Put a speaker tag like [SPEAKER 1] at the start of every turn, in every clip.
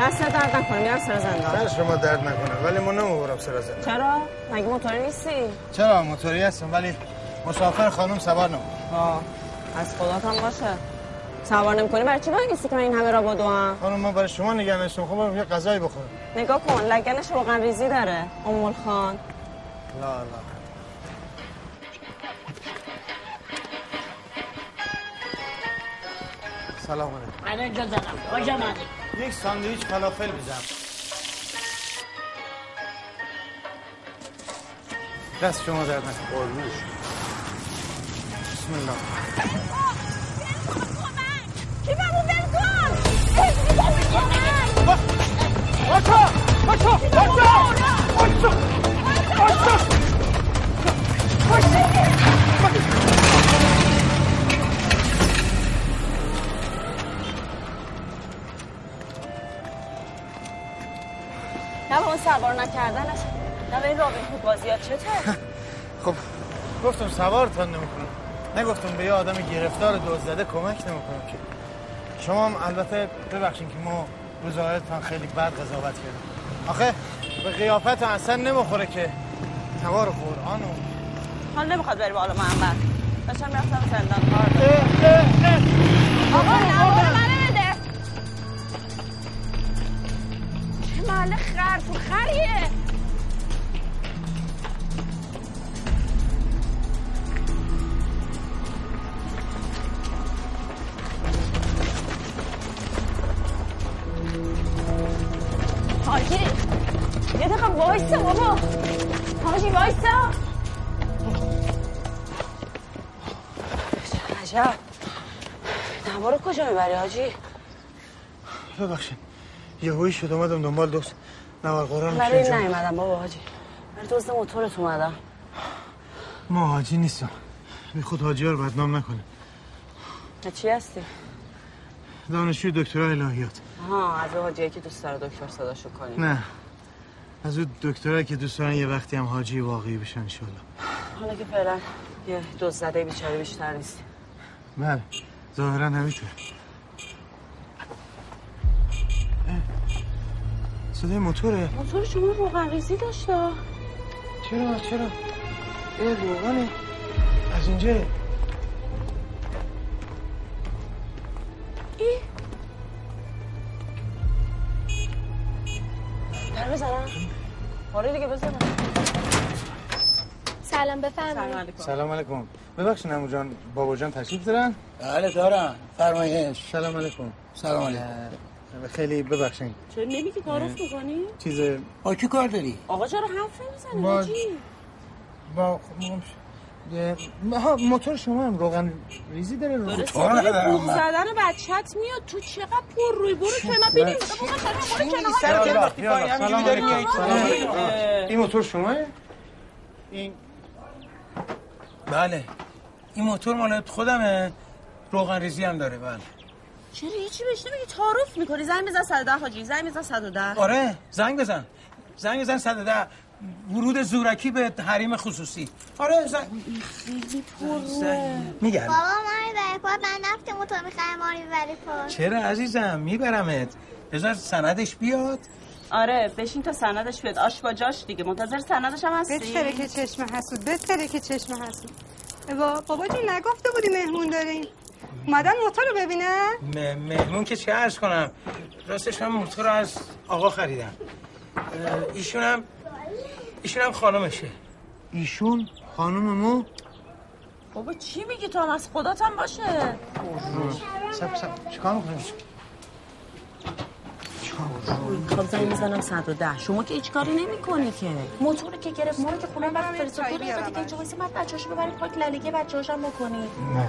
[SPEAKER 1] دست درد نکنه میرم سر
[SPEAKER 2] سر
[SPEAKER 1] زندان
[SPEAKER 2] شما درد نکنه ولی ما نمیبرم سر زندان
[SPEAKER 1] چرا؟ مگه موتوری نیستی؟
[SPEAKER 2] چرا موتوری هستم ولی مسافر خانم سوار نبود
[SPEAKER 1] آه از خدا هم باشه سوار نمیکنی برای چی بایستی که من این همه را با دوام
[SPEAKER 2] خانم من برای شما نگه نشتم خب برم یه غذایی بخورم
[SPEAKER 1] نگاه کن لگنش روغن ریزی داره ام خان
[SPEAKER 2] لا لا سلام علیکم
[SPEAKER 3] من اینجا زدم خوش آمدید
[SPEAKER 2] یک ساندویچ فلافل بزن دست شما درد نکنه قربون بسم الله
[SPEAKER 1] نه به اون سوار نکردنش نه به این رابین هود بازیات چته
[SPEAKER 2] خب گفتم سوارتان نمیکنم نگفتم به یه آدم گرفتار دوز زده کمک نمیکنم که شما هم البته ببخشید که ما روزایتان خیلی بد قضاوت کردیم آخه به قیافت اصلا نمیخوره که توار قرآن و
[SPEAKER 1] حال نمیخواد بری بالا منبر داشتم میرفتم زندان کار داشت. آقا نوار منو بده چه محل خر تو خریه حاجی یه دقیقه وایسا بابا حاجی وایسا چه عجب نوار رو کجا میبری حاجی
[SPEAKER 2] ببخشید یهویی شد اومدم دنبال دوست نوار قرآن
[SPEAKER 1] برای این نیومدم بابا حاجی برای دزد موتورت اومدم
[SPEAKER 2] ما حاجی نیستم بی خود حاجی ها رو بدنام نکنه
[SPEAKER 1] نه چی هستی؟
[SPEAKER 2] دانشجوی دکترا الهیات
[SPEAKER 1] ها از اون حاجیه که دوست داره دکتر صداشو کنی
[SPEAKER 2] نه از اون دکترا که دوست دارن یه وقتی هم حاجی واقعی بشن انشالله
[SPEAKER 1] حالا که فعلا یه دوز زده بیچاره بیشتر نیست
[SPEAKER 2] بله ظاهرا همینطور اه، صدای موتوره
[SPEAKER 1] موتور شما روغن ریزی داشته
[SPEAKER 2] چرا چرا ای روغنه از اینجا
[SPEAKER 1] در بزنم آره دیگه بزنم
[SPEAKER 4] سلام بفرمایید
[SPEAKER 1] سلام علیکم
[SPEAKER 2] سلام علیکم ببخشید عمو جان بابا جان تشریف دارن
[SPEAKER 3] بله دارم فرمایش
[SPEAKER 2] سلام علیکم
[SPEAKER 3] سلام علیکم
[SPEAKER 2] اه، خیلی ببخشید
[SPEAKER 1] چرا نمیگی تعارف میکنی؟
[SPEAKER 2] چیز
[SPEAKER 3] با کی کار داری؟
[SPEAKER 1] آقا چرا حرف نمیزنی
[SPEAKER 2] با-
[SPEAKER 1] حاجی؟
[SPEAKER 2] با خب، اه، ها موتور شما هم روغن ریزی داره روغن
[SPEAKER 3] خب، تو ندارم
[SPEAKER 5] بوق
[SPEAKER 3] من.
[SPEAKER 5] زدن بچت میاد تو چقدر پر روی برو کنار ببین بابا چرا برو کنار
[SPEAKER 2] سر
[SPEAKER 5] بابا،
[SPEAKER 2] که وقتی پایین همینجوری داری میای تو. این موتور شماه؟ این
[SPEAKER 6] بله این موتور مال خودمه روغن ریزی هم داره بله
[SPEAKER 5] چرا هیچی بهش نمیگی تعارف میکنی زنگ بزن 110 حاجی زنگ بزن 110
[SPEAKER 6] آره زنگ بزن زنگ بزن 110 ورود زورکی به حریم خصوصی آره زنگ میگرد
[SPEAKER 4] بابا ما رو ببری پار من نفت موتور میخوایم ما رو ببری پار
[SPEAKER 6] چرا عزیزم میبرمت بذار سندش بیاد
[SPEAKER 5] آره بشین تا سندش بیاد آش با جاش دیگه منتظر سندش هم
[SPEAKER 7] بهتره
[SPEAKER 5] هستی
[SPEAKER 7] که چشم حسود بهتره که چشم حسود با بابا جون نگفته بودی مهمون داریم اومدن موتور رو ببینن
[SPEAKER 6] م- مهمون که چه عرض کنم راستش من موتور رو از آقا خریدم اه، ایشون هم ایشون هم خانمشه
[SPEAKER 2] ایشون خانم ما
[SPEAKER 5] بابا چی میگی تو هم از خدات هم باشه
[SPEAKER 2] سب سب چیکار میکنیم؟
[SPEAKER 5] خب زنگ میزنم 110 شما که هیچ کاری نمیکنی که
[SPEAKER 8] موتوری که گرفت ما رو که خونه برای فرستاد
[SPEAKER 7] چای
[SPEAKER 8] تو ریزا
[SPEAKER 7] بیارم
[SPEAKER 8] دیگه اینجا واسه من بچه‌هاشو ببرید پاک لالگی بچه‌هاشم بکنید
[SPEAKER 2] نه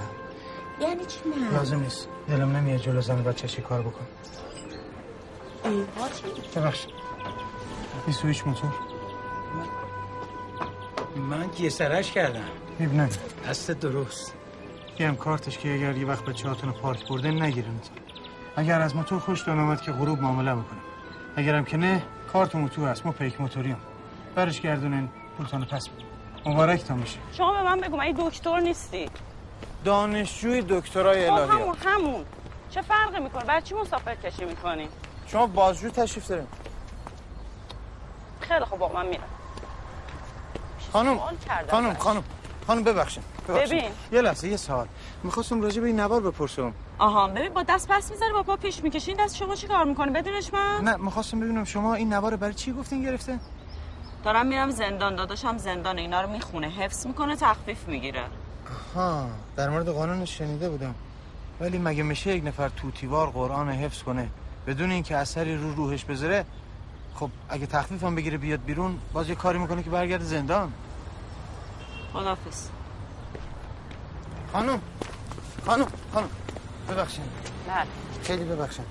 [SPEAKER 8] یعنی چی نه
[SPEAKER 2] لازم نیست دلم نمیاد جلو زن بچه چی کار بکن ببخشید بیست و هیچ موتور
[SPEAKER 6] من یه سرش کردم
[SPEAKER 2] بیب نه
[SPEAKER 6] دست درست
[SPEAKER 2] بیم کارتش که اگر یه وقت بچه هاتون رو پارک برده نگیرن اگر از موتور خوشتون آمد که غروب معامله میکنم اگرم که نه کارت موتور هست ما پیک موتوریم برش گردونین پولتون رو پس بدین. مبارکتان میشه
[SPEAKER 5] شما به من بگو من این دکتر نیستی
[SPEAKER 2] دانشجوی دکترای
[SPEAKER 5] خب همون همون چه فرقی میکنه برای چی مسافر کشی میکنی
[SPEAKER 2] شما بازجو تشریف دارین
[SPEAKER 9] خیلی خوب با من میرم
[SPEAKER 2] خانم
[SPEAKER 9] سوال کردم
[SPEAKER 2] خانم
[SPEAKER 9] ازش.
[SPEAKER 2] خانم خانم ببخشید ببخشید.
[SPEAKER 9] ببین.
[SPEAKER 2] یه لحظه یه سوال میخواستم راجع به این نوار بپرسم
[SPEAKER 1] آها ببین با دست پس میذاره با پا پیش میکشه این دست شما چی کار میکنه بدونش من
[SPEAKER 2] نه میخواستم ببینم شما این نوار رو برای چی گفتین گرفته
[SPEAKER 1] دارم میرم زندان داداشم زندان اینا رو میخونه حفظ میکنه تخفیف میگیره
[SPEAKER 2] ها در مورد قانون شنیده بودم ولی مگه میشه یک نفر توتیوار قرآن رو حفظ کنه بدون اینکه اثری رو روحش بذاره خب اگه تخفیف هم بگیره بیاد بیرون باز یه کاری میکنه که برگرده زندان
[SPEAKER 1] خدافز
[SPEAKER 2] خانم خانم خانم ببخشید
[SPEAKER 9] بله
[SPEAKER 2] خیلی ببخشید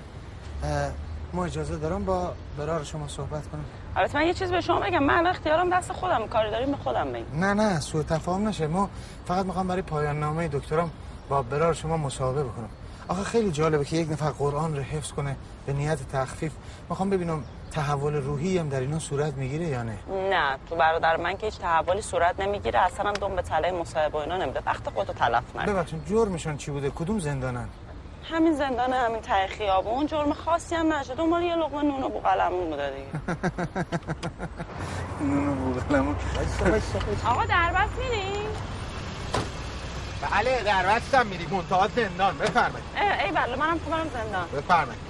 [SPEAKER 2] اه، ما اجازه دارم با برار شما صحبت کنم
[SPEAKER 9] البته من یه چیز به شما بگم من الان اختیارم دست خودم کاری داریم به خودم بگم
[SPEAKER 2] نه نه سوء تفاهم نشه ما فقط میخوام برای پایان نامه دکترام با برار شما مصاحبه بکنم آخه خیلی جالبه که یک نفر قرآن رو حفظ کنه به نیت تخفیف میخوام ببینم تحول روحی هم در اینا صورت میگیره یا نه
[SPEAKER 9] نه تو برادر من که هیچ تحولی صورت نمیگیره اصلا هم دم به طلای مصاحبه و اینا نمیده وقت خودتو تلف نکن
[SPEAKER 2] ببخشید جرمشان چی بوده کدوم زندانن
[SPEAKER 9] همین زندان همین ته خیابون جرم خاصی هم نشد دنبال یه لقمه نون و بوقلمون بوده دیگه
[SPEAKER 2] نونو بوغلمون
[SPEAKER 1] آقا دربست میری؟
[SPEAKER 6] بله در وقتم میری منتها زندان بفرمایید
[SPEAKER 9] اه، ای بله منم تو برم زندان
[SPEAKER 6] بفرمایید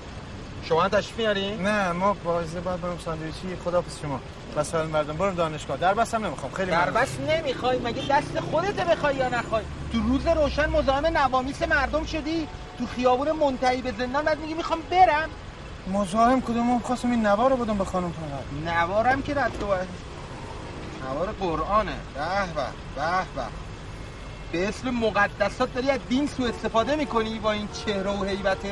[SPEAKER 6] شما هم تشریف میارین
[SPEAKER 2] نه ما بازه باید برم ساندویچی خدافظ شما وسایل مردم برو دانشگاه در بس هم نمیخوام خیلی ممنون.
[SPEAKER 6] دربست نمیخوای مگه دست خودت بخوای یا نخوای تو روز روشن مزاحم نوامیس مردم شدی تو خیابون منتهی به زندان بعد میگی میخوام برم
[SPEAKER 2] مزاحم کدوم خواستم این نوار رو بدم به خانم فقط
[SPEAKER 6] نوارم که رد تو بس. نوار قرآنه به به به به به اسم مقدسات داری از دین سو استفاده میکنی با این چهره و هیبتت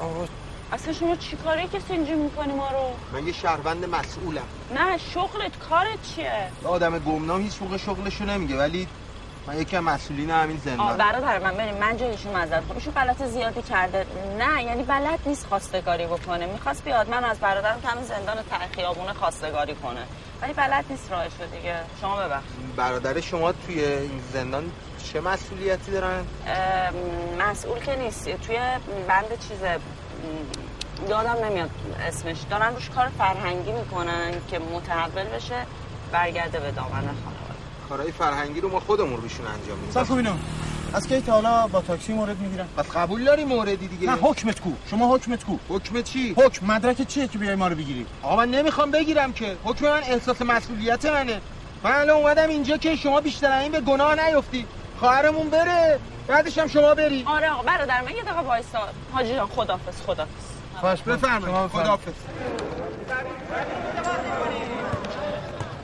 [SPEAKER 2] آقا
[SPEAKER 9] اصلا شما چی کاره که سینجی میکنی ما رو
[SPEAKER 6] من یه شهروند مسئولم
[SPEAKER 9] نه شغلت کارت چیه
[SPEAKER 6] یه آدم گمنام هیچ موقع شغلشو نمیگه ولی من یکی از مسئولین همین
[SPEAKER 1] آه
[SPEAKER 6] زندان
[SPEAKER 1] برادر من بریم من جایشون معذرت خب ایشون غلط زیادی کرده نه یعنی بلد نیست خواستگاری بکنه میخواست بیاد من از برادرم که همین زندان ته خیابونه خواستگاری کنه ولی بلد نیست راهش رو دیگه شما ببخش
[SPEAKER 6] برادر شما توی این زندان چه مسئولیتی دارن؟
[SPEAKER 1] ام، مسئول که نیست توی بند چیز ام، یادم نمیاد اسمش دارن روش کار فرهنگی میکنن که متحول بشه برگرده به دامن خانواده
[SPEAKER 6] کارهای فرهنگی رو ما خودمون روشون انجام میدیم
[SPEAKER 2] صاف کن اینو. از کی تا حالا با تاکسی مورد میگیرن
[SPEAKER 6] پس قبول داری موردی دیگه
[SPEAKER 2] نه حکمت کو شما حکمت کو
[SPEAKER 6] حکم چی؟
[SPEAKER 2] حکم مدرک چیه که بیای ما رو بگیری
[SPEAKER 6] آقا من نمیخوام بگیرم که حکم من احساس مسئولیت منه من الان اومدم اینجا که شما بیشتر از این به گناه نیفتی خواهرمون بره بعدش هم شما بری
[SPEAKER 9] آره آقا برادر من یه دقیقه وایسا حاجی جان خدافظ خدافظ
[SPEAKER 2] خواهش کن. شما
[SPEAKER 6] بفرمایید خداحافظ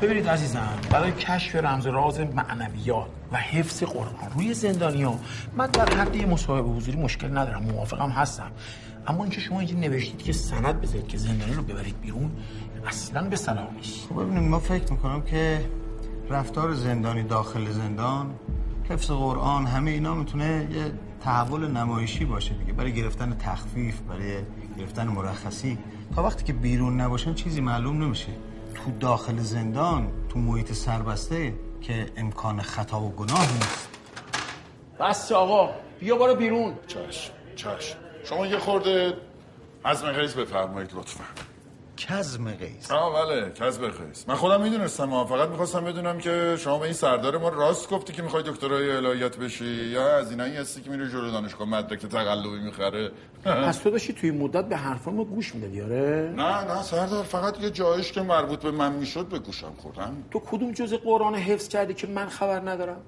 [SPEAKER 10] ببینید عزیزم برای کشف رمز و راز معنویات و حفظ قرآن روی زندانیا من در حد یه مصاحبه حضوری مشکل ندارم موافقم هستم اما اینکه شما اینجا نوشتید که سند بذارید که زندانی رو ببرید بیرون اصلا به سلام نیست
[SPEAKER 2] خب ببینیم ما فکر میکنم که رفتار زندانی داخل زندان حفظ قرآن همه اینا میتونه یه تحول نمایشی باشه دیگه برای گرفتن تخفیف برای گرفتن مرخصی تا وقتی که بیرون نباشن چیزی معلوم نمیشه تو داخل زندان تو محیط سربسته که امکان خطا و گناه نیست
[SPEAKER 10] بس آقا بیا برو بیرون
[SPEAKER 11] چشم چشم شما یه خورده از غیز بفرمایید لطفا
[SPEAKER 2] کزم قیس
[SPEAKER 11] آه بله کسب خیز من خودم میدونستم ها فقط میخواستم بدونم که شما به این سردار ما راست گفتی که میخوای دکترای الهیات بشی یا از اینایی هستی که میره جلو دانشگاه مدرک تقلبی میخره
[SPEAKER 10] پس تو داشتی توی مدت به حرفای ما گوش میدادی آره
[SPEAKER 11] نه نه سردار فقط یه جایش که مربوط به من میشد به گوشم خوردم
[SPEAKER 10] تو کدوم جز قرآن حفظ کردی که من خبر ندارم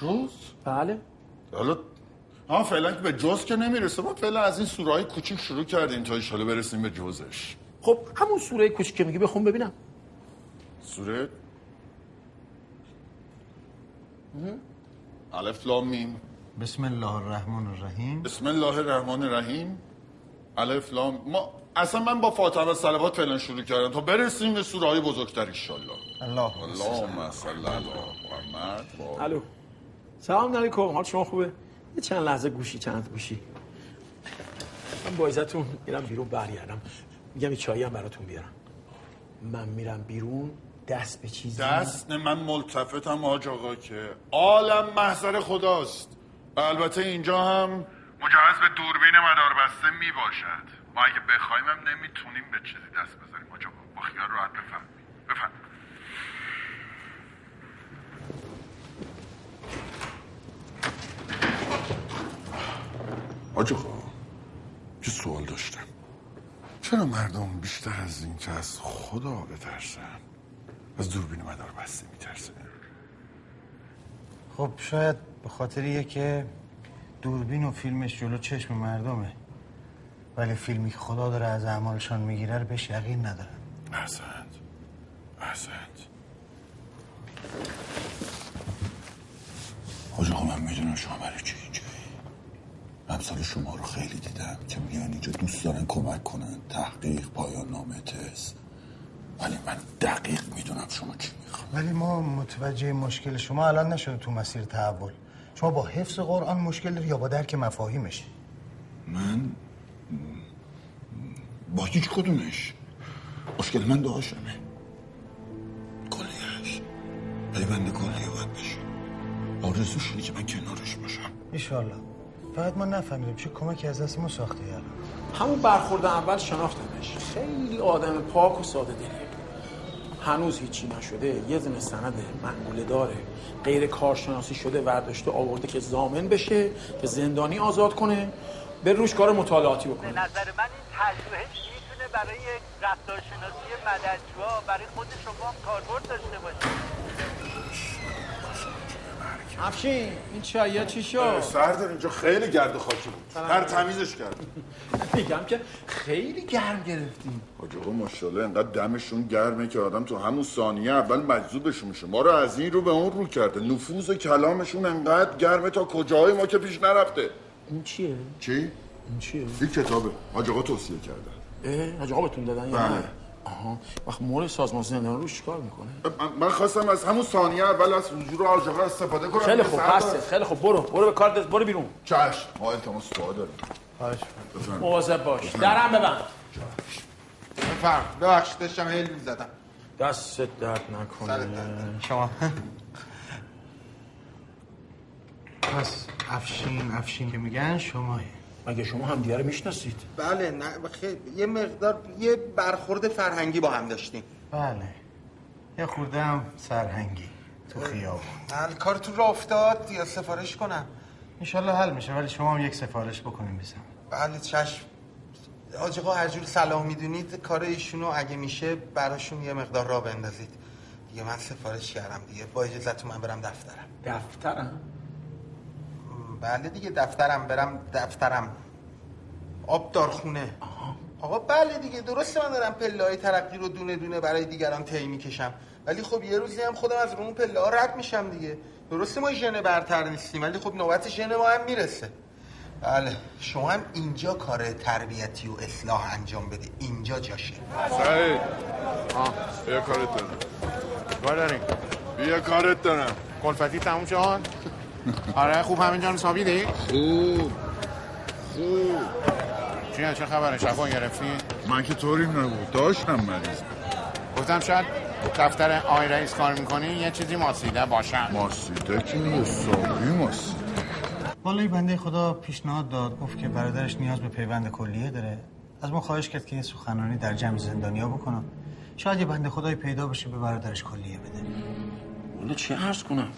[SPEAKER 11] جز
[SPEAKER 10] بله
[SPEAKER 11] حالا ها فعلا که به جز که نمیرسه ما فعلا از این سورهای کوچیک شروع کردیم تا ایشالا برسیم به جزش
[SPEAKER 10] خب همون سوره کوچیک که میگی بخون ببینم
[SPEAKER 11] سوره الف لام میم
[SPEAKER 2] بسم الله الرحمن الرحیم
[SPEAKER 11] بسم الله الرحمن الرحیم الف لام ما اصلا من با فاتحه و صلوات فعلا شروع کردم تا برسیم به سوره های بزرگتر انشالله
[SPEAKER 2] الله
[SPEAKER 11] اللهم صل علی محمد و
[SPEAKER 10] الو سلام علیکم حال شما خوبه یه چند لحظه گوشی چند گوشی من با عزتون میرم بیرون برگردم میگم یه چایی هم براتون بیارم من میرم بیرون دست به چیزی
[SPEAKER 11] دست من ملتفتم آج آقا که عالم محضر خداست و البته اینجا هم مجهز به دوربین مداربسته می باشد ما اگه بخوایم هم نمیتونیم به چیزی دست بزنیم آجا با خیال راحت بفهمیم بفهم
[SPEAKER 4] حاج آقا خب. یه سوال داشتم چرا مردم بیشتر از این که از خدا بترسن از دوربین مدار بسته میترسن
[SPEAKER 2] خب شاید به خاطریه که دوربین و فیلمش جلو چشم مردمه ولی فیلمی که خدا داره از اعمالشان میگیره رو بهش یقین ندارن
[SPEAKER 4] احسنت احسنت حاج آقا من میدونم شما برای چی اینجایی امثال شما رو خیلی دیدم که میان اینجا دوست دارن کمک کنن تحقیق پایان نامه تست ولی من دقیق میدونم شما چی
[SPEAKER 2] خب، ولی ما متوجه مشکل شما الان نشده تو مسیر تحول شما با حفظ قرآن مشکل داری یا با درک مفاهیمش
[SPEAKER 4] من با هیچ کدومش مشکل من داشتمه کلیش ولی بنده کلیه باید بشه آرزوش اینه که من کنارش باشم
[SPEAKER 2] ایشالله فقط ما نفهمیدیم چه کمکی از دست ما ساختی الان
[SPEAKER 10] همون برخورد اول شناختمش خیلی آدم پاک و ساده دلیه هنوز هیچی نشده یه دونه سند معموله داره غیر کارشناسی شده ورداشته آورده که زامن بشه که زندانی آزاد کنه به روش کار مطالعاتی بکنه
[SPEAKER 12] به نظر من این تجربه میتونه برای رفتارشناسی مددجوها برای خود شما هم کاربرد داشته باشه
[SPEAKER 13] افشین این چایی چی
[SPEAKER 11] اه،
[SPEAKER 13] شد؟
[SPEAKER 11] سردار اینجا خیلی گرد و خاکی بود هر آره، تمیزش کرد
[SPEAKER 13] میگم که خیلی گرم گرفتیم
[SPEAKER 11] حاج آقا ماشاءالله انقدر دمشون گرمه که آدم تو همون ثانیه اول مجذوبشون میشه ما رو از این رو به اون رو کرده نفوذ کلامشون انقدر گرمه تا کجاهای ما که پیش نرفته
[SPEAKER 10] این چیه؟
[SPEAKER 11] چی؟ این
[SPEAKER 10] چیه؟
[SPEAKER 11] این کتابه حاج آقا توصیه کرده
[SPEAKER 10] اه حاج آقا بهتون دادن یا نه؟
[SPEAKER 11] بله.
[SPEAKER 10] آها وقت مورد سازمان زندان روش چیکار میکنه؟
[SPEAKER 11] من- من خواستم از همون ثانیه اول از حضور حاج آقا استفاده کنم
[SPEAKER 10] خیلی خوب
[SPEAKER 11] سردار.
[SPEAKER 10] بسته خیلی خوب برو برو به کار برو بیرون
[SPEAKER 11] چشم ما التماس دعا داریم بفرمایید.
[SPEAKER 10] مواظب باش درم ببند
[SPEAKER 6] بفرم ببخشید داشتم هیل میزدم
[SPEAKER 10] دستت درد نکنه
[SPEAKER 2] شما پس افشین افشین که میگن شمایی
[SPEAKER 10] مگه شما هم دیگه میشناسید
[SPEAKER 6] بله نه خیلی یه مقدار یه برخورد فرهنگی با هم داشتیم
[SPEAKER 2] بله یه خورده هم سرهنگی تو خیابون
[SPEAKER 6] من کارتون را افتاد یا سفارش کنم
[SPEAKER 2] انشالله حل میشه ولی شما هم یک سفارش بکنیم بسم
[SPEAKER 6] بله چشم آج آقا هر جور سلام میدونید کار ایشونو اگه میشه براشون یه مقدار را بندازید دیگه من سفارش کردم دیگه با اجازتون من برم دفترم
[SPEAKER 10] دفترم
[SPEAKER 6] بله دیگه دفترم برم دفترم آبدار خونه آقا بله دیگه درسته من دارم پله های ترقی رو دونه دونه برای دیگران طی میکشم ولی خب یه روزی هم خودم از رو اون پله ها رد میشم دیگه درسته ما ژن برتر نیستیم ولی خب نوبت ژن ما هم میرسه بله شما هم اینجا کار تربیتی و اصلاح انجام بده اینجا جاشه
[SPEAKER 11] سعید بیا کارت دارم
[SPEAKER 14] برداریم
[SPEAKER 11] بیا کارت دارم
[SPEAKER 14] کلفتی تموم شد آره خوب همینجا نصابیدی؟ خوب خوب چیه چه خبره شفا گرفتی؟
[SPEAKER 11] من که طوریم نبود داشتم مریض
[SPEAKER 14] گفتم شاید دفتر آی رئیس کار میکنی یه چیزی ماسیده باشن
[SPEAKER 11] ماسیده که مساوی ماسیده
[SPEAKER 2] والا این بنده خدا پیشنهاد داد گفت که برادرش نیاز به پیوند کلیه داره از ما خواهش کرد که این سخنرانی در جمع زندانیا بکنم شاید یه بنده خدایی پیدا بشه به برادرش کلیه بده
[SPEAKER 10] والا چه عرض کنم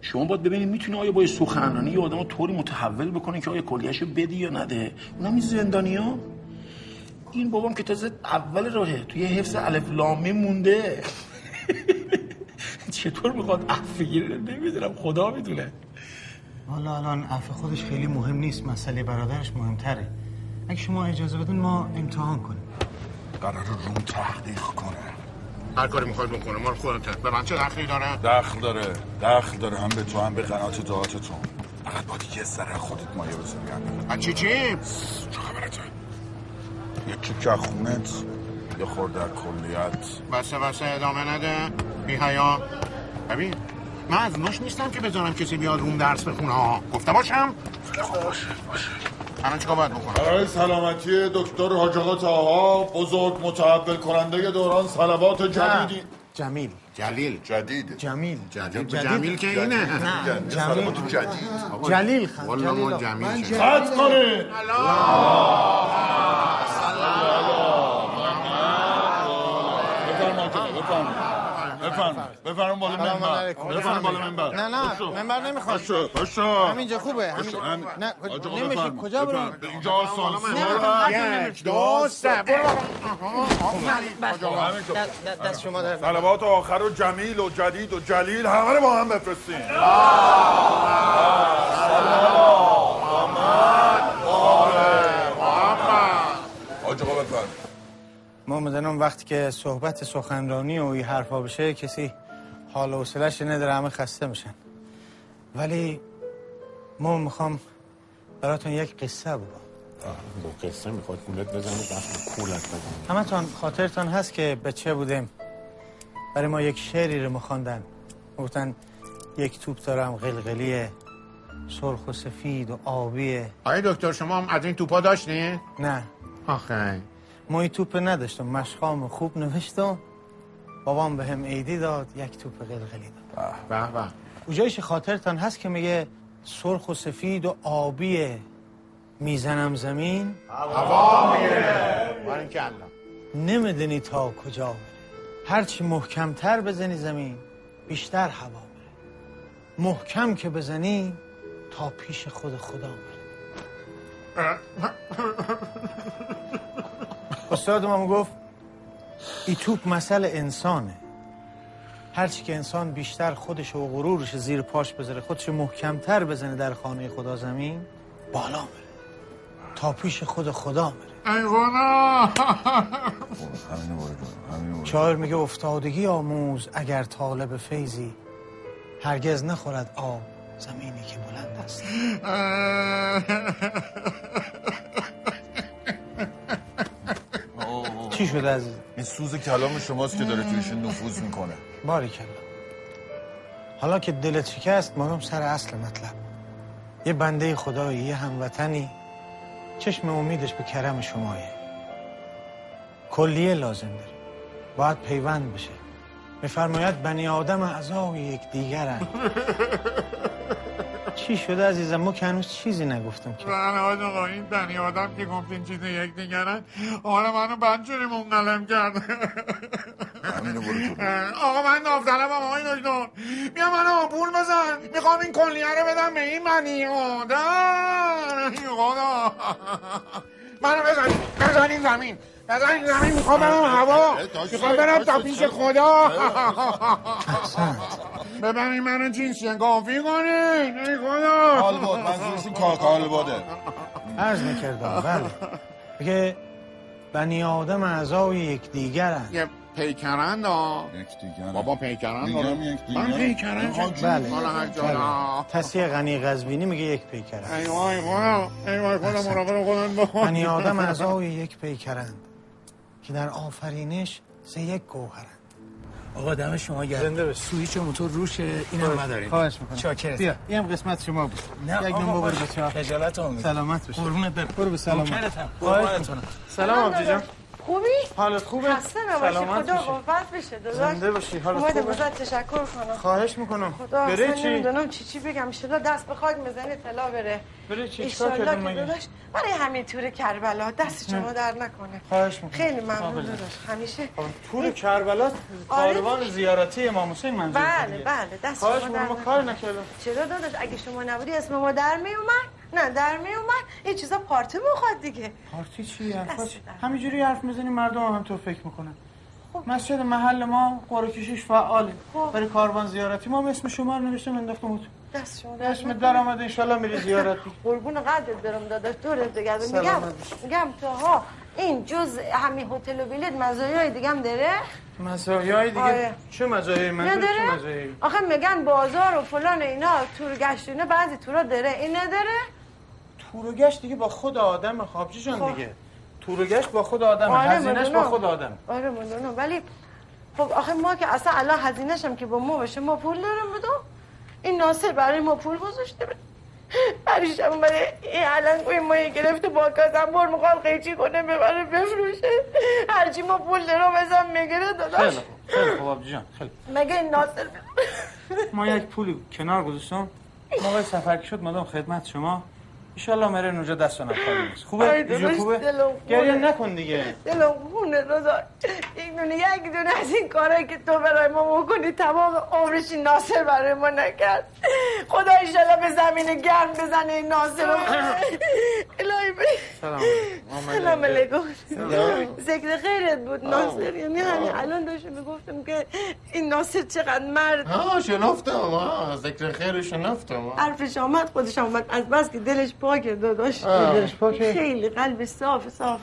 [SPEAKER 10] شما باید ببینید میتونه آیا با یه سخنرانی یه آدم طوری متحول بکنه که آیا کلیهشو بدی یا نده اونم این زندانیا این بابام که تازه اول راهه توی حفظ الف لامی مونده چطور میخواد عفو بگیره نمیدونم خدا میدونه
[SPEAKER 2] والا الان عفو خودش خیلی مهم نیست مسئله برادرش مهمتره اگه شما اجازه بدین ما امتحان کنیم
[SPEAKER 4] قرار روم تحقیق کنه
[SPEAKER 14] هر کاری میخواد بکنه ما رو خودت به من چه دخلی داره
[SPEAKER 4] دخل داره دخل داره هم به تو هم به قنات دعاتتون فقط باید یه سر خودت مایه بزنی
[SPEAKER 14] چی چی؟
[SPEAKER 4] چه خبرته؟ یکی که از خونت یه خورده از کلیت
[SPEAKER 14] بسه بسه ادامه نده بی حیا ببین من از نوش نیستم که بذارم کسی بیاد روم درس بخونه ها گفته باشم
[SPEAKER 4] باشه باشه
[SPEAKER 14] الان چیکار باید بکنم
[SPEAKER 11] برای سلامتی دکتر حاج آقا تاها بزرگ متحول کننده دوران سلوات جدیدی
[SPEAKER 2] جمیل
[SPEAKER 14] جلیل
[SPEAKER 11] جدید
[SPEAKER 2] جمیل
[SPEAKER 14] جلیل
[SPEAKER 11] جدید.
[SPEAKER 14] جمیل که
[SPEAKER 11] جدید.
[SPEAKER 14] اینه
[SPEAKER 11] نه، جلیل. سلامت جدید.
[SPEAKER 14] آقا،
[SPEAKER 2] جلیل خان،
[SPEAKER 14] والا ما
[SPEAKER 2] جلیل آقا.
[SPEAKER 14] جمیل
[SPEAKER 2] من
[SPEAKER 14] شدیم.
[SPEAKER 2] جلیل. قطع کنید.
[SPEAKER 14] الله.
[SPEAKER 11] بفرم بفرم بالا
[SPEAKER 2] سلام
[SPEAKER 11] منبر
[SPEAKER 2] علیکم.
[SPEAKER 11] بفرم بالا منبر
[SPEAKER 2] نه نه منبر نمیخوام
[SPEAKER 11] باشو باشو
[SPEAKER 2] همینجا خوبه
[SPEAKER 11] باشه،
[SPEAKER 2] همینجا
[SPEAKER 11] همین-
[SPEAKER 2] نه
[SPEAKER 11] آقا
[SPEAKER 2] نمیشه
[SPEAKER 11] بفرم،
[SPEAKER 2] کجا برم
[SPEAKER 11] بفرم. اینجا آسانسور
[SPEAKER 2] یک دو سه برو دست شما در
[SPEAKER 11] سلوات آخر و جمیل و جدید و جلیل همه رو با هم بفرستین آج آقا بفرم
[SPEAKER 2] ما مدنم وقتی که صحبت سخنرانی و این حرفا بشه کسی حال و حوصله‌ش نداره همه خسته میشن ولی ما میخوام براتون یک قصه بگم
[SPEAKER 15] با قصه میخواد کولت بزنه دست کولت بزنه
[SPEAKER 2] همتون خاطرتان هست که بچه بودیم برای ما یک شعری رو میخواندن گفتن یک توپ دارم قلقلیه سرخ و سفید و آبیه
[SPEAKER 16] آقای دکتر شما هم از این توپا داشتین؟
[SPEAKER 2] نه
[SPEAKER 16] آخه
[SPEAKER 2] ما این توپ نداشتم مشقام خوب نوشتم بابام به هم ایدی داد یک توپ قلقلی داد
[SPEAKER 16] به به
[SPEAKER 2] اونجایش خاطرتان هست که میگه سرخ و سفید و آبیه میزنم زمین
[SPEAKER 16] هوا میره بارکالله.
[SPEAKER 2] نمیدونی تا کجا بره هرچی محکمتر بزنی زمین بیشتر هوا بره محکم که بزنی تا پیش خود خدا بره استاد ما گفت ای توپ مسئله انسانه هرچی که انسان بیشتر خودش و غرورش زیر پاش بذاره خودش محکمتر بزنه در خانه خدا زمین بالا بره تا پیش خود خدا
[SPEAKER 16] ای خدا
[SPEAKER 2] شاعر میگه افتادگی آموز اگر طالب فیضی هرگز نخورد آب زمینی که بلند است چی شده عزیز
[SPEAKER 11] این سوز کلام شماست که داره تویش نفوذ میکنه
[SPEAKER 2] باری حالا که دلت شکست مهم سر اصل مطلب یه بنده خدایی یه هموطنی چشم امیدش به کرم شمایه کلیه لازم داره باید پیوند بشه میفرماید بنی آدم اعضای یک دیگرن چی شده عزیزم ما که هنوز چیزی نگفتم که
[SPEAKER 16] من آج آقا این بنی آدم که گفتین چیز یک دیگرن آره منو بنجوری منقلم کرد آقا من داوطلبم آقای دکتر بیا من آبور بزن میخوام این کلیه رو بدم به این بنی آدم ای خدا منو بزن بزن این زمین بزن این زمین میخوام برم هوا میخوام برم تا پیش خدا ببین منو جنسیه کافی کنین ای خدا
[SPEAKER 11] کالبد منظورشون کال- کالبده
[SPEAKER 2] عرض میکردم بله میگه بنی آدم اعضای یک دیگرن
[SPEAKER 16] یه پیکرند ها
[SPEAKER 11] یک دیگرن
[SPEAKER 16] بابا پیکرند
[SPEAKER 2] دیگه
[SPEAKER 16] داره.
[SPEAKER 2] هم یک دیگرن.
[SPEAKER 16] من پیکرند شد.
[SPEAKER 2] بله
[SPEAKER 16] حالا هر جا.
[SPEAKER 2] بله تصیح غنی غزبینی میگه یک پیکرند
[SPEAKER 16] ای وای خدا ای وای خدا مراقب خودم بخون
[SPEAKER 2] بنی یعنی آدم اعضای یک پیکرند که در آفرینش ز یک گوهرند
[SPEAKER 10] آقا دم شما گرم
[SPEAKER 2] زنده
[SPEAKER 10] بشه سویچ موتور روشه اینم
[SPEAKER 2] خواهش-
[SPEAKER 10] نداریم
[SPEAKER 2] خواهش می‌کنم.
[SPEAKER 10] چاکرت
[SPEAKER 2] بیا این هم قسمت شما بود
[SPEAKER 10] نه
[SPEAKER 2] یک
[SPEAKER 10] آقا،
[SPEAKER 2] نمبر بر
[SPEAKER 10] باش.
[SPEAKER 2] بچه‌ها
[SPEAKER 10] خجالت آمید
[SPEAKER 2] سلامت بشه
[SPEAKER 10] قربونت برم
[SPEAKER 2] برو به سلامت.
[SPEAKER 10] نوکرتم.
[SPEAKER 2] خواهش
[SPEAKER 10] قربونت
[SPEAKER 2] می‌کنم.
[SPEAKER 10] برم.
[SPEAKER 2] سلام
[SPEAKER 7] داداش.
[SPEAKER 2] جان
[SPEAKER 7] خوبی؟
[SPEAKER 2] حالت خوبه؟
[SPEAKER 7] خسته نباشی
[SPEAKER 2] سلامت
[SPEAKER 7] خدا
[SPEAKER 2] باشی.
[SPEAKER 7] قوت بشه داداش
[SPEAKER 2] زنده باشی. حالت
[SPEAKER 7] اومدم
[SPEAKER 2] خوبه؟
[SPEAKER 7] ازت تشکر کنم
[SPEAKER 2] خواهش میکنم
[SPEAKER 7] خدا
[SPEAKER 2] بره
[SPEAKER 7] اصلا
[SPEAKER 2] چی؟
[SPEAKER 7] نمیدونم چی چی بگم ایشالا دست به خاک بزنه طلا بره
[SPEAKER 2] بره چی؟
[SPEAKER 7] ایشالا
[SPEAKER 2] چیکار
[SPEAKER 7] که
[SPEAKER 2] کردیم مگه؟
[SPEAKER 7] داداش برای همین تور کربلا دست شما
[SPEAKER 2] نه.
[SPEAKER 7] در نکنه
[SPEAKER 2] خواهش میکنم
[SPEAKER 7] خیلی ممنون داداش همیشه
[SPEAKER 2] پور کربلا
[SPEAKER 7] آره.
[SPEAKER 2] کاروان زیارتی امام حسین منظور
[SPEAKER 7] بله بله دست
[SPEAKER 2] خواهش
[SPEAKER 7] شما
[SPEAKER 2] می‌کنم،
[SPEAKER 7] در
[SPEAKER 2] ما
[SPEAKER 7] نکنه.
[SPEAKER 2] کاری نکردم.
[SPEAKER 7] چرا داداش اگه شما نبودی اسم ما در می اومد نه در می اومد این چیزا پارتی میخواد دیگه
[SPEAKER 2] پارتی چی حرفا
[SPEAKER 7] دست خب.
[SPEAKER 2] چی؟
[SPEAKER 7] بدم.
[SPEAKER 2] همینجوری حرف میزنی مردم هم تو فکر میکنن مسجد محل ما قرعه کشیش فعاله
[SPEAKER 7] خب.
[SPEAKER 2] برای کاروان زیارتی ما هم اسم شما رو نوشتم انداختم بود
[SPEAKER 7] دست شما
[SPEAKER 2] اسم در آمده انشالله میری زیارت
[SPEAKER 7] قربون قدرت برم داداش دورت بگردم میگم
[SPEAKER 2] سلامت
[SPEAKER 7] میگم تاها این جز همین هتل و بیلت مزایای دیگه هم داره
[SPEAKER 2] مزایای دیگه
[SPEAKER 7] آره.
[SPEAKER 2] چه مزایایی من
[SPEAKER 7] نداره؟
[SPEAKER 2] چه مزایایی
[SPEAKER 7] آخه میگن بازار و فلان و اینا تور گشت و اینا بعضی تورا داره این نداره
[SPEAKER 2] تور و گشت دیگه با خود آدم خابجی جان
[SPEAKER 7] خب.
[SPEAKER 2] دیگه تور و گشت با خود آدم
[SPEAKER 7] آره،
[SPEAKER 2] هزینهش با
[SPEAKER 7] مدونم.
[SPEAKER 2] خود آدم
[SPEAKER 7] آره مدونم ولی خب آخه ما که اصلا الان هزینه‌ش هم که با ما باشه ما پول دارم بدم این ناصر برای ما پول گذاشته پریشم برای این علنگوی ما یه گرفته با کازم بار میخواد قیچی کنه ببره بفروشه هرچی ما پول دارم ازم میگیره داداش
[SPEAKER 2] خیلی خوب خیلی خوب آبجی جان خیلی
[SPEAKER 7] مگه این ناصر
[SPEAKER 2] ما یک پولی کنار گذاشتم موقع سفر که شد مدام خدمت شما ایشالله مره اونجا دست و نفر نیست خوبه؟
[SPEAKER 7] آی
[SPEAKER 2] اینجا
[SPEAKER 7] داداش،
[SPEAKER 2] خوبه؟
[SPEAKER 7] دلم خوره.
[SPEAKER 2] گریه نکن دیگه
[SPEAKER 7] دلم خونه داداش این دونه یک دونه از این کارهایی که تو برای ما میکنی تمام عمرش این ناصر برای ما نکرد خدا ایشالا به زمین گرم بزنه این ناصر رو الهی به
[SPEAKER 2] سلام
[SPEAKER 7] سلام علیکم
[SPEAKER 2] سلام.
[SPEAKER 7] ذکر خیرت بود ناصر یعنی همین الان داشتم میگفتم که این ناصر چقدر مرد
[SPEAKER 2] آه شنفتم آه ذکر خیر شنفتم آه.
[SPEAKER 7] حرفش آمد خودش آمد از بس که دلش پاکه داداش
[SPEAKER 2] آه. دلش پاکه؟
[SPEAKER 7] خیلی قلبش صاف صاف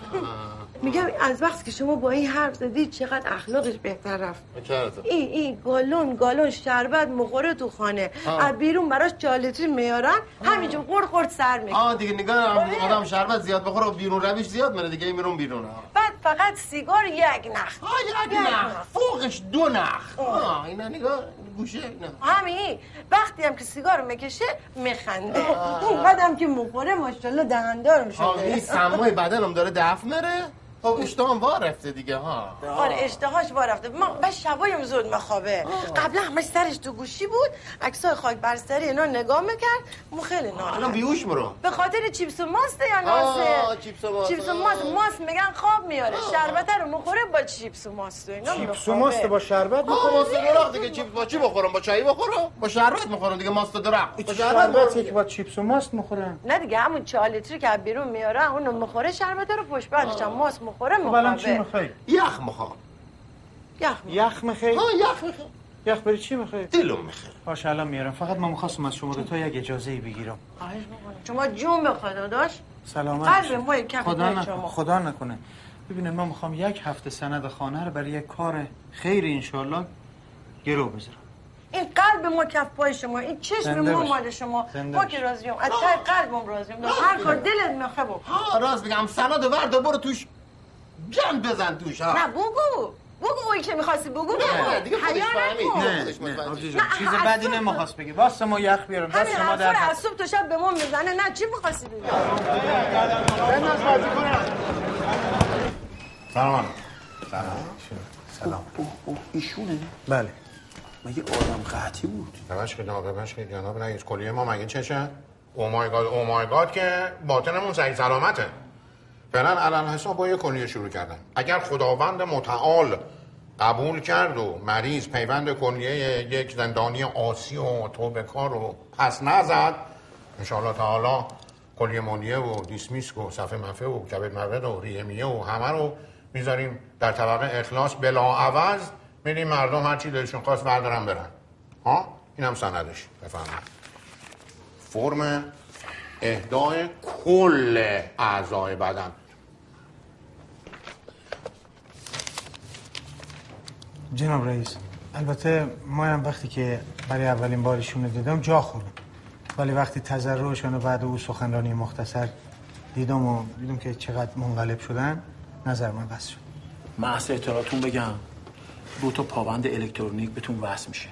[SPEAKER 7] میگم از وقت که شما با این حرف زدید چقدر اخلاقش بهتر رفت
[SPEAKER 2] نکردم.
[SPEAKER 7] این این گالون گالون شربت مخوره تو خانه
[SPEAKER 2] آه.
[SPEAKER 7] از بیرون براش چالتری میارن همینجور قرد قرد سر میکنه
[SPEAKER 2] آه دیگه نگاه
[SPEAKER 7] آره.
[SPEAKER 2] آدم- آدم شربت زیاد بخوره و بیرون رویش زیاد منه دیگه این میرون بیرون آه.
[SPEAKER 7] بعد فقط سیگار یک نخ
[SPEAKER 2] یک نخ. فوقش دو نخ آه اینا نگاه گوشه اینا
[SPEAKER 7] همین وقتی هم که سیگار میکشه میخنده اونقدر هم که مخوره ماشالله دهندار شده
[SPEAKER 2] آه این سمای بدنم داره دف مره خب اشتهام وا رفته دیگه ها
[SPEAKER 7] آره اشتهاش وا رفته ما بس شبایم زود مخوابه قبلا همش سرش تو گوشی بود عکسای خاک برسری اینا نگاه میکرد مو خیلی
[SPEAKER 2] الان
[SPEAKER 7] ناراحت
[SPEAKER 2] بیوش برو
[SPEAKER 7] به خاطر چیپس و ماسته یا ناسه
[SPEAKER 2] آه چیپس و ماست.
[SPEAKER 7] چیپس و ماست ماست میگن خواب میاره شربت رو مخوره با چیپس و ماست و اینا
[SPEAKER 2] چیپس و
[SPEAKER 7] مخوابه.
[SPEAKER 2] ماست با شربت
[SPEAKER 7] آه،
[SPEAKER 2] بخورم ماست درخت دیگه چیپس با چی بخورم با چایی بخورم با شربت میخورم دیگه ماست درخت با شربت
[SPEAKER 7] شربتیه
[SPEAKER 2] بخورم
[SPEAKER 7] که
[SPEAKER 2] با چیپس و ماست میخورم
[SPEAKER 7] نه دیگه همون چهار لیتری که از بیرون میاره اونو مخوره شربت رو پشت بندش هم ماست مخوره
[SPEAKER 2] خب الان چی
[SPEAKER 7] مخوابه
[SPEAKER 2] میخوای یخ میخوام
[SPEAKER 7] یخ
[SPEAKER 2] یخ میخوای
[SPEAKER 7] آه، یخ
[SPEAKER 2] میخوام یخ برای چی میخوای دلم میخواد باش الان میارم فقط من میخواستم از شما تا یک اجازه ای بگیرم
[SPEAKER 7] خواهش می‌کنم. شما جون به خدا داشت
[SPEAKER 2] سلامت
[SPEAKER 7] قلب
[SPEAKER 2] باشی.
[SPEAKER 7] ما یک کف
[SPEAKER 2] خدا
[SPEAKER 7] پای
[SPEAKER 2] نکنه
[SPEAKER 7] شما.
[SPEAKER 2] خدا نکنه ببینه من میخوام یک هفته سند خانه رو برای یک کار خیر انشالله گرو بذارم
[SPEAKER 7] این قلب ما کف پای شما این چشم
[SPEAKER 2] زنده
[SPEAKER 7] ما
[SPEAKER 2] باش.
[SPEAKER 7] مال شما
[SPEAKER 2] زنده
[SPEAKER 7] ما
[SPEAKER 2] باش.
[SPEAKER 7] که راضیم از ته قلبم راضیم هر کار دلت میخواه بکن
[SPEAKER 2] ها راست میگم سند و ورد و برو توش جن بزن توش ها
[SPEAKER 7] نه بگو بگو اون که میخواستی بگو بگو
[SPEAKER 2] نه، دیگه خودش
[SPEAKER 7] حیا
[SPEAKER 2] فهمید.
[SPEAKER 7] نکن.
[SPEAKER 2] نه، نه، آبجی جان،
[SPEAKER 7] خب. نه،
[SPEAKER 2] چیز
[SPEAKER 7] از
[SPEAKER 2] بدی
[SPEAKER 7] صبح-
[SPEAKER 2] نمیخواست بگی واسه ما یخ بیارم
[SPEAKER 7] همین
[SPEAKER 2] دست ما
[SPEAKER 7] حرفا
[SPEAKER 2] در
[SPEAKER 7] رو
[SPEAKER 2] نکنه.
[SPEAKER 7] از صبح تا شب به ما میزنه نه چی میخواستی بگو بله.
[SPEAKER 10] سلام
[SPEAKER 17] سلام ایشونه
[SPEAKER 10] بله
[SPEAKER 17] مگه آدم قطعی بود
[SPEAKER 16] نمش که ناقبش که جناب رئیس کلیه ما مگه Oh چشه؟ او مای گاد او مای گاد که باطنمون سعی سلامته فعلا الان حساب با یه کلیه شروع کردن اگر خداوند متعال قبول کرد و مریض پیوند کلیه یک زندانی آسی و توبکار رو پس نزد انشاءالله تعالی کلیه مالیه و دیسمیسک و صفحه منفه و کبد مورد و ریمیه و همه رو میذاریم در طبقه اخلاص بلا عوض میدیم مردم هرچی دلشون خواست بردارن برن ها اینم سندش بفرمایید فرم اهدای کل اعضای بدن
[SPEAKER 2] جناب رئیس البته ما هم وقتی که برای اولین بار ایشون رو دیدم جا خوردم ولی وقتی تذرعشان و بعد او سخنرانی مختصر دیدم و دیدم که چقدر منقلب شدن نظر من بس شد
[SPEAKER 10] محض اطلاعاتون بگم دو تا پابند الکترونیک بهتون وصل میشه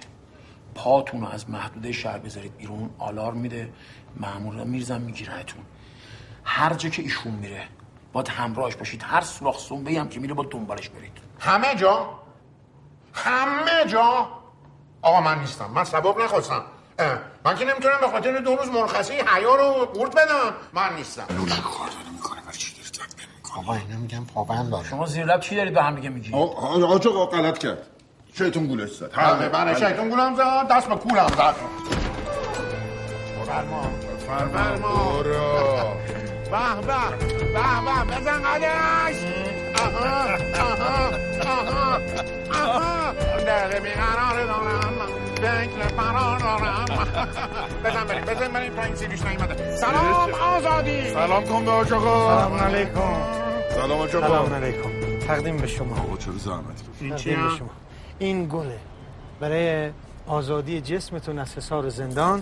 [SPEAKER 10] پاتون رو از محدوده شهر بذارید بیرون آلارم میده مامورا میرزن میگیرنتون هر جا که ایشون میره باید همراهش باشید هر سوراخ سنبه هم که میره باید دنبالش برید
[SPEAKER 16] همه جا همه جا آقا من نیستم من سبب نخواستم اه، من که نمیتونم به خاطر دو روز مرخصی حیا رو قورت بدم من نیستم
[SPEAKER 17] آقا اینا میگن پابند داره
[SPEAKER 10] شما زیر لب چی دارید به هم دیگه میگید
[SPEAKER 17] آقا آقا غلط کرد شیطون گولش زد
[SPEAKER 16] بله بله شیطون گولم زد دست به کولم زد فرما فرما به به به به بزن قدش آها آها آها آها دل بیقرار دارم فکر فرار دارم بزن بریم بزن بریم پایین سیریش نیمده سلام آزادی
[SPEAKER 11] سلام کن به آج آقا
[SPEAKER 2] سلام علیکم
[SPEAKER 11] سلام آج آقا
[SPEAKER 2] سلام علیکم تقدیم به شما
[SPEAKER 11] آقا چرا زحمت
[SPEAKER 2] این به شما این گله برای آزادی جسمتون از حصار زندان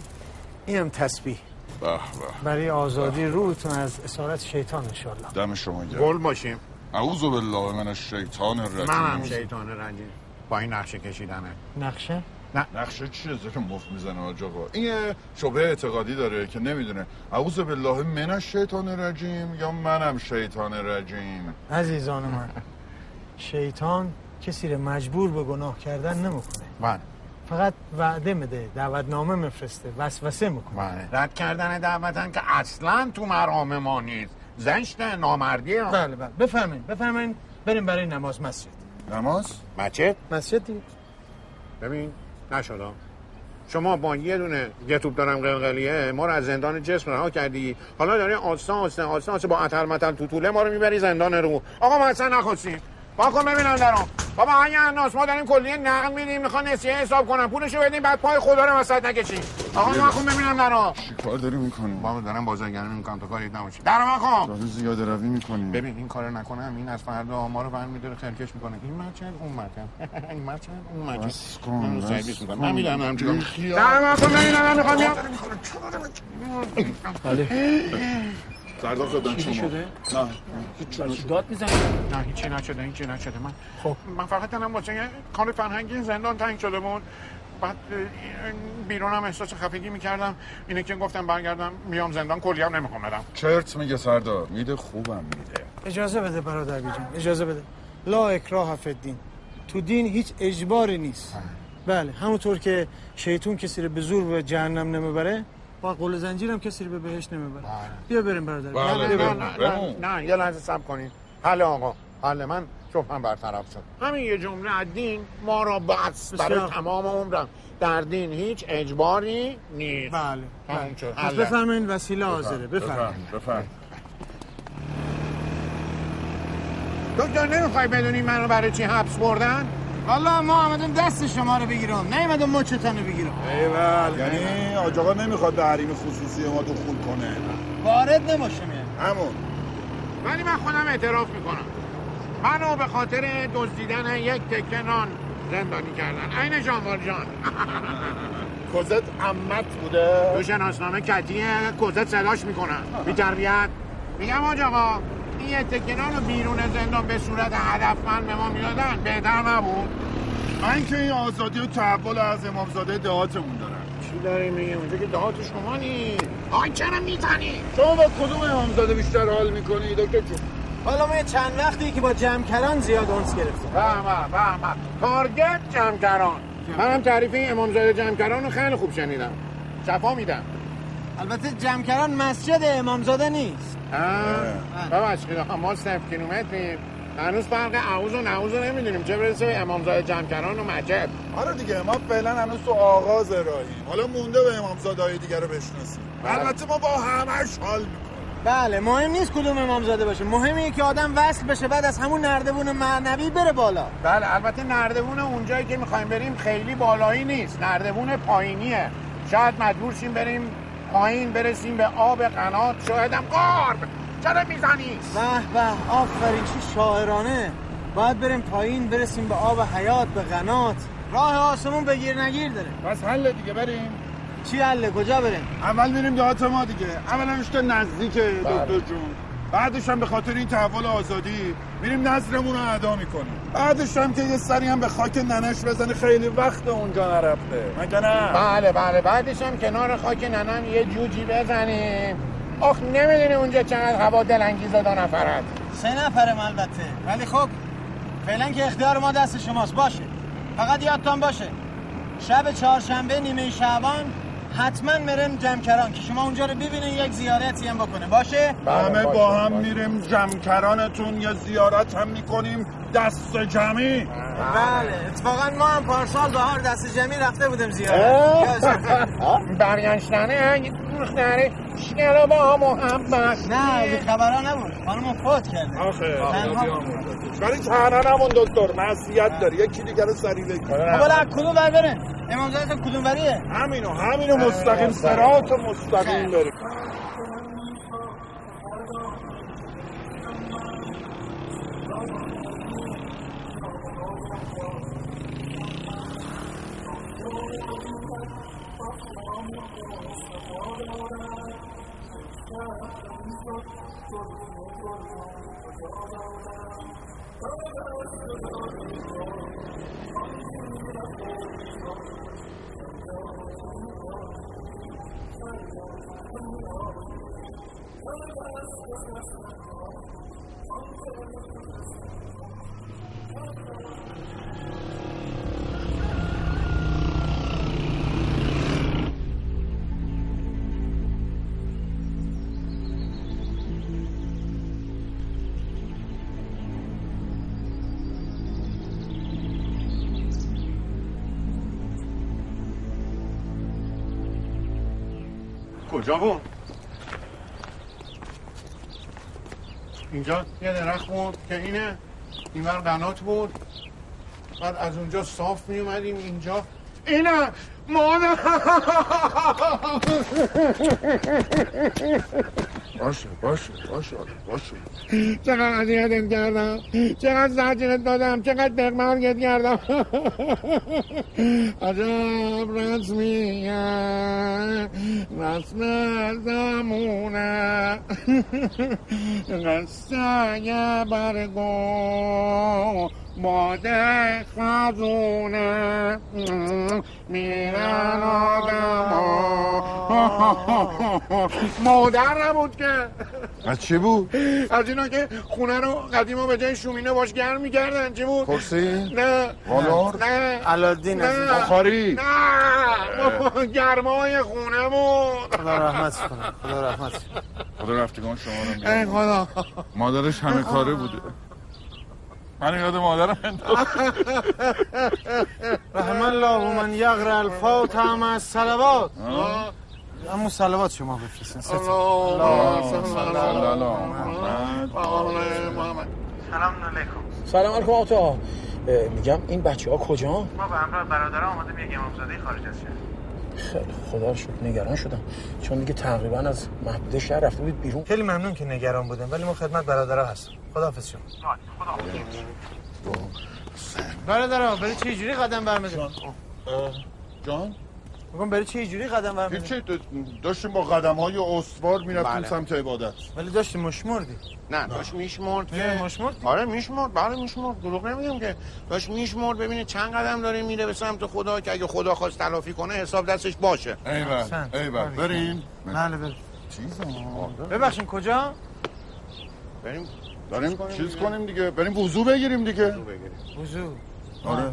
[SPEAKER 2] اینم تسبیح
[SPEAKER 11] به به
[SPEAKER 2] برای آزادی روحتون از اسارت شیطان انشالله
[SPEAKER 11] دم شما گرم
[SPEAKER 16] گل باشیم
[SPEAKER 11] اعوذ بالله من الشیطان الرجیم
[SPEAKER 16] منم شیطان رنجی با این نقشه کشیدنه
[SPEAKER 2] نقشه
[SPEAKER 16] نه
[SPEAKER 11] نقشه چیه زیر مفت میزنه آج آقا این یه شبه اعتقادی داره که نمیدونه اعوذ بالله من الشیطان الرجیم یا منم شیطان الرجیم
[SPEAKER 2] عزیزان من شیطان کسی رو مجبور به گناه کردن نمیکنه
[SPEAKER 16] من
[SPEAKER 2] فقط وعده میده دعوتنامه میفرسته وسوسه میکنه
[SPEAKER 16] بله رد کردن دعوتن که اصلا تو مرام ما نیست زشت نامردی
[SPEAKER 2] بله بله بفهمین بفهمین بریم برای نماز مسجد
[SPEAKER 11] نماز؟
[SPEAKER 16] مسجد؟
[SPEAKER 2] مسجد دیگه
[SPEAKER 16] ببین نشدا شما با یه دونه یه توپ دارم قلقلیه ما رو از زندان جسم رها کردی حالا داری آسان آسان آسان آسان با اتر متر تو طوله ما رو میبری زندان رو آقا ما اصلا نخواستیم با خب کن ببینم درام بابا هنگ الناس ما داریم کلیه نقل میدیم میخوان نسیه حساب کنم پولشو بدیم بعد پای خدا رو وسط نکشیم آقا من خب خون ببینم درام
[SPEAKER 11] کار داری میکنی؟
[SPEAKER 16] بابا دارم بازرگانی میکنم تا کاری نباشه درام آقا
[SPEAKER 11] داری زیاده روی میکنی
[SPEAKER 16] خب. ببین این کارو نکنم این از فردا ما رو برمیداره خرکش میکنه این مرچند اون مرچند این مرچند اون مرچند
[SPEAKER 11] بس کن،
[SPEAKER 16] من
[SPEAKER 11] بس
[SPEAKER 16] سرویس می‌کنم.
[SPEAKER 11] کن.
[SPEAKER 16] من میدونم هم چیکار
[SPEAKER 11] بیخیال.
[SPEAKER 16] دارم من خودم نمی‌دونم، من میخوام بیام
[SPEAKER 11] سردار خدمت
[SPEAKER 16] چیزی
[SPEAKER 11] شما
[SPEAKER 16] شده؟
[SPEAKER 11] نه
[SPEAKER 16] هیچ داد میزنی نه هیچی نشده هیچی نشده من خب من فقط دلم واسه یه کار فرهنگی زندان تنگ شده بود بعد اه، بیرونم احساس خفگی میکردم اینه که گفتم برگردم میام زندان کلیم نمیخوام بدم
[SPEAKER 11] چرت میگه سردار میده خوبم میده
[SPEAKER 2] اجازه بده برادر بیجان اجازه بده لا اکراه فی الدین تو دین هیچ اجباری نیست بله همونطور که شیطون کسی رو به زور به جهنم نمیبره با قول زنجیرم کسی رو به بهشت نمیبره بیا بریم برادر
[SPEAKER 16] نه
[SPEAKER 2] بیا
[SPEAKER 16] نه
[SPEAKER 2] بریم.
[SPEAKER 16] نه، نه نه یه لحظه سب کنید حل آقا حل من شبهم برطرف شد همین یه جمله از دین ما را بس
[SPEAKER 2] بسیار.
[SPEAKER 16] برای تمام عمرم در دین هیچ اجباری نیست
[SPEAKER 2] بله
[SPEAKER 16] تموم شد
[SPEAKER 2] پس
[SPEAKER 16] حل.
[SPEAKER 2] بفرمایید وسیله حاضره بفرمایید
[SPEAKER 11] بفرم
[SPEAKER 16] دکتر نمیخوای بدونی منو برای چی حبس بردن؟
[SPEAKER 2] والا ما آمدم دست شما رو بگیرم نیومدم مچتان رو بگیرم
[SPEAKER 4] ایول یعنی آج آقا نمیخواد به حریم خصوصی ما دخول کنه
[SPEAKER 2] وارد نباشم یعنی
[SPEAKER 4] همون
[SPEAKER 16] ولی من خودم اعتراف میکنم منو به خاطر دزدیدن یک تکه نان زندانی کردن عین جانوار جان
[SPEAKER 4] کوزت عمت بوده
[SPEAKER 16] تو شناسنامه کتیه کوزت صداش میکنن بی تربیت میگم آج آقا این یه تکه نان رو بیرون زندان به صورت هدفمند به ما میدادن بهتر نبود
[SPEAKER 4] من که این آزادی و تحول از امامزاده دهاتمون دارم
[SPEAKER 16] چی داری میگی اونجا که دهات شما نی آی چرا میتنی
[SPEAKER 4] شما با کدوم امامزاده بیشتر حال میکنی دکتر جون
[SPEAKER 2] حالا ما یه چند وقتی که با جمکران زیاد اونس گرفتیم
[SPEAKER 16] فهمم فهمم تارگت جمکران منم تعریف این امامزاده جمکران رو خیلی خوب شنیدم شفا میدم
[SPEAKER 2] البته جمکران مسجد امامزاده نیست
[SPEAKER 16] آه، ببخش خدا ما صرف کیلومتریم هنوز فرق عوض و نعوض رو نمیدونیم چه برسه به امامزاده جمکران و مجد
[SPEAKER 4] آره دیگه ما فعلا هنوز تو آغاز راهیم حالا مونده به امامزادههای دیگه رو بشناسیم
[SPEAKER 16] بله.
[SPEAKER 4] البته ما با همش حال میکنیم
[SPEAKER 2] بله مهم نیست کدوم امامزاده باشه مهمه که آدم وصل بشه بعد از همون نردبون معنوی بره بالا
[SPEAKER 16] بله البته نردبون اونجایی که میخوایم بریم خیلی بالایی نیست نردبون پایینیه شاید مجبور شیم بریم پایین برسیم به آب قنات شاید هم قارب چرا میزنی؟
[SPEAKER 2] به به آفرین چه شاعرانه باید بریم پایین برسیم به آب حیات به قنات راه آسمون بگیر نگیر داره
[SPEAKER 4] بس حل دیگه بریم
[SPEAKER 2] چی حله بله، کجا بریم
[SPEAKER 4] اول میریم دهات ما دیگه اولش که نزدیک دکتر جون بعدش هم به خاطر این تحول آزادی میریم نظرمون رو ادا میکنیم بعدش هم که یه سری هم به خاک ننش بزنه خیلی وقت اونجا نرفته مگه نه
[SPEAKER 16] بله بله بعدش هم کنار خاک ننم یه جوجی بزنیم آخ نمیدونی اونجا چقدر هوا دلانگیز و دو نفرت
[SPEAKER 2] سه نفرم البته ولی خب فعلا که اختیار ما دست شماست باشه فقط یادتان باشه شب چهارشنبه نیمه شعبان حتما مرم جمکران که شما اونجا رو ببینین یک زیارتی هم بکنه باشه خب،
[SPEAKER 4] همه با هم میریم جمکرانتون یه زیارت هم میکنیم دست جمعی
[SPEAKER 2] بله اتفاقا ما هم پارسال بهار دست جمعی رفته بودیم
[SPEAKER 16] اه.
[SPEAKER 2] زیارت
[SPEAKER 16] برگشتنه هنگ دختره شکرا با محبت
[SPEAKER 2] نه بی خبرها نبود خانم فوت کرده
[SPEAKER 4] آخه
[SPEAKER 2] تنها.
[SPEAKER 4] ولی تنها نمون دکتر مسیحیت داری یکی دیگه رو سریع
[SPEAKER 2] خب حالا از
[SPEAKER 4] بگیر
[SPEAKER 2] کدوم بر بره امامزاده تا کدوم بله، بریه
[SPEAKER 4] بله. همینو همینو مستقیم سرات مستقیم بریم
[SPEAKER 16] کجا بود اینجا یه درخت بود که اینه اینور قنات بود بعد از اونجا صاف می اومدیم اینجا اینه مادر
[SPEAKER 4] باشه باشه باشه باشه
[SPEAKER 16] چقدر اذیتت کردم چقدر زجرت دادم چقدر دقمرگت کردم عجب رسمی رسم زمونه قصه برگو باد خزونه میرن آدم مادر نبود که
[SPEAKER 4] از چی بود؟
[SPEAKER 16] از اینا که خونه رو قدیما به جای شومینه باش گرم میکردن چی بود؟
[SPEAKER 4] کرسی؟
[SPEAKER 16] نه
[SPEAKER 4] والار؟
[SPEAKER 16] نه
[SPEAKER 2] علادین
[SPEAKER 16] نه
[SPEAKER 2] عزیزم.
[SPEAKER 4] بخاری؟
[SPEAKER 16] نه گرمای خونه بود
[SPEAKER 2] خدا رحمت کنه خدا رحمت کنه.
[SPEAKER 11] خدا رفتگان شما رو میگم.
[SPEAKER 16] ای خدا
[SPEAKER 11] مادرش همه کاره بوده من یاد مادرم
[SPEAKER 2] رحم الله من یغر الفوت هم از سلوات اما سلوات شما بفرستین ست.
[SPEAKER 16] الله
[SPEAKER 11] صلی الله محمد
[SPEAKER 12] سلام علیکم
[SPEAKER 3] سلام علیکم آقا اه، میگم این بچه ها کجا؟
[SPEAKER 12] ما به خب، همراه برادران آمدیم یک امامزاده خارج از شهر
[SPEAKER 3] خیلی خدا رو شکر نگران شدم چون دیگه تقریبا از محدوده شهر رفته بود بیرون
[SPEAKER 2] خیلی ممنون که نگران بودم ولی ما خدمت برادرها هستم خداحافظ شما برادرها برای چه جوری قدم برمیدون
[SPEAKER 11] جان
[SPEAKER 2] میگم برای چه جوری قدم برمیدون
[SPEAKER 11] هیچی دا- داشتیم با قدم های استوار میرفتیم
[SPEAKER 16] بله.
[SPEAKER 11] سمت عبادت
[SPEAKER 2] ولی داشتی مشمردی
[SPEAKER 16] نه داشت میشمرد
[SPEAKER 2] نه،
[SPEAKER 16] که
[SPEAKER 2] مشمرد
[SPEAKER 16] آره میشمرد بله میشمرد دروغ نمیگم که داشت میشمرد ببینه چند قدم داره میره به سمت خدا که اگه خدا خواست تلافی کنه حساب دستش باشه
[SPEAKER 11] ایول
[SPEAKER 2] آره.
[SPEAKER 11] ایول بریم
[SPEAKER 2] بله بریم
[SPEAKER 11] چیز
[SPEAKER 2] ببخشین کجا؟
[SPEAKER 16] بریم
[SPEAKER 11] داریم چیز کنیم دیگه بریم وضو بگیریم دیگه
[SPEAKER 2] وضو
[SPEAKER 11] آره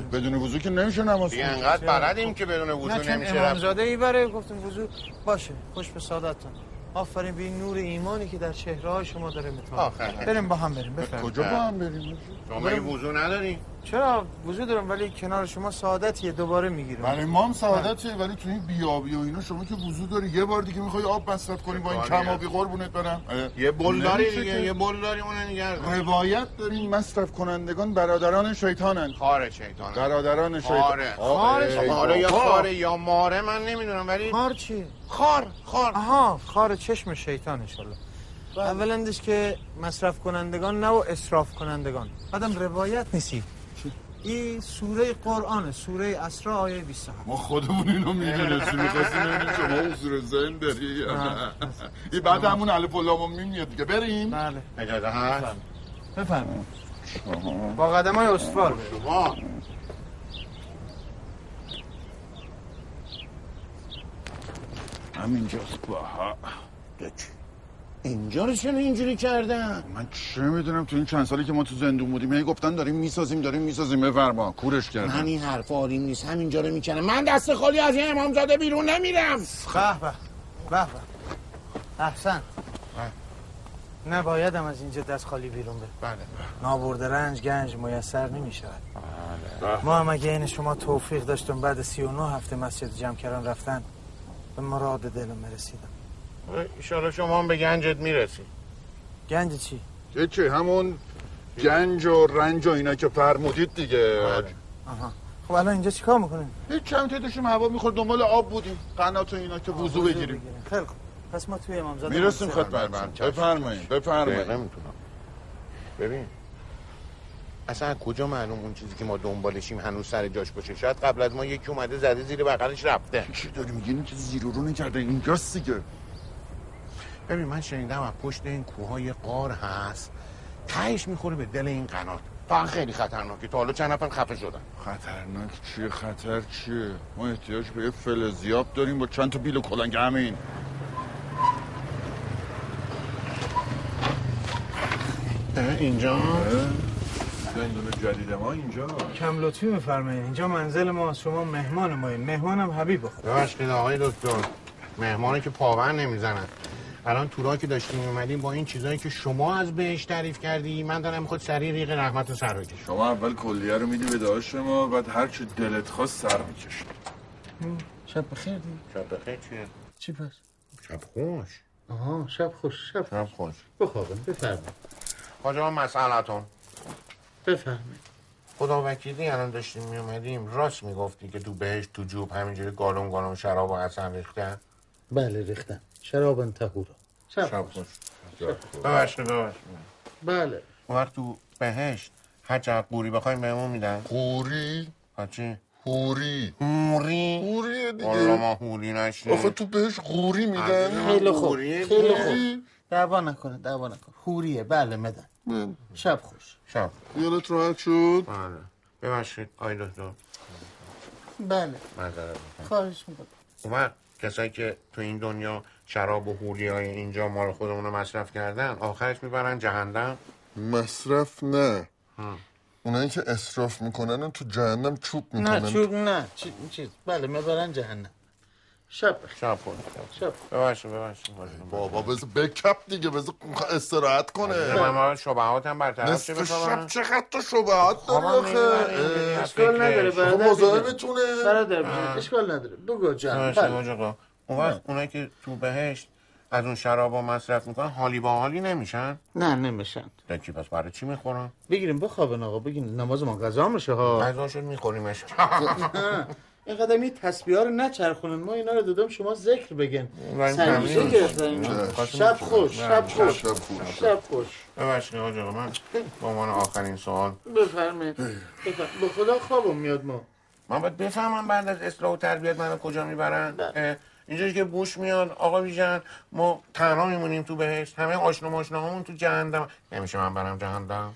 [SPEAKER 11] ب- بدون وضو که نمیشه نماز
[SPEAKER 16] دیگه
[SPEAKER 11] خوند.
[SPEAKER 16] انقدر بلدیم که بدون
[SPEAKER 2] خب نه
[SPEAKER 16] وضو
[SPEAKER 2] چون
[SPEAKER 16] نمیشه رفت
[SPEAKER 2] امامزاده ای بره گفتم وضو باشه خوش به سعادتتون آفرین به این نور ایمانی که در چهره های شما داره
[SPEAKER 16] آخه.
[SPEAKER 2] میتونه بریم با هم بریم بفرمایید
[SPEAKER 11] کجا با هم بریم
[SPEAKER 16] شما مگه وضو نداری
[SPEAKER 2] چرا وضو دارم ولی کنار شما سعادتیه دوباره میگیرم
[SPEAKER 11] برای ما هم سعادته ولی تو این بیابی و اینا شما که وضو داری یه بار دیگه میخوای آب مصرف کنی با این
[SPEAKER 16] کاری
[SPEAKER 11] کمابی قربونت برم اه.
[SPEAKER 16] یه بل داری
[SPEAKER 11] نمیشه
[SPEAKER 16] دیگه
[SPEAKER 11] که.
[SPEAKER 16] یه بل داری اون نگه دار.
[SPEAKER 11] روایت داریم مصرف کنندگان برادران شیطانن
[SPEAKER 16] خار شیطان آره.
[SPEAKER 11] برادران شیطان
[SPEAKER 16] خاره
[SPEAKER 11] آه، ای
[SPEAKER 16] خاره حالا آره، یا
[SPEAKER 11] بابا.
[SPEAKER 16] خاره یا ماره آره، من نمیدونم ولی
[SPEAKER 2] خار چیه؟
[SPEAKER 16] خار خار بله.
[SPEAKER 2] آها خار چشم شیطان انشالله اولندش که مصرف کنندگان نه و اصراف کنندگان بعدم روایت نیستی این سوره قرآنه سوره اسراء آیه 27
[SPEAKER 11] ما خودمون اینو میدونستیم میخواستیم ببینیم شما حضور ذهن داری یا نه این بعد همون الف و لام و میم میاد دیگه بریم
[SPEAKER 2] بله
[SPEAKER 16] اجازه هست
[SPEAKER 2] بفرمایید با قدم های استوار بریم.
[SPEAKER 16] شما
[SPEAKER 4] همینجاست باها یکی
[SPEAKER 16] اینجا رو چرا اینجوری کردن
[SPEAKER 11] من چه میدونم تو این چند سالی که ما تو زندون بودیم هی گفتن داریم میسازیم داریم میسازیم بفرما کورش
[SPEAKER 16] من
[SPEAKER 11] کردن
[SPEAKER 16] این حرف عالیم نیست همینجا رو میکنم من دست خالی از این امامزاده بیرون نمیرم
[SPEAKER 2] به خب، به به به احسن نبایدم از اینجا دست خالی بیرون بره
[SPEAKER 16] بله
[SPEAKER 2] نابرده رنج گنج میسر نمیشود ما هم اگه این شما توفیق داشتم بعد 39 هفته مسجد جمکران رفتن به مراد دلم مرسیدم
[SPEAKER 16] ایشالا شما هم به گنجت میرسی
[SPEAKER 2] گنج چی؟
[SPEAKER 11] یکی همون گنج و رنج و اینا که فرمودید دیگه
[SPEAKER 16] آره.
[SPEAKER 2] آها خب الان اینجا چیکار میکنیم؟
[SPEAKER 11] هیچ چند تا داشتیم هوا میخورد دنبال آب بودیم قنات و اینا که وضو بگیریم
[SPEAKER 2] خیلی خوب پس ما توی امامزاده
[SPEAKER 11] میرسیم
[SPEAKER 2] منصفه.
[SPEAKER 11] خدمت بفرمایید بفرمایید
[SPEAKER 16] بله، نمیتونم ببین اصلا از کجا معلوم اون چیزی که ما دنبالشیم هنوز سر جاش باشه شاید قبل از ما یکی اومده زده زیر بغلش رفته
[SPEAKER 11] چی داری میگی این که زیر و رو نکرده اینجاست دیگه
[SPEAKER 16] ببین من شنیدم از پشت این کوههای قار هست تهش میخوره به دل این قنات فقط خیلی خطرناکه تا حالا چند نفر خفه شدن
[SPEAKER 11] خطرناک چیه خطر چیه ما احتیاج به یه فلزیاب داریم با چند تا بیل و کلنگ همین
[SPEAKER 16] اینجا
[SPEAKER 11] زندون جدید ما اینجا
[SPEAKER 2] کم لطفی میفرمایید اینجا منزل ما شما مهمان ما مهمانم حبیب خود
[SPEAKER 16] ببخشید آقای دکتر مهمانی که پاور نمیزنن الان تورا که داشتیم اومدیم با این چیزایی که شما از بهش تعریف کردی من دارم خود سریع ریق رحمت و سر بکشم.
[SPEAKER 11] شما اول کلیه رو میدی به داشت ما بعد هر چی دلت خواست سر میکشی
[SPEAKER 2] شب بخیر دی
[SPEAKER 16] شب بخیر چیه
[SPEAKER 2] چی پس؟
[SPEAKER 16] شب خوش
[SPEAKER 14] آها شب خوش شب
[SPEAKER 16] شب خوش
[SPEAKER 14] بخوابم بفرمایید
[SPEAKER 16] کجا مسئلتون
[SPEAKER 14] بفرمایید
[SPEAKER 16] خدا وکیلی الان داشتیم می اومدیم راست میگفتی که تو بهش تو جوب همینجوری گالون گالون شراب و عسل ریختن
[SPEAKER 14] بله ریختم شراب تهورا
[SPEAKER 16] شب خوش ببخشید ببخشید
[SPEAKER 14] بله
[SPEAKER 16] اون وقت تو بهشت هر چقدر قوری بخوایم بهمون میدن
[SPEAKER 11] قوری
[SPEAKER 16] چی
[SPEAKER 11] هوری
[SPEAKER 16] هوری
[SPEAKER 11] هوریه دیگه
[SPEAKER 16] والا ما هوری نشیم
[SPEAKER 11] آخه تو بهش قوری میدن
[SPEAKER 2] خیلی خوب
[SPEAKER 16] قوریه
[SPEAKER 2] خیلی
[SPEAKER 16] دیگه.
[SPEAKER 2] خوب دعوا نکنه دعوا نکنه خوریه بله مدن شب خوش
[SPEAKER 16] شب
[SPEAKER 11] یادت راحت شد
[SPEAKER 16] بله ببخشید آی دکتر
[SPEAKER 2] بله
[SPEAKER 16] معذرت می‌خوام.
[SPEAKER 2] خواهش میکنم
[SPEAKER 16] اون وقت کسایی که تو این دنیا شراب و هوری های اینجا مال خودمون رو مصرف کردن آخرش میبرن جهنم
[SPEAKER 11] مصرف نه اونایی که اصراف میکنن و تو جهنم چوب میکنن
[SPEAKER 2] نه چوب نه چی- چیز بله میبرن جهنم شب بخیر.
[SPEAKER 16] شب خود
[SPEAKER 2] شب
[SPEAKER 16] ببخشید ببخشید
[SPEAKER 11] بابا بذار بکپ دیگه بذار استراحت کنه
[SPEAKER 16] من باید شبهاتم برطرف شه
[SPEAKER 11] نصف شب
[SPEAKER 16] بخوابم
[SPEAKER 11] چقدر تو شبهات داری
[SPEAKER 16] خوابم
[SPEAKER 11] آخه
[SPEAKER 16] نمیبره دیگه.
[SPEAKER 11] اه،
[SPEAKER 2] اشکال نداره
[SPEAKER 16] فکرش.
[SPEAKER 11] خب
[SPEAKER 2] برادر
[SPEAKER 11] مزاحمتونه.
[SPEAKER 2] بگیر. برادر
[SPEAKER 16] آه.
[SPEAKER 2] بگیر. اشکال نداره بگو جان
[SPEAKER 16] ببخشید،
[SPEAKER 2] بله.
[SPEAKER 16] حاج آقا. اون وقت اونایی که تو بهشت از اون شراب رو مصرف میکنن حالی با حالی نمیشن
[SPEAKER 2] نه نمیشن
[SPEAKER 16] دکی پس برای چی میخورن
[SPEAKER 2] بگیریم بخوابن آقا بگیریم نماز ما قضا میشه ها
[SPEAKER 16] غذاشو میخوریمش
[SPEAKER 2] نه. اینقدر این تسبیح ها رو نچرخونن ما اینا رو دادم شما ذکر بگن
[SPEAKER 16] بریم
[SPEAKER 2] سنگیشه
[SPEAKER 16] تمرین.
[SPEAKER 2] گرفتن اینا.
[SPEAKER 16] چشم.
[SPEAKER 2] شب خوش شب
[SPEAKER 16] چشم.
[SPEAKER 2] خوش
[SPEAKER 16] شب خوش.
[SPEAKER 2] شب خوش
[SPEAKER 16] ببخشید حاج آقا من به عنوان آخرین سوال
[SPEAKER 2] بفرمایید بفرم- به خدا خوابم میاد ما
[SPEAKER 16] من باید بفهمم بعد از اصلاح و تربیت منو کجا
[SPEAKER 2] بله.
[SPEAKER 16] میبرن اه، اینجاش که بوش میان آقا ویژن ما تنها میمونیم تو بهشت همه آشنا ماشناهامون تو جهنم نمیشه من برم جهنم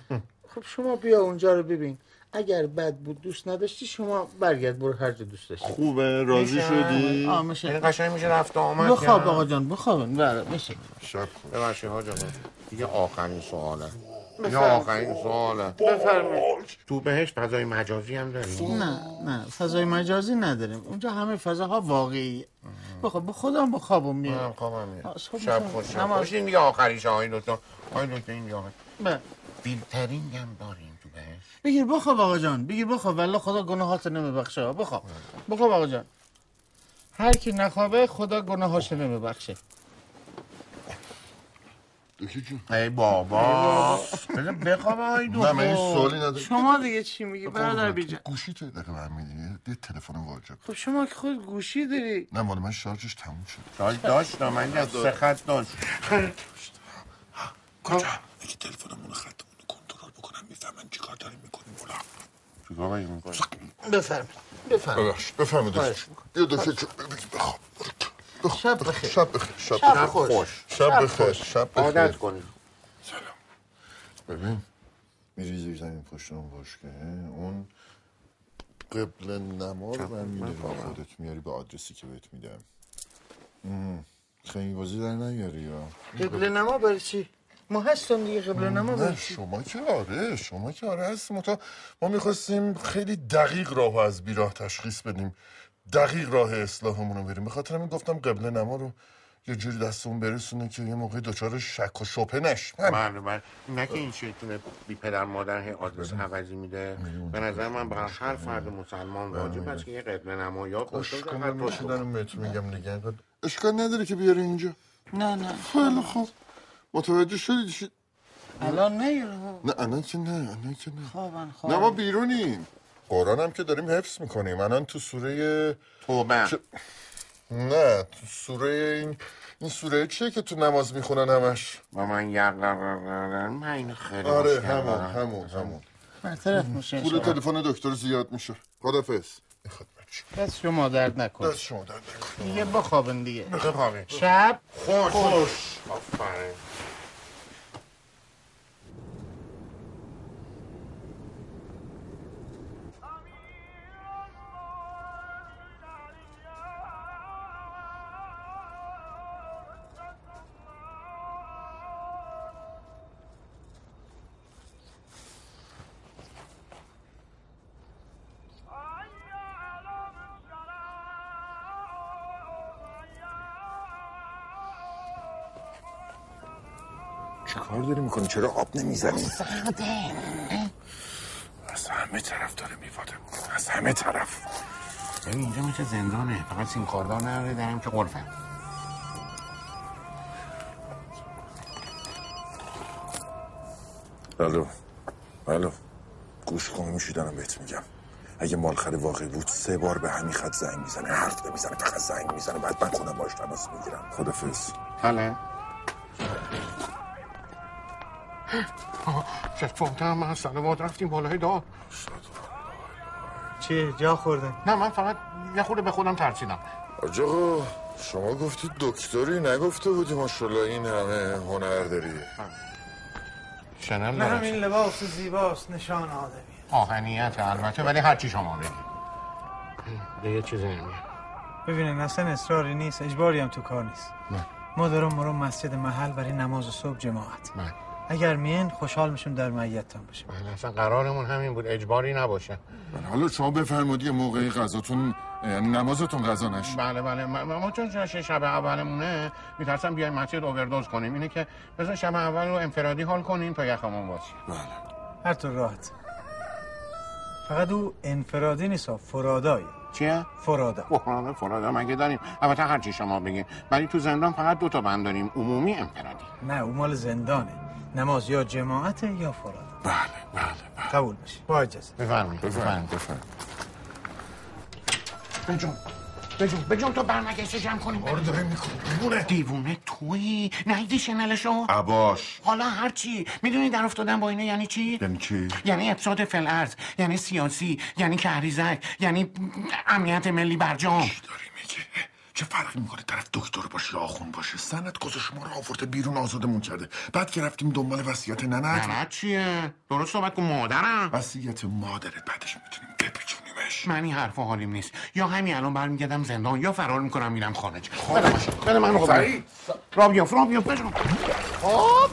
[SPEAKER 2] خب شما بیا اونجا رو ببین اگر بد بود دوست نداشتی شما برگرد برو هر جا دوست داشتی
[SPEAKER 11] خوبه راضی
[SPEAKER 16] میشه؟
[SPEAKER 11] شدی
[SPEAKER 2] آه میشه
[SPEAKER 16] این قشنگ میشه رفت و آمد
[SPEAKER 2] بخواب
[SPEAKER 16] کرد.
[SPEAKER 2] آقا جان بخوابن بله میشه خب.
[SPEAKER 11] شب
[SPEAKER 16] ببخشید حاج آقا دیگه آخرین سواله
[SPEAKER 2] بفرمایید.
[SPEAKER 16] یا آخرین سواله
[SPEAKER 2] بفرمایید
[SPEAKER 16] تو بهشت فضای مجازی هم داری
[SPEAKER 2] نه نه فضای مجازی نداریم اونجا همه فضاها واقعی بخواب به خودم به خوابم
[SPEAKER 16] منم
[SPEAKER 2] میاد
[SPEAKER 16] خوابم میاد
[SPEAKER 2] آه، شب
[SPEAKER 16] شب
[SPEAKER 2] بخیر.
[SPEAKER 16] خوش شب
[SPEAKER 2] نماز-
[SPEAKER 16] خوش این دیگه آخریشه آقای دکتر آقای دکتر این دیگه آخر-
[SPEAKER 2] بله.
[SPEAKER 16] فیلترینگ هم داریم تو بهشت
[SPEAKER 2] بگیر بخواب آقا جان بگیر بخواب والله خدا گناهات نمیبخشه آقا. بخواب بخواب آقا جان هر کی نخوابه خدا گناهاش نمیبخشه
[SPEAKER 11] دکی جون
[SPEAKER 16] ای بابا بذار بخواب آقای
[SPEAKER 11] نه من این
[SPEAKER 16] دکتر
[SPEAKER 11] سوالی ندارم
[SPEAKER 2] خب. شما دیگه چی میگی برادر بیجان
[SPEAKER 11] گوشی تو یه دقیقه برمیدی یه تلفن واجب
[SPEAKER 2] خب شما که خود گوشی داری
[SPEAKER 11] نه والا من شارژش تموم شد
[SPEAKER 16] داشت داشت من یه سه خط داشت
[SPEAKER 11] خب. کجا اگه تلفنمون رو خطمون رو کنترل بکنم میفهمن چیکار داریم میکنیم بلا
[SPEAKER 16] چیکار باید می‌کنی؟
[SPEAKER 2] بفرمایید بفرمایید
[SPEAKER 11] ببخش بفهمید
[SPEAKER 2] خب، خواهش
[SPEAKER 11] یه دفعه چه بگی بخواب
[SPEAKER 2] شب بخیر
[SPEAKER 11] شب بخیر شب
[SPEAKER 2] شب
[SPEAKER 11] بخیر.
[SPEAKER 2] خوش.
[SPEAKER 11] شب بخیر شب
[SPEAKER 16] عادت
[SPEAKER 11] بخیر
[SPEAKER 16] کنیم
[SPEAKER 11] سلام ببین میری زیر زمین پشت اون باشگاه اون قبل نما رو برمیداری خب، خودت میاری به آدرسی که بهت میدم مم. خیلی بازی در نیاری یا
[SPEAKER 2] قبل نما برای چی ما هستم دیگه قبل نما
[SPEAKER 11] نه
[SPEAKER 2] برای چی
[SPEAKER 11] شما که آره شما که آره هستیم تا ما میخواستیم خیلی دقیق راهو از بیراه تشخیص بدیم دقیق راه اصلاحمون رو بریم به خاطر همین گفتم قبل نما رو یه جوری دستمون برسونه که یه موقعی دچار شک و شبهه نشیم همین.
[SPEAKER 16] بله بله نه که این شیطون بی پدر مادر هی آدرس
[SPEAKER 11] بله.
[SPEAKER 16] عوضی میده به نظر من بر هر فرد مسلمان
[SPEAKER 11] بله،
[SPEAKER 16] واجب است که یه قبله نمایا خوش
[SPEAKER 11] اشکال
[SPEAKER 16] خط
[SPEAKER 11] نداره
[SPEAKER 16] پشت
[SPEAKER 11] که دارم بهت میگم دیگه اینقدر اشکال نداره که بیاری اینجا
[SPEAKER 2] خب. نه نه
[SPEAKER 11] خیلی خوب متوجه شدی چی؟
[SPEAKER 2] الان نه
[SPEAKER 11] نه الان که نه الان که نه
[SPEAKER 2] خوابن
[SPEAKER 11] نه ما
[SPEAKER 2] خوابن
[SPEAKER 11] بیرونیم قرآن هم که داریم حفظ میکنیم الان تو سوره
[SPEAKER 16] توبه
[SPEAKER 11] چه- نه تو سوره این این سوره چیه که تو نماز میخونن همش
[SPEAKER 16] و من یقررررن من این خیلی
[SPEAKER 11] آره
[SPEAKER 16] مشکل
[SPEAKER 11] همون
[SPEAKER 16] دارم.
[SPEAKER 11] همون همون
[SPEAKER 2] برطرف میشه
[SPEAKER 11] پول
[SPEAKER 2] انشاءالله.
[SPEAKER 11] تلفن دکتر زیاد میشه خدافظ
[SPEAKER 2] دست شما درد نکن
[SPEAKER 11] دست شما درد نکنه.
[SPEAKER 2] دیگه بخوابن دیگه
[SPEAKER 16] بخوابیم
[SPEAKER 2] شب
[SPEAKER 16] خوش خوش آفرین
[SPEAKER 10] چه کار داری میکنی چرا آب نمیزنی
[SPEAKER 4] از همه طرف داره میپاده از همه طرف
[SPEAKER 16] ببین اینجا میشه زندانه فقط سیم خاردار نداره درم که قرفه
[SPEAKER 4] بله بله گوش کن میشیدنم بهت میگم اگه مالخره واقعی بود سه بار به همین خط زنگ میزنه حرف نمیزنه فقط زنگ میزنه بعد من خودم باش تماس میگیرم خدافز
[SPEAKER 16] بله چشم هم من سلوات رفتیم بالای دار
[SPEAKER 2] چی جا خوردن
[SPEAKER 16] نه من فقط یه خورده به خودم ترسیدم
[SPEAKER 11] آج آقا، شما گفتی دکتری نگفته بودی ماشالله این همه هنر داری
[SPEAKER 16] شنم
[SPEAKER 2] منم
[SPEAKER 16] دارم
[SPEAKER 2] این لباس زیباست نشان آدمی
[SPEAKER 16] آهنیت البته ولی هرچی شما بگی دیگه چیزی نمیگه
[SPEAKER 2] ببینین اصلا اصراری نیست اجباری هم تو کار نیست
[SPEAKER 16] نه.
[SPEAKER 2] ما دارم مرو مسجد محل برای نماز صبح جماعت
[SPEAKER 16] نه.
[SPEAKER 2] اگر میین خوشحال میشم در معیتتان بشم
[SPEAKER 11] بله.
[SPEAKER 16] اصلا قرارمون همین بود اجباری نباشه
[SPEAKER 11] حالا شما بفرمودید یه موقعی غذاتون یعنی نمازتون غذا نشه
[SPEAKER 16] بله بله ما, ما چون شش- شب اولمونه میترسم بیایم مسجد اووردوز کنیم اینه که بذار شب اول رو انفرادی حال کنیم تا یخمون باشه
[SPEAKER 2] هر طور راحت فقط او انفرادی نیست ها، فرادایی
[SPEAKER 16] چیه؟
[SPEAKER 2] فرادا
[SPEAKER 16] فرادا فرادا مگه داریم البته هرچی شما بگین ولی تو زندان فقط دو تا بند داریم عمومی انفرادی
[SPEAKER 2] نه او مال زندانه نماز یا جماعت یا فرادا
[SPEAKER 11] بله
[SPEAKER 2] بله قبول بشه با اجازه
[SPEAKER 16] بفرمایید
[SPEAKER 11] بفرمایید بفرمایید
[SPEAKER 16] بجون بجون بجون تو برنگشت جمع کنیم آره داره میکنه دیوونه توی نهیدی شنلشو
[SPEAKER 4] عباش
[SPEAKER 16] حالا هرچی میدونی در افتادن با اینه یعنی چی؟
[SPEAKER 4] یعنی چی؟
[SPEAKER 16] یعنی افساد فلعرز یعنی سیاسی یعنی کهریزک یعنی امنیت ملی برجام
[SPEAKER 4] چه فرقی میکنه طرف دکتر باشه یا آخون باشه سند گذاشت ما رو آورده بیرون آزادمون کرده بعد که رفتیم دنبال وصیت ننت
[SPEAKER 16] ننت چیه درست صحبت کن مادرم
[SPEAKER 4] وصیت مادرت بعدش میتونیم بپیچونیمش
[SPEAKER 16] من این حرفا حالیم نیست یا همین الان برمیگردم زندان یا فرار میکنم میرم خارج بده ماشین. بده من رو
[SPEAKER 4] سریع.
[SPEAKER 16] را بیافت را بیافت بجون
[SPEAKER 18] خب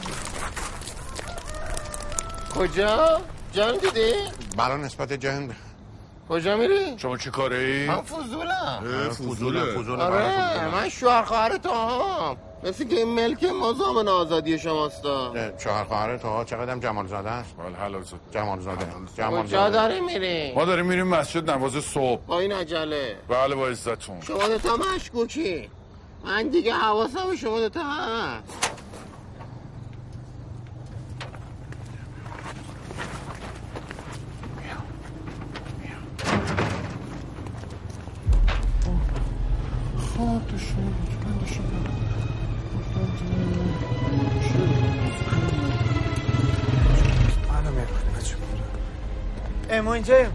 [SPEAKER 18] کجا؟ جان دیدی؟
[SPEAKER 16] برا بله، نسبت جند
[SPEAKER 18] کجا میری؟
[SPEAKER 4] شما چی کاره ای؟
[SPEAKER 18] من فضولم
[SPEAKER 4] فضوله
[SPEAKER 16] فضوله
[SPEAKER 18] آره من شوهر خواهر تو هم مثل که این ملک ما زامن آزادی شماستا
[SPEAKER 16] شوهر خواهر تو چقدرم جمال زاده است
[SPEAKER 4] بله، حلال زاده
[SPEAKER 16] جمال زاده جمال
[SPEAKER 18] کجا
[SPEAKER 16] زاده
[SPEAKER 18] داری میری؟
[SPEAKER 4] ما داریم میریم مسجد نماز صبح
[SPEAKER 18] با این عجله
[SPEAKER 4] بله با عزتون
[SPEAKER 18] شما دوتا مشکوکی من دیگه حواسم به شما دوتا هست
[SPEAKER 2] الان میام بچه ای ما اینجاییم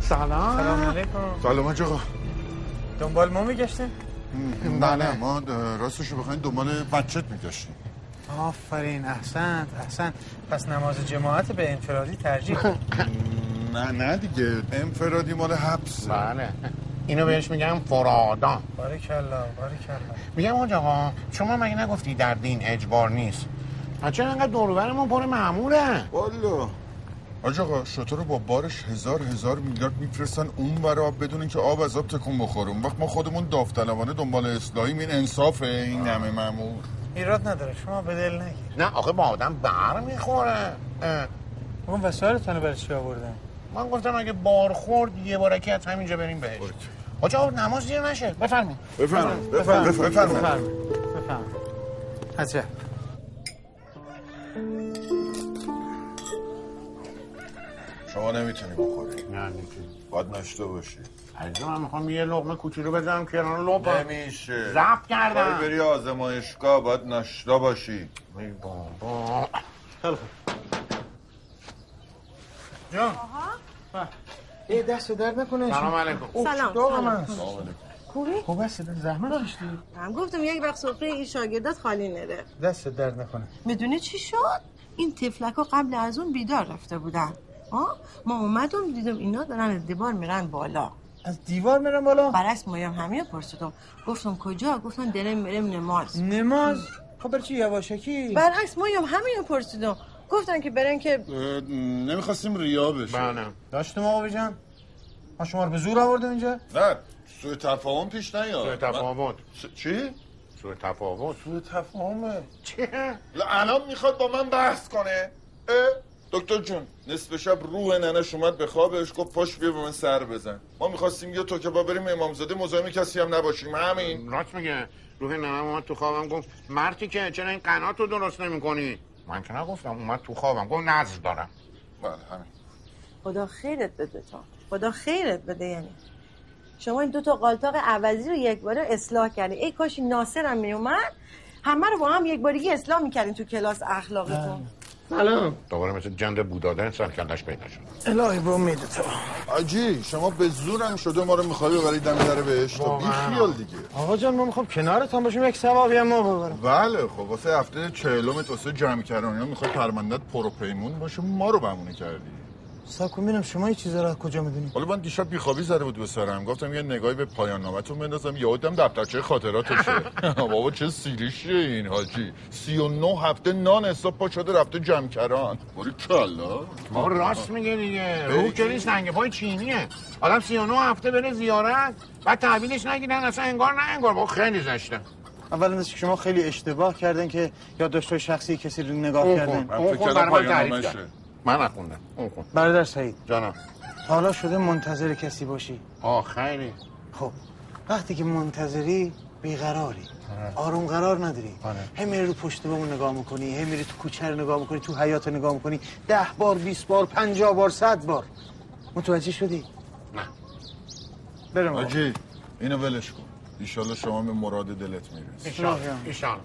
[SPEAKER 16] سلام
[SPEAKER 2] سلام علیکم
[SPEAKER 11] سلام حاج آقا
[SPEAKER 2] دنبال ما میگشتین
[SPEAKER 11] نه نه ما اه، راستشو بخواین دنبال بچت میگشتیم
[SPEAKER 2] آفرین احسنت احسنت پس نماز جماعت به انفرادی ترجیح
[SPEAKER 11] نه نه دیگه انفرادی مال حبس
[SPEAKER 16] بله اینو بهش میگم فرادان
[SPEAKER 2] باریکلا باریکلا
[SPEAKER 16] میگم آج آقا شما مگه نگفتی در دین اجبار نیست آ، چرا انقدر دوروبرمون پر معموله
[SPEAKER 11] والا حاج آقا شطور رو با بارش هزار هزار میلیارد میفرستن اون برا آب بدون که آب از آب تکون بخوره اون وقت ما خودمون داوطلبانه دنبال اصلاحیم این انصافه این همه معمول
[SPEAKER 2] ایراد نداره شما به دل نگیر
[SPEAKER 16] نه آخه با آدم بر میخوره
[SPEAKER 2] اون وسایلتون رو برای چی آوردن
[SPEAKER 16] من گفتم اگه بار خورد یه بارکی از همینجا بریم بهش آج آقا نماز دیر نشه بفرمایید
[SPEAKER 11] بفرمایید
[SPEAKER 2] بفرمایید.
[SPEAKER 11] بفرمایید
[SPEAKER 2] بفهم عجب
[SPEAKER 11] شما نمیتونی بخوری
[SPEAKER 16] نه نمیتونی
[SPEAKER 11] باید نشته باشی
[SPEAKER 16] عزیزم من میخوام یه لقمه کوچولو بزنم کنار لپم
[SPEAKER 11] نمیشه
[SPEAKER 16] ضبط کردم.
[SPEAKER 11] میخوای بری آزمایشگاه باید نشته باشی
[SPEAKER 16] بابا
[SPEAKER 2] جان ای دست درد نکنه
[SPEAKER 16] سلام علیکم.
[SPEAKER 2] سلام
[SPEAKER 7] سلام.
[SPEAKER 2] داغم است
[SPEAKER 7] سلام خوبی؟
[SPEAKER 2] خوب است خب، زحمت کشتی
[SPEAKER 7] هم گفتم یک وقت سفره این شاگردات خالی نره
[SPEAKER 2] دست درد نکنه
[SPEAKER 7] میدونی چی شد؟ این تفلک ها قبل از اون بیدار رفته بودن آه؟ ما اومدم دیدم اینا دارن از دیوار میرن بالا
[SPEAKER 2] از دیوار میرن بالا؟
[SPEAKER 7] برعکس مایم همه پرسیدم گفتم کجا؟ گفتن درم میرم نماز
[SPEAKER 2] نماز؟ خب برای چی یواشکی؟
[SPEAKER 7] برعکس مایم همه پرسیدم گفتن که برن که
[SPEAKER 11] نمیخواستیم ریا بشه
[SPEAKER 16] بله
[SPEAKER 2] داشتم آقا جان ما شما رو به زور آوردم اینجا
[SPEAKER 11] نه سوء تفاهم پیش نیاد
[SPEAKER 16] سوء تفاهم
[SPEAKER 11] چی؟
[SPEAKER 16] سوء تفاهم
[SPEAKER 11] سوء تفاهمه
[SPEAKER 16] چیه؟
[SPEAKER 11] الان میخواد با من بحث کنه اه؟ دکتر جون نصف شب روح ننش اومد به خوابش گفت پاش بیا به من سر بزن ما میخواستیم یه تو که با بریم امامزاده مزاحم کسی هم نباشیم همین
[SPEAKER 16] راست میگه روح ننم اومد تو خوابم گفت مردی که چرا این قنات رو درست نمیکنی من که نگفتم اومد تو خوابم گفت نظر دارم
[SPEAKER 11] بله همین
[SPEAKER 7] خدا خیرت بده تا خدا خیرت بده یعنی شما این دو تا قالتاق عوضی رو یک بار اصلاح کردی ای کاش این ناصر هم میومد همه رو با هم یک بارگی اصلاح میکردین تو کلاس
[SPEAKER 2] بله.
[SPEAKER 7] اخلاقتون
[SPEAKER 16] سلام دوباره مثل جند بودادن سرکندش پیدا شد
[SPEAKER 2] الهی با میده تو
[SPEAKER 11] آجی شما به زورم شده ما رو میخوای ببری دم در بهشت و بی خیال دیگه
[SPEAKER 2] آقا جان ما میخوام کنارتان باشیم یک ثوابی هم ما ببرم
[SPEAKER 11] بله خب واسه هفته چهلم توسعه جمع کردن میخوای پرمندت پر و پیمون باشه ما رو بهمونه کردی
[SPEAKER 2] ساکو میرم شما این چیزا رو از کجا میدونی
[SPEAKER 11] حالا من دیشب بیخوابی زده بود به سرم گفتم یه نگاهی به پایان نامتون بندازم یه دم دفترچه خاطراتشه بابا چه سیریشه این حاجی سی و نو هفته نان حساب پا شده رفته جمکران باری کلا
[SPEAKER 16] ما راست میگه دیگه او که نیست رنگ پای چینیه آدم 39 هفته بره زیارت بعد تحویلش نگیرن اصلا انگار نه انگار با خیلی زشته
[SPEAKER 2] اول اینکه شما خیلی اشتباه کردن که یادداشت‌های شخصی کسی رو نگاه
[SPEAKER 16] اون
[SPEAKER 2] کردن
[SPEAKER 16] خب، اون خب
[SPEAKER 11] کردم
[SPEAKER 16] برای من
[SPEAKER 11] پایان
[SPEAKER 16] تعریف
[SPEAKER 11] نامشه.
[SPEAKER 16] کرد من نخوندم اون خب
[SPEAKER 2] برادر سعید
[SPEAKER 16] جانم
[SPEAKER 2] تا حالا شده منتظر کسی باشی
[SPEAKER 16] آه خیلی
[SPEAKER 2] خب وقتی که منتظری بیقراری آروم قرار نداری هی میری رو پشت بامون نگاه میکنی هی میری تو کوچه رو نگاه میکنی تو حیات رو نگاه میکنی ده بار بیست بار پنجاه بار صد بار متوجه شدی برم آقا.
[SPEAKER 11] حاجی اینو ولش کن ایشالله شما به مراد دلت میرسی
[SPEAKER 16] ایشان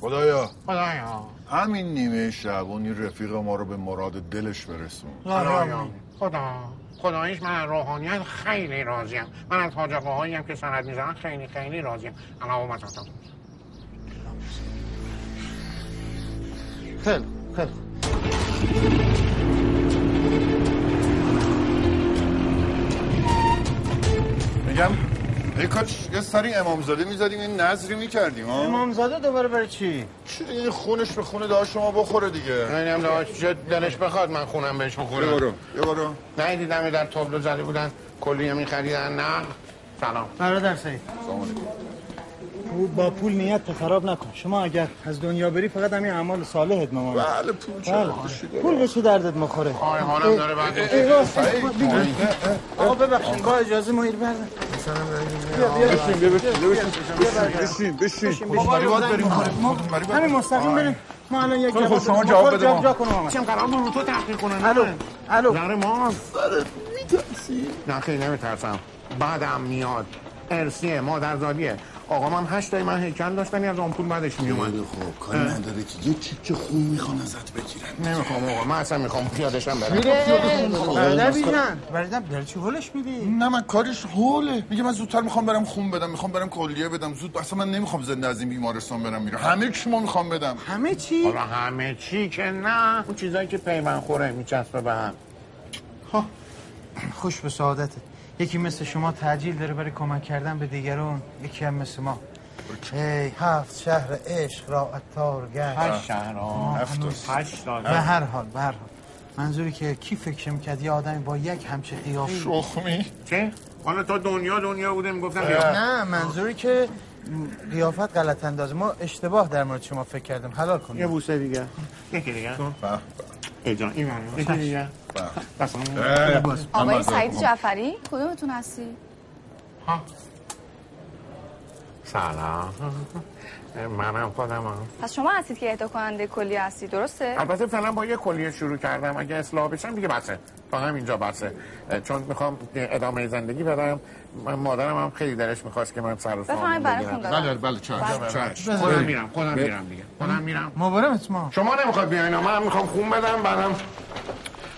[SPEAKER 11] خدایا
[SPEAKER 16] خدایا
[SPEAKER 11] همین نیمه شعبانی رفیق ما رو به مراد دلش برسون
[SPEAKER 16] خدایا آره، خدا خدایش من از روحانیت خیلی راضیم من از حاج آقاهایی هم که سند میزنن خیلی خیلی راضیم اما اومد
[SPEAKER 2] خیلی خیلی
[SPEAKER 11] میگم ای کاش یه سری امامزاده میزدیم این نظری میکردیم ها
[SPEAKER 2] امامزاده دوباره برای چی؟
[SPEAKER 11] چی دیگه این خونش به خونه داشت شما بخوره دیگه
[SPEAKER 16] نه اینم داشت چه دلش بخواد من خونم بهش بخوره
[SPEAKER 11] یه برو، یه برو
[SPEAKER 16] نه دیدم در تابلو زده بودن کلیه میخریدن نه سلام
[SPEAKER 2] برادر سعید او با پول نیت تو خراب نکن شما اگر از دنیا بری فقط همین اعمال صالحت مامان
[SPEAKER 11] بله پول چه
[SPEAKER 2] بله. پول به چه دردت مخوره
[SPEAKER 16] آره حالم داره بعد
[SPEAKER 2] اه، اه، راست، بگیر. آقا ببخشید با اجازه مهیر برده
[SPEAKER 11] بشین بیا بشین بیا بشین بشین بشین بشین باید بریم
[SPEAKER 2] همین مستقیم بریم ما الان یک
[SPEAKER 11] خیلی خوب،
[SPEAKER 2] جواب
[SPEAKER 11] شما جواب
[SPEAKER 2] بدیم. ما خود
[SPEAKER 11] بده ما.
[SPEAKER 2] جا کنم آمد.
[SPEAKER 16] چم قرار بود رو تو تحقیق آره. کنن
[SPEAKER 2] الو الو
[SPEAKER 16] زهر ما
[SPEAKER 11] میترسی
[SPEAKER 16] نه خیلی نمیترسم بعدم میاد ارسیه مادرزادیه آقا من هشت تای من هیکل داشتنی از آمپول بعدش میومد
[SPEAKER 11] خب کاری نداره که یه تیکه خون میخوان ازت بگیرن
[SPEAKER 16] نمیخوام آقا من اصلا میخوام پیادشم
[SPEAKER 11] میره.
[SPEAKER 16] برم
[SPEAKER 2] برادر بیجان برادر دل چی هولش میدی
[SPEAKER 11] نه من کارش هوله میگه من زودتر میخوام برم خون بدم میخوام برم کلیه بدم زود اصلا من نمیخوام زنده از این بیمارستان برم میرم همه چی ما میخوام بدم
[SPEAKER 2] همه چی
[SPEAKER 16] حالا همه چی که نه اون چیزایی که پیمن خوره میچسبه به هم
[SPEAKER 2] خوش به سعادتت یکی مثل شما تعجیل داره برای کمک کردن به دیگرون یکی هم مثل ما ای هفت شهر عشق را عطار
[SPEAKER 16] هشت
[SPEAKER 2] گشت
[SPEAKER 16] شهر
[SPEAKER 2] بله. آه،
[SPEAKER 16] هفت
[SPEAKER 2] هنوز.
[SPEAKER 16] تا هشت تا.
[SPEAKER 2] به هر حال به هر حال منظوری که کی فکر میکرد یه آدمی با یک همچه قیافه
[SPEAKER 11] شخمی
[SPEAKER 16] چه؟ حالا تا دنیا دنیا بوده میگفتم
[SPEAKER 2] نه منظوری که قیافت غلط اندازه ما اشتباه در مورد شما فکر کردیم حلال خب.
[SPEAKER 16] یه
[SPEAKER 2] کنیم
[SPEAKER 16] بوسه دیگه یکی دیگه
[SPEAKER 11] به،
[SPEAKER 16] ای جان این برنامه. یکی دیگه بس
[SPEAKER 11] اه،
[SPEAKER 4] آقای
[SPEAKER 11] من
[SPEAKER 4] سعید
[SPEAKER 11] بازم.
[SPEAKER 4] جعفری کدومتون هستی؟
[SPEAKER 16] سلام منم خودم هم
[SPEAKER 4] پس شما هستید که اهدا کننده کلی هستی درسته؟
[SPEAKER 16] البته فعلا با یه کلیه شروع کردم اگه اصلاح بشم دیگه بسه تا همینجا بسه اه، چون میخوام ادامه زندگی بدم من مادرم هم خیلی دلش میخواست که من سر و سامون
[SPEAKER 4] بفرمایید برای
[SPEAKER 16] بگیرم.
[SPEAKER 4] خون دادن.
[SPEAKER 11] بله بله چشم
[SPEAKER 4] بله.
[SPEAKER 11] چشم
[SPEAKER 16] خودم میرم خودم میرم دیگه خودم میرم
[SPEAKER 2] مبارمت ما
[SPEAKER 16] شما نمیخواد بیاین من هم میخوام خون بدم بعدم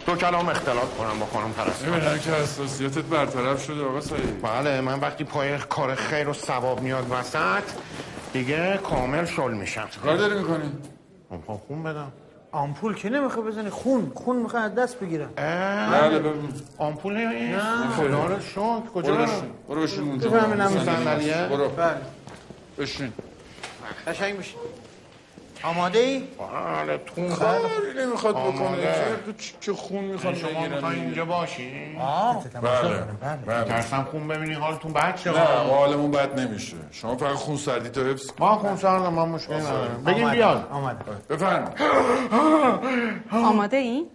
[SPEAKER 16] دو کلام اختلاف کنم با خانم پرستار
[SPEAKER 19] ببینم که حساسیتت برطرف شده آقا سعید
[SPEAKER 16] بله من وقتی پای کار خیر و ثواب میاد وسط دیگه کامل شل میشم
[SPEAKER 19] کار داری میکنی؟
[SPEAKER 16] میخوام خون بدم
[SPEAKER 2] آمپول که نمیخوای بزنی خون خون میخوای از دست بگیرم
[SPEAKER 19] بله ببین
[SPEAKER 16] آمپول این
[SPEAKER 2] نه.
[SPEAKER 16] خدا رو شکر کجا
[SPEAKER 19] برو
[SPEAKER 16] برم
[SPEAKER 19] بشین برو بشین اونجا
[SPEAKER 16] بفهمینم
[SPEAKER 19] صندلی
[SPEAKER 16] صندلیه؟
[SPEAKER 19] برو
[SPEAKER 2] بله
[SPEAKER 19] بشین
[SPEAKER 2] قشنگ میشه آماده ای؟
[SPEAKER 16] بله تون
[SPEAKER 11] کاری نمیخواد بکنه
[SPEAKER 16] آماده. یعنی
[SPEAKER 11] چه- چه خون میخواد
[SPEAKER 16] شما میخوای اینجا باشی؟
[SPEAKER 2] آه
[SPEAKER 11] بله بله
[SPEAKER 16] ترسم خون ببینی حالتون بد
[SPEAKER 11] نه
[SPEAKER 16] شد
[SPEAKER 11] حالمون بد نمیشه شما فقط خون سردی تا حفظ
[SPEAKER 16] ما خون سردم من مشکلی ندارم بگیم
[SPEAKER 11] آماده.
[SPEAKER 16] بیاد
[SPEAKER 11] بفرم
[SPEAKER 20] آماده این؟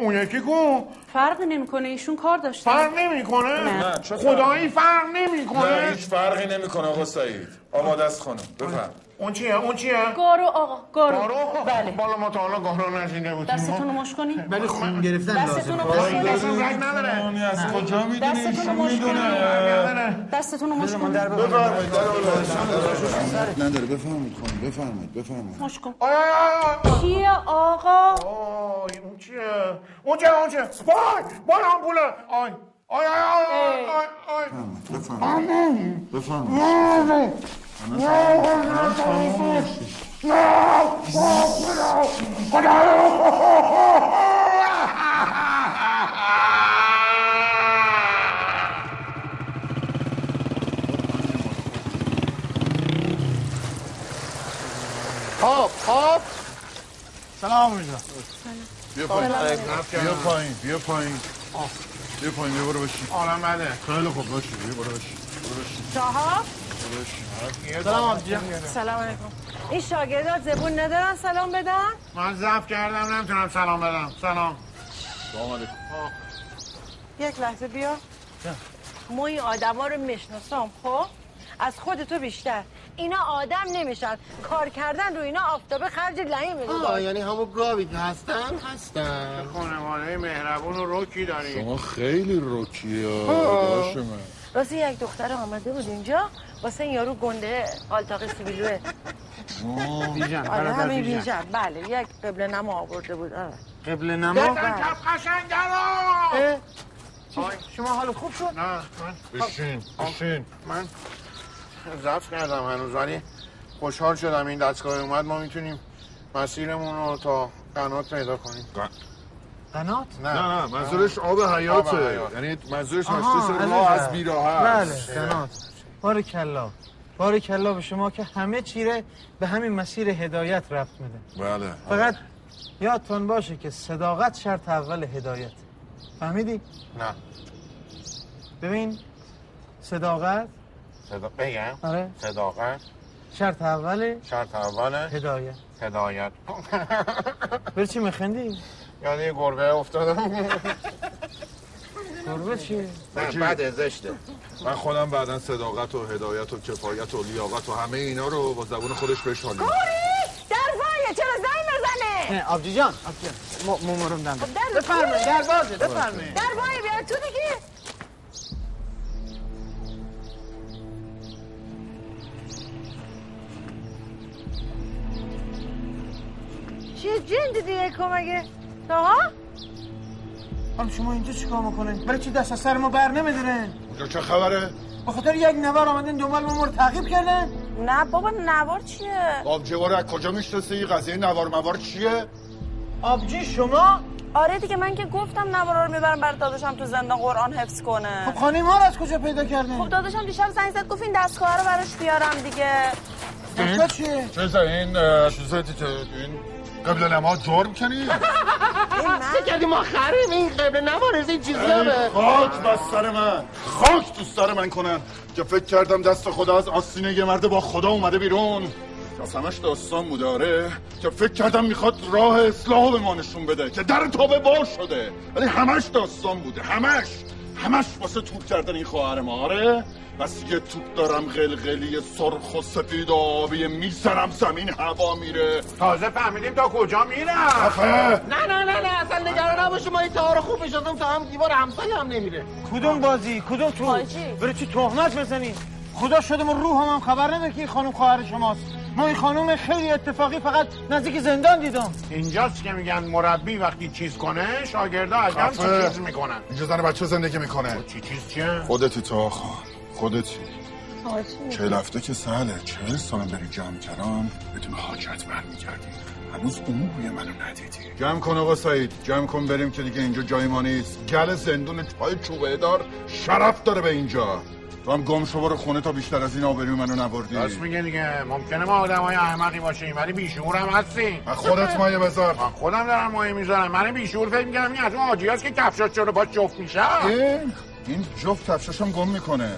[SPEAKER 16] اون یکی کو
[SPEAKER 20] فرق نمیکنه ایشون کار داشته
[SPEAKER 16] فرق نمیکنه
[SPEAKER 11] نه، چه فرق؟
[SPEAKER 16] خدایی فرق
[SPEAKER 11] نه
[SPEAKER 16] نمیکنه
[SPEAKER 11] هیچ فرقی نمیکنه آقا سعید آماده است خانم بفرم
[SPEAKER 16] اون چیه اون چیه
[SPEAKER 20] گارو آقا گارو
[SPEAKER 16] گارو بله بالا ما تا حالا گارو نشینده بودیم
[SPEAKER 20] دستتون رو مش کنی؟
[SPEAKER 2] ولی خون گرفتن
[SPEAKER 20] دستتون
[SPEAKER 2] لازم
[SPEAKER 20] رو مش کنی؟
[SPEAKER 16] دستتون رگ نداره.
[SPEAKER 11] از کجا میدونی
[SPEAKER 20] دستتون رو مش کنی؟ دستتون رو مش کنی؟
[SPEAKER 11] بفرمایید در
[SPEAKER 4] نداره بفرمایید خانم بفرمایید بفرمایید
[SPEAKER 20] مش کن چیه آقا؟
[SPEAKER 16] آی اون چیه اون چیه اون چیه وای وای آمبوله آی آی آی آی آی آی آی
[SPEAKER 4] بفرمایید بفرمایید
[SPEAKER 2] خب خب سلام آمریکا
[SPEAKER 11] بیا پایین
[SPEAKER 2] سلام.
[SPEAKER 11] بیا پایین بیا پایین بیا پایین بیا برو بشین
[SPEAKER 16] آرام بده
[SPEAKER 11] خیلی خوب باشه بیا برو بشین برو بشین
[SPEAKER 7] شاها
[SPEAKER 11] برو بشین
[SPEAKER 2] سلام آبجی
[SPEAKER 7] سلام علیکم این شاگردات زبون ندارن سلام بدن
[SPEAKER 16] من ضبط کردم نمیتونم سلام بدم سلام
[SPEAKER 11] سلام علیکم
[SPEAKER 7] یک لحظه بیا ما این آدما رو میشناسم خب از خود تو بیشتر اینا آدم نمیشن کار کردن رو اینا آفتابه خرج لعیم
[SPEAKER 18] آه
[SPEAKER 7] میدن
[SPEAKER 18] یعنی همون گاوی که هستن هستن
[SPEAKER 16] خانواده مهربون و روکی داری
[SPEAKER 11] شما خیلی روکی ها
[SPEAKER 7] آه.
[SPEAKER 11] داداش من
[SPEAKER 7] راستی یک دختر آمده بود اینجا واسه این یارو گنده قالتاق سیبیلوه آره همین بیجن بله یک قبل نما آورده بود آره
[SPEAKER 2] قبل نما
[SPEAKER 16] بزن کف
[SPEAKER 2] اه،
[SPEAKER 16] قشنگرا
[SPEAKER 2] شما حال خوب شد؟
[SPEAKER 16] نه من
[SPEAKER 11] بشین بشین
[SPEAKER 16] من ضبط کردم هنوز ولی خوشحال شدم این دستگاه اومد ما میتونیم مسیرمون رو تا قنات پیدا کنیم
[SPEAKER 2] قنات؟
[SPEAKER 16] نه
[SPEAKER 11] نه نه منظورش آب
[SPEAKER 16] آب
[SPEAKER 11] حیاته
[SPEAKER 16] حیات.
[SPEAKER 11] یعنی منظورش
[SPEAKER 2] آها،
[SPEAKER 11] مسجد
[SPEAKER 2] علیرضا.
[SPEAKER 11] راه از بیراه است
[SPEAKER 2] بله سنات بار کلا بار کلا به شما که همه چیره به همین مسیر هدایت رفت میده
[SPEAKER 11] بله
[SPEAKER 2] فقط یادتان باشه که صداقت شرط اول هدایت فهمیدی؟
[SPEAKER 16] نه
[SPEAKER 2] ببین صداقت
[SPEAKER 16] صدا... بگم
[SPEAKER 2] آره.
[SPEAKER 16] صداقت
[SPEAKER 2] شرط اوله
[SPEAKER 16] شرط اوله
[SPEAKER 2] هدایت
[SPEAKER 16] هدایت
[SPEAKER 2] برای چی مخندی؟
[SPEAKER 16] یاد یه یعنی گربه افتادم
[SPEAKER 2] گربه چی؟
[SPEAKER 16] بده زشته
[SPEAKER 11] من خودم بعدا صداقت و هدایت و کفایت و لیاقت و همه اینا رو با زبون خودش بهش حال می‌ده.
[SPEAKER 9] درزایه چرا زنگ بزنه
[SPEAKER 2] نه آبجی جان آبجی جان مومورم دم
[SPEAKER 9] در-
[SPEAKER 2] بفرمایید خب، در بازه بفرمایید
[SPEAKER 9] در وای بیا تو دیگه
[SPEAKER 7] چیه جن دیدی یکم اگه شاها
[SPEAKER 2] حالا شما اینجا چیکار میکنین برای چی دست از سر ما بر نمیدارین
[SPEAKER 11] اونجا چه خبره؟
[SPEAKER 2] به خاطر یک نوار آمدین دنبال ما ما رو تعقیب کردن
[SPEAKER 1] نه بابا نوار چیه؟
[SPEAKER 11] آبجوار از کجا میشناسه این قضیه نوار موار چیه؟
[SPEAKER 2] آبجی شما
[SPEAKER 1] آره دیگه من که گفتم نوارا رو میبرم برای داداشم تو زندان قرآن حفظ کنه
[SPEAKER 2] خب خانه ما رو از کجا پیدا کردین
[SPEAKER 1] خب داداشم دیشب زنگ زد گفت این دستگاه رو براش بیارم دیگه
[SPEAKER 11] این-
[SPEAKER 2] چیه؟
[SPEAKER 11] چیز این اه، چیزه که این قبل نما جرم کنی؟
[SPEAKER 18] چه کردی ما خریم این قبل نمارز این چیزا
[SPEAKER 11] ای خاک بر سر من خاک تو سر من کنن که فکر کردم دست خدا از آستینه یه مرد با خدا اومده بیرون قسمش داستان مداره که فکر کردم میخواد راه اصلاح رو به ما نشون بده که در تابه وا شده ولی همش داستان بوده همش همش واسه توپ کردن این خواهر ما آره بس یه توپ دارم قلقلی سرخ و سفید و آبی میزنم زمین هوا میره
[SPEAKER 16] تازه فهمیدیم تا کجا
[SPEAKER 11] آفه.
[SPEAKER 16] میرم
[SPEAKER 18] نه نه نه نه اصلا نگران نباش ما این تهار خوب بشازم تا هم دیوار همسایه هم نمیره
[SPEAKER 2] کدوم بازی کدوم تو برای چی تهمت بزنین خدا شده ما روح هم, هم خبر نده که این خانم خواهر شماست ما این خانم خیلی اتفاقی فقط نزدیک زندان دیدم
[SPEAKER 16] اینجاست که میگن مربی وقتی چیز کنه شاگردا ادم
[SPEAKER 11] خفه.
[SPEAKER 16] چیز میکنن
[SPEAKER 11] اینجا زن بچه زندگی میکنه
[SPEAKER 16] چی چیز چیه؟
[SPEAKER 11] خودتی تا خان خودتی چهل هفته که سهله چهل سالم بری جمع کردم بدون حاجت برمیگردی هنوز اون بوی منو ندیدی جمع کن آقا سعید جمع کن بریم که دیگه اینجا جای ما نیست گل زندون پای چوبه دار شرف داره به اینجا تو هم گم شو برو خونه تا بیشتر از این آبروی منو نبردی
[SPEAKER 16] راست میگه دیگه ممکنه ما آدمای احمقی باشیم ولی بیشعور هم هستیم
[SPEAKER 11] من خودت مایه بذار
[SPEAKER 16] من خودم دارم مایه میذارم من بیشعور فکر میگم این از اون حاجیاست که کفشاش چرا باش جفت میشه
[SPEAKER 11] این این جفت کفشاشم گم میکنه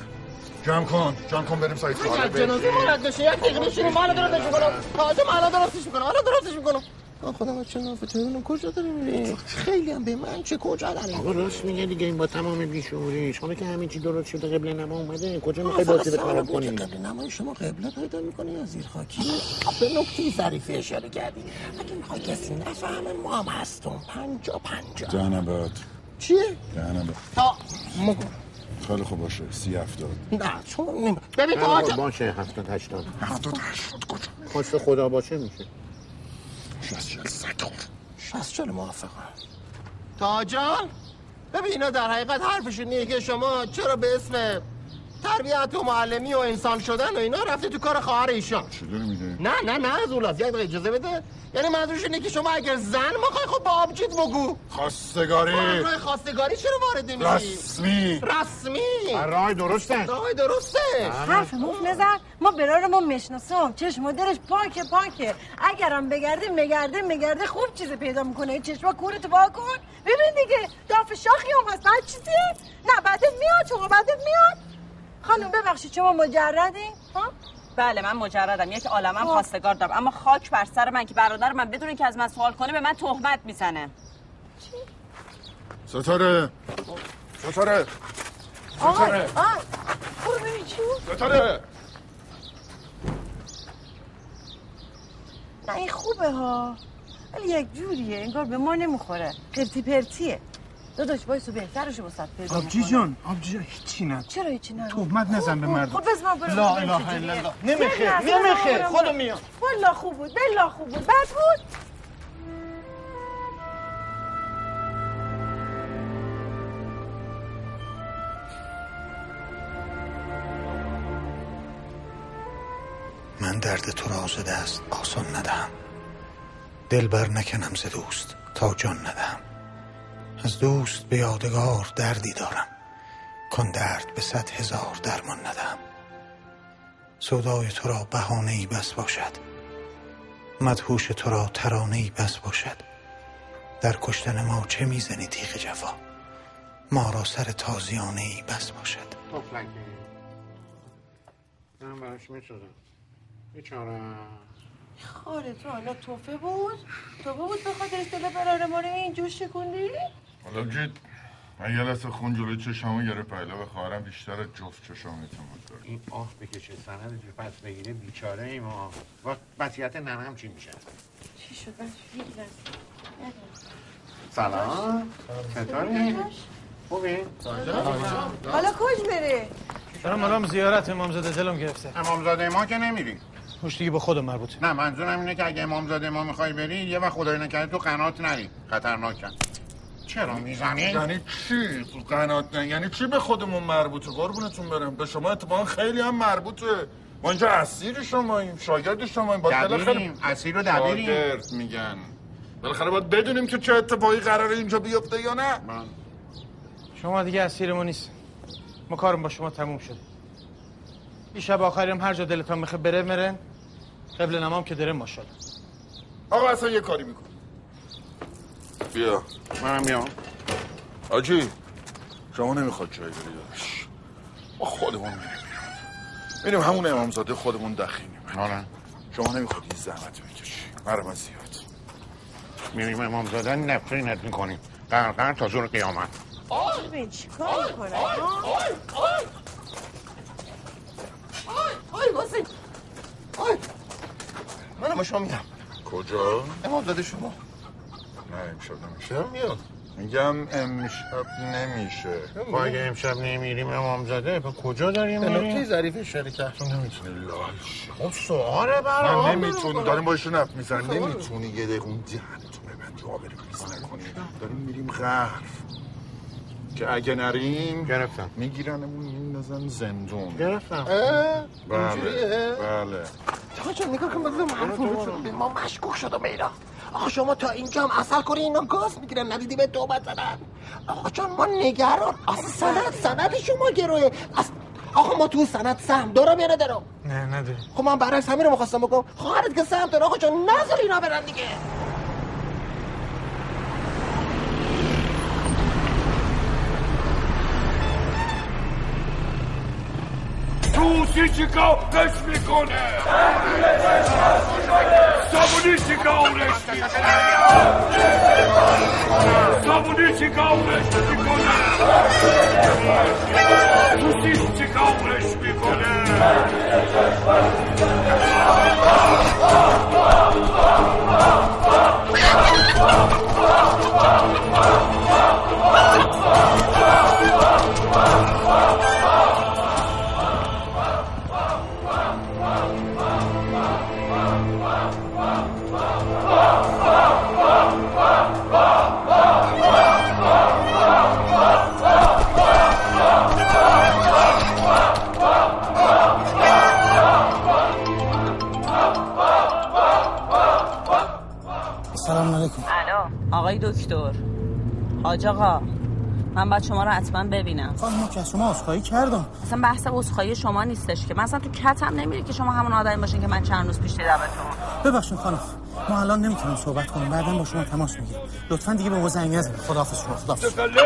[SPEAKER 11] جمع کن جمع کن بریم سایت سوال
[SPEAKER 18] جنازه ما رد بشه یک دقیقه بشینیم من الان درستش میکنم حاجم الان درستش میکنم الان درستش میکنم آه، خدا چه نافته اونو کجا داری میری خیلی هم به من چه کجا داری
[SPEAKER 16] آقا راست میگه دیگه این با تمام بیشعوریش حالا که همین چی درست شده قبل نما اومده کجا میخوای بازی به کارم کنی
[SPEAKER 18] قبل نمای شما قبله پیدا میکنی از زیر خاکی خب، به نکته ظریفی اشاره کردی اگه میخوای کسی نفهمه ما هم هستم پنجا پنجا
[SPEAKER 11] جهنم باد
[SPEAKER 18] چیه؟
[SPEAKER 11] جهنم باد
[SPEAKER 18] آه، م-
[SPEAKER 11] خیلی خوب باشه سی هفتاد
[SPEAKER 18] نه چون نمی- ببین آجا
[SPEAKER 16] باشه هفتاد هشتاد
[SPEAKER 11] هفتاد هشتاد کجا
[SPEAKER 16] خواسته خدا باشه میشه
[SPEAKER 11] شست چل سگ خور
[SPEAKER 18] شست چل موافقم تا جان ببین اینا در حقیقت حرفشون اینه که شما چرا به اسم تربیت و معلمی و انسان شدن و اینا رفته تو کار خواهر ایشان
[SPEAKER 11] چی داری میگه
[SPEAKER 18] نه نه نه از اون لحظه. یک دقیقه اجازه بده یعنی منظورش اینه که شما اگر زن میخوای خب با آبجید بگو
[SPEAKER 11] خواستگاری
[SPEAKER 18] روی خواستگاری چرا وارد نمیشی
[SPEAKER 11] آره. رسمی
[SPEAKER 18] رسمی
[SPEAKER 16] رای درسته
[SPEAKER 18] راه درسته
[SPEAKER 7] حرف مفت نزن ما برار ما مشناسم چشما درش پاکه پاکه اگرم بگرده مگرده مگرده خوب چیزی پیدا میکنه چشما کورتو وا کن ببین دیگه داف شاخی هم هست هر چیزی نه بعد میاد چون بعد میاد خانم ببخشید شما مجردین ها
[SPEAKER 1] بله من مجردم یک عالمم خواستگار دارم اما خاک بر سر من که برادر من بدون که از من سوال کنه به من تهمت میزنه
[SPEAKER 11] ستاره ستاره
[SPEAKER 7] آقا
[SPEAKER 11] ستاره
[SPEAKER 7] آقا برو ببین چی بود.
[SPEAKER 11] ستاره
[SPEAKER 7] نه این خوبه ها ولی یک جوریه انگار به ما نمیخوره قرتی پرتیه داداش بایستو بهترشو بسات پیدا
[SPEAKER 2] خب،
[SPEAKER 21] آبجی
[SPEAKER 7] می‌کنه.
[SPEAKER 21] جان آبجی جان هیچی نه
[SPEAKER 7] چرا هیچی نگو
[SPEAKER 21] تهمت نزن به مردم.
[SPEAKER 7] خب بس من برم
[SPEAKER 21] لا
[SPEAKER 7] ببینم
[SPEAKER 21] اله
[SPEAKER 7] چجوریه.
[SPEAKER 21] الا الله. نمیخه،
[SPEAKER 7] یه لحظه من
[SPEAKER 21] نمیخه.
[SPEAKER 7] برم.
[SPEAKER 21] خودم میام.
[SPEAKER 7] والا خوب بود بلا خوب بود بد بود
[SPEAKER 2] من درد تو را آزده است آسان ندهم دل بر نکنم ز دوست تا جان ندهم از دوست به یادگار دردی دارم کن درد به صد هزار درمان ندهم سودای تو را بهانه ای بس باشد مدهوش تو را ترانه ای بس باشد در کشتن ما چه میزنی تیغ جفا ما را سر تازیانه ای بس باشد
[SPEAKER 16] تفلکی من براش میسازم بیچاره
[SPEAKER 7] آره،
[SPEAKER 4] خاله تو حالا توفه بود توفه بود به خاطر دل برار ما رو اینجور شکوندی
[SPEAKER 22] حالا جد
[SPEAKER 11] من یه لحظه خون جلوی چشامو گرفت پهلا به خواهرم بیشتر از جفت چشام اعتماد داره
[SPEAKER 16] این آه بکشه سند رو پس بگیره بیچاره ایم ما و وضعیت ننه هم چی میشه
[SPEAKER 4] چی شد بچه یه لحظه.
[SPEAKER 16] سلام چطوری؟ خوبی؟
[SPEAKER 7] حالا کج بره
[SPEAKER 21] دارم الان زیارت امامزاده دلم گرفته
[SPEAKER 16] امامزاده ما که نمیری
[SPEAKER 21] خوش دیگه به خودم مربوطه
[SPEAKER 16] نه منظورم اینه که اگه امامزاده ما میخوای بری یه وقت خدای نکرده تو قنات نری خطرناکن چرا میزنی؟
[SPEAKER 22] یعنی
[SPEAKER 11] چی تو قنات نه یعنی چی به خودمون مربوطه قربونتون برم به شما اتفاقا خیلی هم مربوطه ما اینجا اسیر شماییم شاگرد شماییم با
[SPEAKER 16] دبیریم، اسیر و دبیریم.
[SPEAKER 11] شاگرد میگن بالاخره باید بدونیم که چه اتفاقی قراره اینجا بیفته یا نه
[SPEAKER 21] شما دیگه اسیر ما نیست ما کارم با شما تموم شده این شب آخریم هر جا دلتان میخه بره مرن قبل نمام که داره ماشال
[SPEAKER 11] آقا اصلا یه کاری میکن بیا
[SPEAKER 16] منم بیا
[SPEAKER 11] آجی شما نمیخواد جایی بری داداش ما خودمون میریم بیرون. میریم همون امامزاده خودمون دخیلیم
[SPEAKER 16] آره
[SPEAKER 11] شما نمیخواد این زحمت بکشی مرا من زیاد
[SPEAKER 16] میریم امامزاده نفرینت میکنیم قرقر تا زور قیامت
[SPEAKER 7] ببین چیکار میکنه ها؟
[SPEAKER 18] آی واسه آی منم با شما میدم
[SPEAKER 11] کجا؟
[SPEAKER 18] امام داده شما
[SPEAKER 11] نه امشب نمیشه میاد میگم امشب نمیشه
[SPEAKER 16] ما اگه امشب نمیریم امامزاده به کجا داریم
[SPEAKER 11] به
[SPEAKER 16] میریم؟
[SPEAKER 11] نکته ظریف اشاره کرد نمیتونی لاش
[SPEAKER 16] خب سواره برای
[SPEAKER 11] من نمیتونی داریم با ایشون حرف
[SPEAKER 16] خب.
[SPEAKER 11] میزنم نمیتونی یه دقیقه اون دهنتو ببند جا بری ریز نکنی داریم میریم غرف که اگه نریم
[SPEAKER 16] گرفتم
[SPEAKER 11] میگیرنمون میندازن زندون
[SPEAKER 16] گرفتم
[SPEAKER 11] بله
[SPEAKER 18] اینجوریه؟
[SPEAKER 11] بله
[SPEAKER 18] آقا جان نگاه کن بذارم حرف ما مشکوک شدم اینا آقا شما تا اینجا هم اصل کنی اینا گاز میگیرن ندیدی به توبت زدن آقا جان ما نگران اصلا سند سند شما گروه اصلا آقا ما تو سند سهم دارم یا ندارم
[SPEAKER 2] نه نداری
[SPEAKER 18] خب من برعکس همین رو میخواستم بگم خواهرت که سهم داره آقا جان نذار اینا برن دیگه
[SPEAKER 23] توسی چیکار قش میکنه سابونی چیکارش میکنه سابونی چیکارش میکنه توسی چیکارش میکنه
[SPEAKER 9] سلام علیکم
[SPEAKER 1] الو آقای دکتر حاج آقا من باید شما رو حتما ببینم
[SPEAKER 2] خانم که از شما عذرخواهی کردم
[SPEAKER 1] اصلا بحث عذرخواهی شما نیستش که من اصلا تو کتم نمیره که شما همون آدمی باشین که من چند روز پیش دیدمتون
[SPEAKER 2] ببخشید خانم ما الان نمیتونیم صحبت کنیم بعدا با شما تماس میگیریم لطفا دیگه به ما زنگ نزنید خداحافظ شما خداحافظ
[SPEAKER 23] Σακαλέ!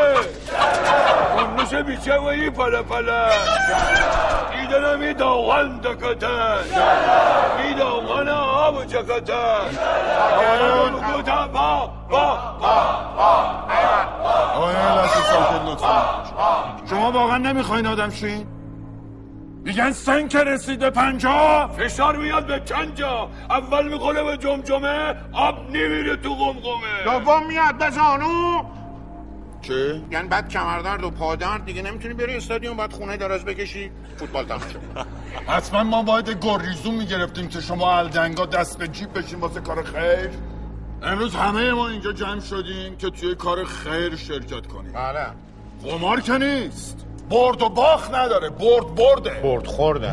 [SPEAKER 23] Κομμούσε μισέ μου είπανε παλά! Ήταν μη το γάντα κατά! Μη το γάνα άμουτσα κατά! Αγαλούν κουτά πα! Πα!
[SPEAKER 11] آقای لحظه ساکت لطفا
[SPEAKER 23] شما واقعا نمیخواین آدم شین؟ میگن سن که رسیده پنجا فشار میاد به چند جا اول میخوره به جمجمه آب نمیره تو قمقمه
[SPEAKER 16] دوم میاد به زانو
[SPEAKER 11] چه؟
[SPEAKER 16] یعنی بعد کمردرد و پادرد دیگه نمیتونی بری استادیوم بعد خونه دراز بکشی فوتبال تماشا کنی.
[SPEAKER 11] حتما ما باید گریزون میگرفتیم که شما الدنگا دست به جیب بشین واسه کار خیر امروز همه ما اینجا جمع شدیم که توی کار خیر شرکت کنیم بله قمار که نیست برد و باخت نداره برد برده برد
[SPEAKER 16] خورده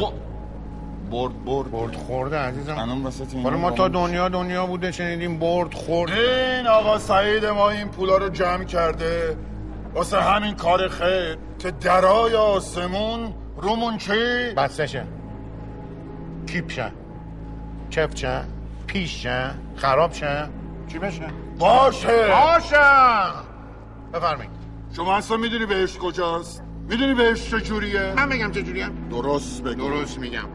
[SPEAKER 11] برد برد برد
[SPEAKER 16] خورده عزیزم
[SPEAKER 11] الان وسط این
[SPEAKER 16] حالا ما تا دنیا دنیا بوده شنیدیم برد خورد
[SPEAKER 11] این آقا سعید ما این پولا رو جمع کرده واسه همین کار خیر که درای آسمون رومون چی؟
[SPEAKER 16] بسته شه کیپ شه چپ شه پیش شه خراب شه چی بشه
[SPEAKER 11] باشه
[SPEAKER 16] باشه بفرمایید
[SPEAKER 11] شما اصلا میدونی بهش کجاست؟ میدونی بهش چجوریه؟
[SPEAKER 16] من بگم چجوریه
[SPEAKER 11] درست بگو
[SPEAKER 16] درست میگم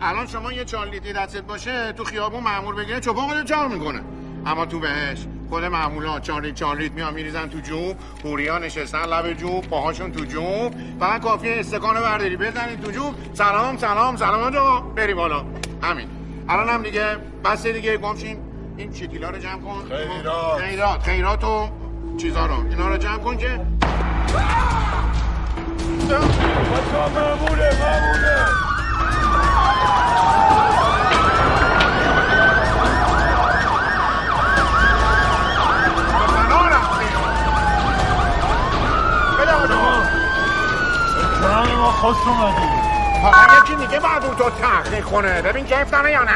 [SPEAKER 16] الان شما یه چهار لیتری دستت باشه تو خیابون معمور بگیره چوب خودت جار میکنه اما تو بهش خود معمولا چهار لیتر چهار لیتر میان میریزن تو جوب پوریا نشستن لب جوب پاهاشون تو جوب فقط کافیه استکانو برداری بزنید تو جوب سلام سلام سلام آجا بری بالا همین الان هم دیگه بس دیگه گمشین این چیتیلا رو جمع کن
[SPEAKER 11] خیرات.
[SPEAKER 16] خیرات خیرات و چیزا رو اینا رو جمع کن که
[SPEAKER 23] بچه‌ها، مهمونه، مهمونه.
[SPEAKER 16] بله نه ما خوش اومدیم فقط یکی دیگه بعد اون تو تحقیق کنه ببین کیف داره یا نه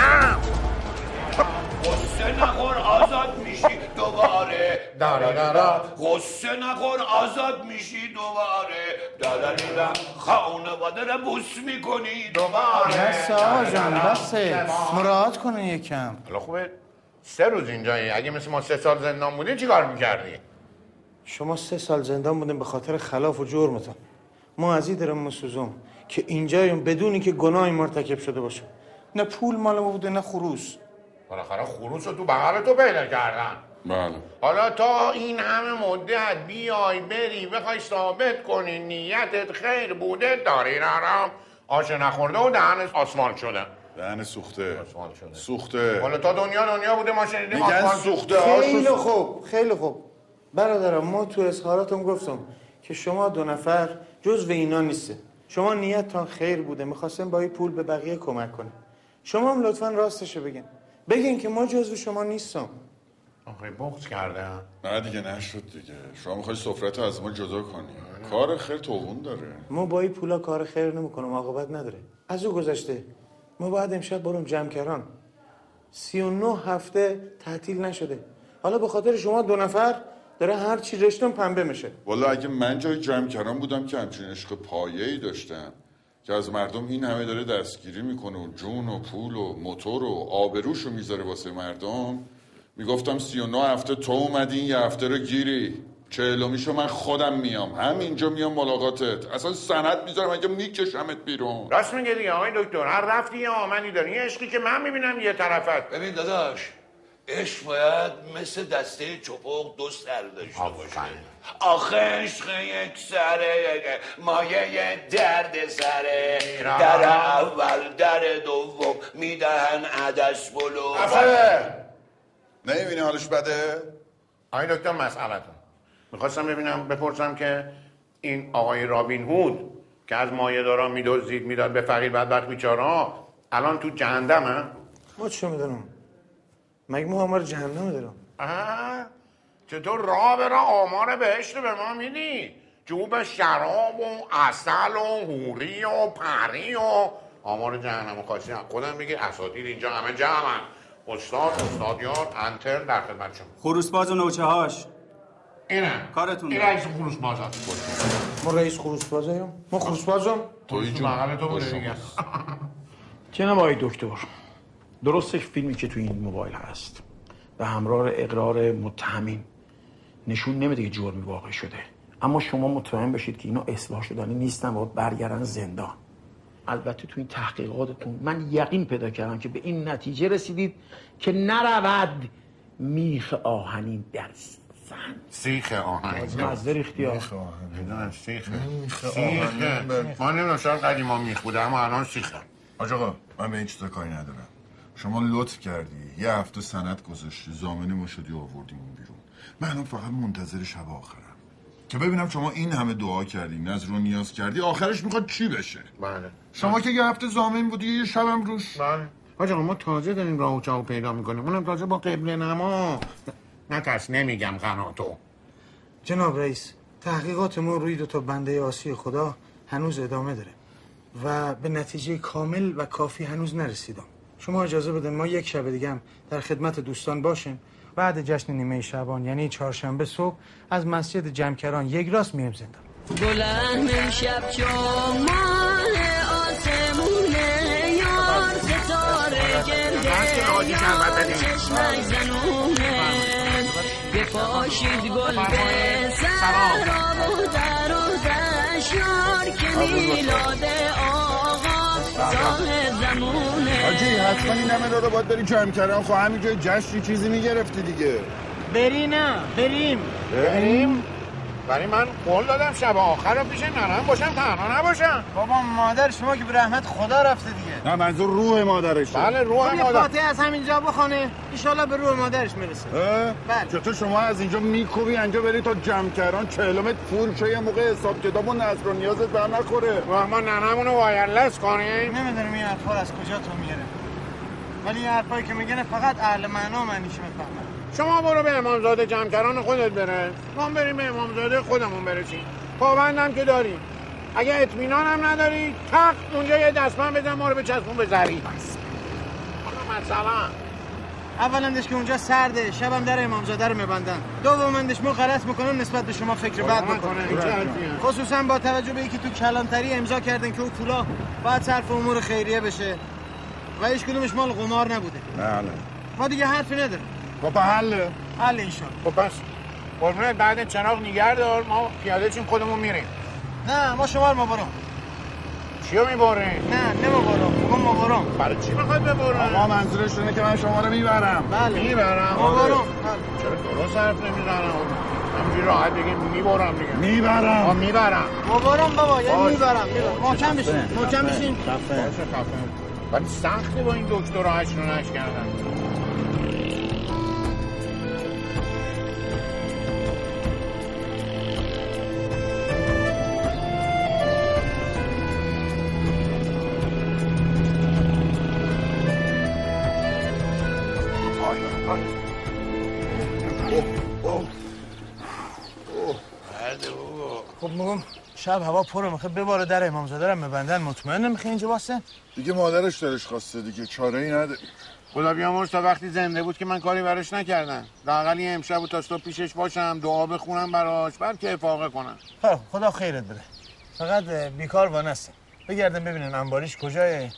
[SPEAKER 23] غصه نخور آزاد میشی دوباره
[SPEAKER 16] دارا دارا.
[SPEAKER 23] غصه نخور آزاد میشی دوباره دارا دیدم خانواده رو بوس میکنی دوباره
[SPEAKER 2] بسه آقا جان بسه مراعات کنین یکم
[SPEAKER 16] حالا خوبه سه روز اینجایی اگه مثل ما سه سال زندان بودی چیکار میکردی
[SPEAKER 2] شما سه سال زندان بودیم به خاطر خلاف و جرمتون ما از این دارم مسوزم که اینجاییم بدونی که گناهی مرتکب شده باشه نه پول مال ما بوده نه خروس
[SPEAKER 16] بالاخره خروس رو تو بغل تو پیدا کردن
[SPEAKER 24] بله
[SPEAKER 16] حالا تا این همه مدت بیای بری بخوای ثابت کنی نیتت خیر بوده داری نرم آش نخورده و دهنت آسمان شده
[SPEAKER 11] دهن سوخته سوخته
[SPEAKER 16] حالا تا دنیا دنیا بوده ما شنیدیم
[SPEAKER 11] میگن
[SPEAKER 16] آسمان
[SPEAKER 11] سوخته
[SPEAKER 2] خیلی خوب خیلی خوب برادرم ما تو اظهاراتم گفتم که شما دو نفر جزو اینا نیسته شما نیتتان خیر بوده میخواستم با این پول به بقیه کمک کنیم شما هم لطفا راستشو بگین بگین که ما جزو شما نیستم
[SPEAKER 16] آخه بغض کردم
[SPEAKER 11] نه دیگه نشد دیگه شما میخوای سفرت رو از ما جدا کنی کار خیر توون داره
[SPEAKER 2] ما با این پولا کار خیر نمیکنم عاقبت نداره از او گذشته ما بعد امشب برم جمع کردن سی و نه هفته تعطیل نشده حالا به خاطر شما دو نفر داره هر چی رشتم پنبه میشه
[SPEAKER 11] والا اگه من جای جمع کردن بودم که همچین عشق پایه ای داشتم
[SPEAKER 25] که از مردم این همه داره دستگیری میکنه و جون و پول و موتور و آبروش رو میذاره واسه مردم میگفتم سی و نه هفته تو اومدی این یه هفته رو گیری چهلومیشو من خودم میام همینجا میام ملاقاتت اصلا سند میذارم اینجا میکشمت بیرون
[SPEAKER 16] راست میگه دیگه آقای دکتر هر رفتی یه آمدی داری یه عشقی که من میبینم یه طرفت
[SPEAKER 23] ببین داداش عشق باید مثل دسته چپق دو سر داشته باشه آخه عشق یک سره مایه درد سره در اول در دوم میدهن عدس بلو
[SPEAKER 25] نمیبینی حالش بده
[SPEAKER 16] آقای دکتر مسئلتون میخواستم ببینم بپرسم که این آقای رابین هود که از مایه داران میدزدید میداد به فقیر بدبخت بیچاره الان تو جهنم
[SPEAKER 2] ما چه میدونم مگه ما آمار جهنم دارم
[SPEAKER 16] آه، چطور راه به راه آمار بهشت رو به ما میدی جوب شراب و اصل و هوری و پری و آمار جهنم خاصی هم خودم میگه اساتید اینجا همه جمعن استاد استادیار انتر در خدمت شما
[SPEAKER 13] خروس باز و نوچه هاش
[SPEAKER 16] اینه
[SPEAKER 13] کارتون
[SPEAKER 16] این
[SPEAKER 13] داره.
[SPEAKER 16] رئیس خروس باز
[SPEAKER 2] ما رئیس خروس بازیم ما خروس بازم
[SPEAKER 16] توی
[SPEAKER 2] جون.
[SPEAKER 16] بغل تو بوده دیگه
[SPEAKER 10] جناب آقای دکتر درسته که فیلمی که تو این موبایل هست به همراه اقرار متهمین نشون نمیده که جرمی واقع شده اما شما مطمئن بشید که اینا اصلاح شدنی نیستن و باید برگردن زندان البته تو این تحقیقاتتون من یقین پیدا کردم که به این نتیجه رسیدید که نرود میخ آهنین در سن
[SPEAKER 16] سیخ آهنگ
[SPEAKER 10] مزدار اختیار.
[SPEAKER 16] میخ آهنگ. نمیدونم سیخه
[SPEAKER 11] میخ
[SPEAKER 16] سیخه
[SPEAKER 11] آهنگ بر-
[SPEAKER 16] ما نمیدونم شاید قدیما میخ بوده اما الان سیخه
[SPEAKER 11] آج آقا من به این چیزا کاری ندارم شما لطف کردی یه هفته سند گذاشتی زامن ما شدی و آوردیم اون بیرون من الان فقط منتظر شب آخرم که ببینم شما این همه دعا کردی نظر و نیاز کردی آخرش میخواد چی بشه
[SPEAKER 16] بله
[SPEAKER 11] شما که یه هفته زامن بودی یه شبم روش
[SPEAKER 16] بله حاج آقا ما تازه داریم راه و چاو پیدا میکنیم اونم تازه با قبله نما نه ترس نمیگم غنا تو
[SPEAKER 2] جناب رئیس تحقیقات ما روی دو تا بنده آسی خدا هنوز ادامه داره و به نتیجه کامل و کافی هنوز نرسیدم شما اجازه بدن ما یک شب دیگه هم در خدمت دوستان باشیم بعد جشن نیمه شبان یعنی چهارشنبه صبح از مسجد جمکران یک راست میریم زندان
[SPEAKER 4] بلند شب جمال آسمونه یار ستاره جلده یار چشمک زنونه بپاشید گل به سر و در و دش یار که میلاد آقا زاه زمونه
[SPEAKER 11] حاجی حتما این همه رو باید بری جمع کردن خب همینجا جشنی چیزی میگرفتی دیگه
[SPEAKER 2] بری نه بریم
[SPEAKER 16] بریم ولی من قول دادم شب آخر رو پیش ننم باشم تنها نباشم
[SPEAKER 2] بابا مادر شما که به رحمت خدا رفته دیگه
[SPEAKER 11] نه منظور روح مادرشه
[SPEAKER 16] بله
[SPEAKER 2] خب،
[SPEAKER 16] روح مادر
[SPEAKER 2] از همینجا بخونه ایشالا به روح مادرش میرسه
[SPEAKER 11] اه؟
[SPEAKER 2] بله.
[SPEAKER 11] چطور شما از اینجا میکوبی انجا بری تا جمع کردن چهلمت پول شه یه موقع حساب کتاب و نظر و نیازت بر نخوره
[SPEAKER 16] ما ننمون رو وایرلس کنیم
[SPEAKER 2] نمیدونم این حرفا رو از کجا تو میاره ولی این حرفایی که میگنه فقط اهل معنا و معنیش میفهمن
[SPEAKER 16] شما برو به امامزاده جمکران خودت بره ما هم بریم به امامزاده خودمون برسیم پابندم که داریم اگه اطمینان هم نداری تق اونجا یه دستمن بزن ما رو به چسبون بزنی مثلا
[SPEAKER 2] اولندش که اونجا سرده شبم در امامزاده رو میبندن دومندش ما غلط میکنیم نسبت به شما فکر بد
[SPEAKER 16] این چه
[SPEAKER 2] میکنه
[SPEAKER 16] حرفیه؟
[SPEAKER 2] خصوصا با توجه به اینکه تو کلانتری امضا کردن که او پولا باید صرف امور خیریه بشه و هیچ کدومش مال قمار نبوده
[SPEAKER 11] بله
[SPEAKER 2] ما دیگه حرفی نداریم
[SPEAKER 11] خب حل
[SPEAKER 2] حل انشالله
[SPEAKER 16] خب پس قربونت بعد چراغ نیگر دار ما پیاده چیم خودمون میریم
[SPEAKER 2] نه ما شما رو مبارم
[SPEAKER 16] چیو میباریم؟
[SPEAKER 2] نه نه مبارم ما مبارم
[SPEAKER 16] برای چی میخواد ببرم؟
[SPEAKER 11] آقا منظورش اینه که من شما رو میبرم
[SPEAKER 2] بله
[SPEAKER 16] میبرم
[SPEAKER 11] آره.
[SPEAKER 16] چرا درست حرف نمیزنم همجوری راحت بگیم میبرم دیگه
[SPEAKER 11] میبرم.
[SPEAKER 16] آه، میبرم
[SPEAKER 2] مبارم بابا یعنی
[SPEAKER 16] باش.
[SPEAKER 2] میبرم میبرم محکم بشین محکم بشین
[SPEAKER 16] باشه، خفه. ولی سخته با این دکترها هشت رو نش کردن
[SPEAKER 2] خب میگم شب هوا پره میخه بباره در امامزاده رو ببندن مطمئن نمیخه اینجا واسه
[SPEAKER 11] دیگه مادرش دلش خواسته دیگه چاره ای نداری
[SPEAKER 16] خدا بیامرز تا وقتی زنده بود که من کاری براش نکردم لااقل یه امشب و تا صبح پیشش باشم دعا بخونم براش بلکه افاقه کنم
[SPEAKER 2] خب خدا خیرت بده فقط بیکار و نسته بگردن ببینن انباریش کجایه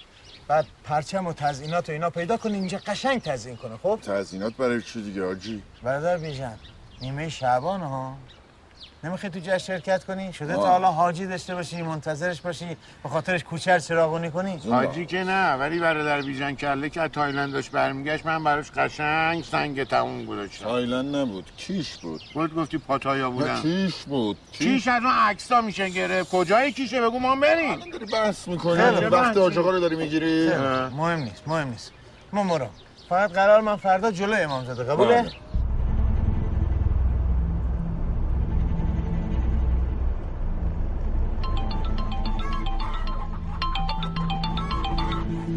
[SPEAKER 2] بعد پرچم و تزئینات و اینا پیدا کنه اینجا قشنگ تزیین کنه خب
[SPEAKER 11] تزینات برای چی دیگه آجی
[SPEAKER 2] برادر بیژن نیمه شعبان ها نمیخوای تو جشن شرکت کنی شده
[SPEAKER 11] آه.
[SPEAKER 2] تا حالا حاجی داشته باشی منتظرش باشی به خاطرش کوچر چراغونی کنی
[SPEAKER 16] حاجی که نه ولی برادر بیژن کله که از تایلند داشت برمیگشت من براش قشنگ سنگ تموم گذاشتم
[SPEAKER 11] تایلند نبود کیش بود
[SPEAKER 16] خود گفتی پاتایا بودم
[SPEAKER 11] نه، کیش بود
[SPEAKER 16] کیش از اون عکس میشه گرفت کجای کیشه بگو ما هم بریم
[SPEAKER 11] داری بحث میکنی وقت آجاقا رو داری میگیری
[SPEAKER 2] خیلی. مهم نیست مهم نیست ما مرام فقط قرار من فردا جلو امامزاده قبوله
[SPEAKER 11] بله.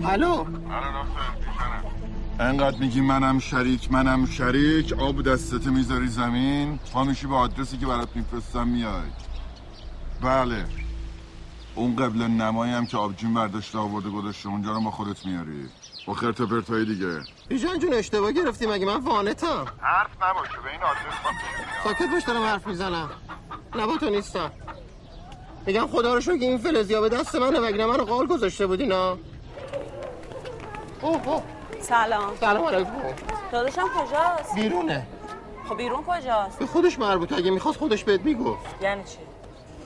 [SPEAKER 18] الو
[SPEAKER 11] انقدر میگی منم شریک منم شریک آب دستت میذاری زمین پا میشی به آدرسی که برات میفرستم میای بله اون قبل نمایی هم که آبجین برداشته آورده گذاشته اونجا رو ما خودت میاری با خرت و پرتای دیگه
[SPEAKER 18] بیژن جون اشتباه گرفتی مگه من وانتم
[SPEAKER 11] حرف نباشه به این آدرس
[SPEAKER 18] ساکت باش دارم حرف میزنم نه تو نیستم میگم خدا رو شکر که این فلزیا به دست منه وگرنه منو قال گذاشته بودی نه
[SPEAKER 9] اوه سلام
[SPEAKER 18] سلام علیکم
[SPEAKER 9] داداشم کجاست
[SPEAKER 18] بیرونه
[SPEAKER 9] خب بیرون کجاست
[SPEAKER 18] به خودش مربوط اگه میخواست خودش بهت میگفت
[SPEAKER 9] یعنی چی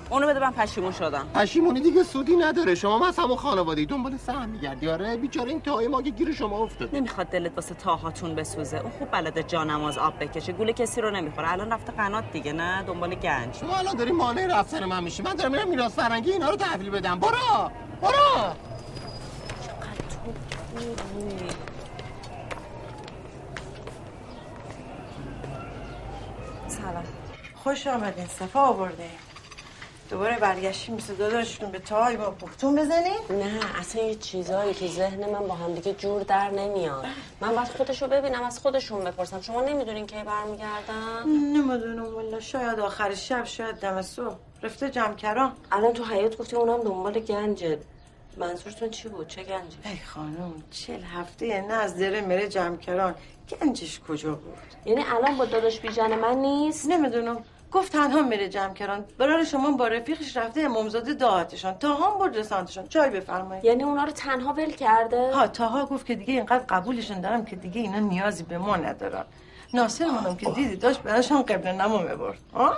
[SPEAKER 9] اونو بده من پشیمون شدم
[SPEAKER 18] پشیمونی دیگه سودی نداره شما از همون خانوادی دنبال سهم میگردی آره بیچاره این تاهای ما که گیر شما افتاد
[SPEAKER 1] نمیخواد دلت واسه تاهاتون بسوزه اون خوب بلده جا نماز آب بکشه گول کسی رو نمیخوره الان رفته قنات دیگه نه دنبال گنج
[SPEAKER 18] شما الان داری مانع رفتن من میشه من دارم میرم میراث فرنگی اینا رو تحویل بدم برو برو
[SPEAKER 7] سلام خوش آمدین صفا آوردین دوباره برگشتیم مثل داداشتون به تای ما پختون بزنین
[SPEAKER 1] نه اصلا یه چیزایی تو ذهن من با هم دیگه جور در نمیاد من باید خودشو ببینم از خودشون بپرسم شما نمیدونین کی برمیگردن
[SPEAKER 7] نمیدونم والا شاید آخر شب شاید دم صبح رفته جمکران
[SPEAKER 1] الان تو حیات گفتی اونم دنبال گنجه منظورتون چی بود چه گنجه
[SPEAKER 7] ای خانم چل هفته نه از دره مره جمکران گنجش کجا بود
[SPEAKER 1] یعنی الان با داداش بیژن من نیست
[SPEAKER 7] نمیدونم گفت تنها میره جمکران برای شما با رفیقش رفته امامزاده داعتشان تاها هم برد رسانتشان چای بفرمایید
[SPEAKER 1] یعنی اونا رو تنها ول کرده
[SPEAKER 7] ها تاها گفت که دیگه اینقدر قبولشون دارم که دیگه اینا نیازی به ما ندارن ناصر منم که دیدی داشت براشون قبل نما میبرد ها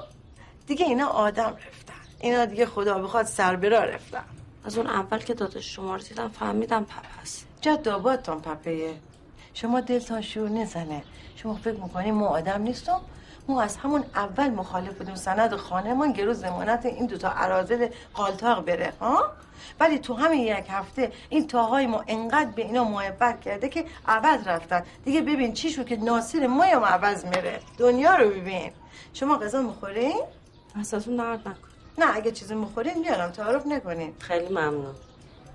[SPEAKER 7] دیگه اینا آدم رفتن اینا دیگه خدا بخواد سربرا رفتن
[SPEAKER 1] از اون اول که داداش شما رو دیدم فهمیدم پپس
[SPEAKER 7] جد آبادتان پپیه شما دلتان شور نزنه شما فکر میکنی ما آدم نیستم ما از همون اول مخالف بودیم سند خانمان گرو زمانت این دوتا عراضل قالتاق بره ها ولی تو همین یک هفته این تاهای ما انقدر به اینا محبت کرده که عوض رفتن دیگه ببین چی شد که ناصر ما هم عوض میره دنیا رو ببین شما غذا میخورین؟
[SPEAKER 1] احساسون درد نکن
[SPEAKER 7] نه اگه چیزی میخورین میارم تعارف نکنین
[SPEAKER 1] خیلی ممنون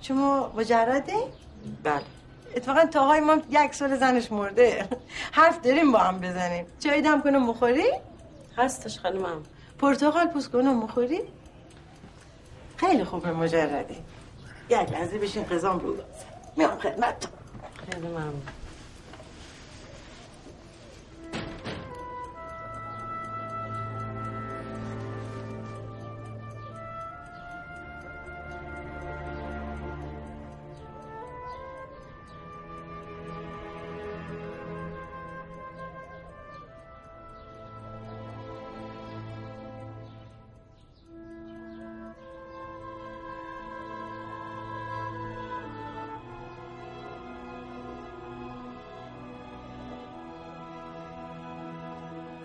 [SPEAKER 7] شما مجردین؟
[SPEAKER 1] بله
[SPEAKER 7] اتفاقا تاهای ما یک سال زنش مرده حرف داریم با هم بزنیم چای دم کنم مخوری؟
[SPEAKER 1] هستش خیلی ممنون
[SPEAKER 7] پرتقال پوست کنم مخوری؟ خیلی خوبه مجردی یک لحظه بشین قضام رو بزن. میام خدمت
[SPEAKER 1] خیلی ممنون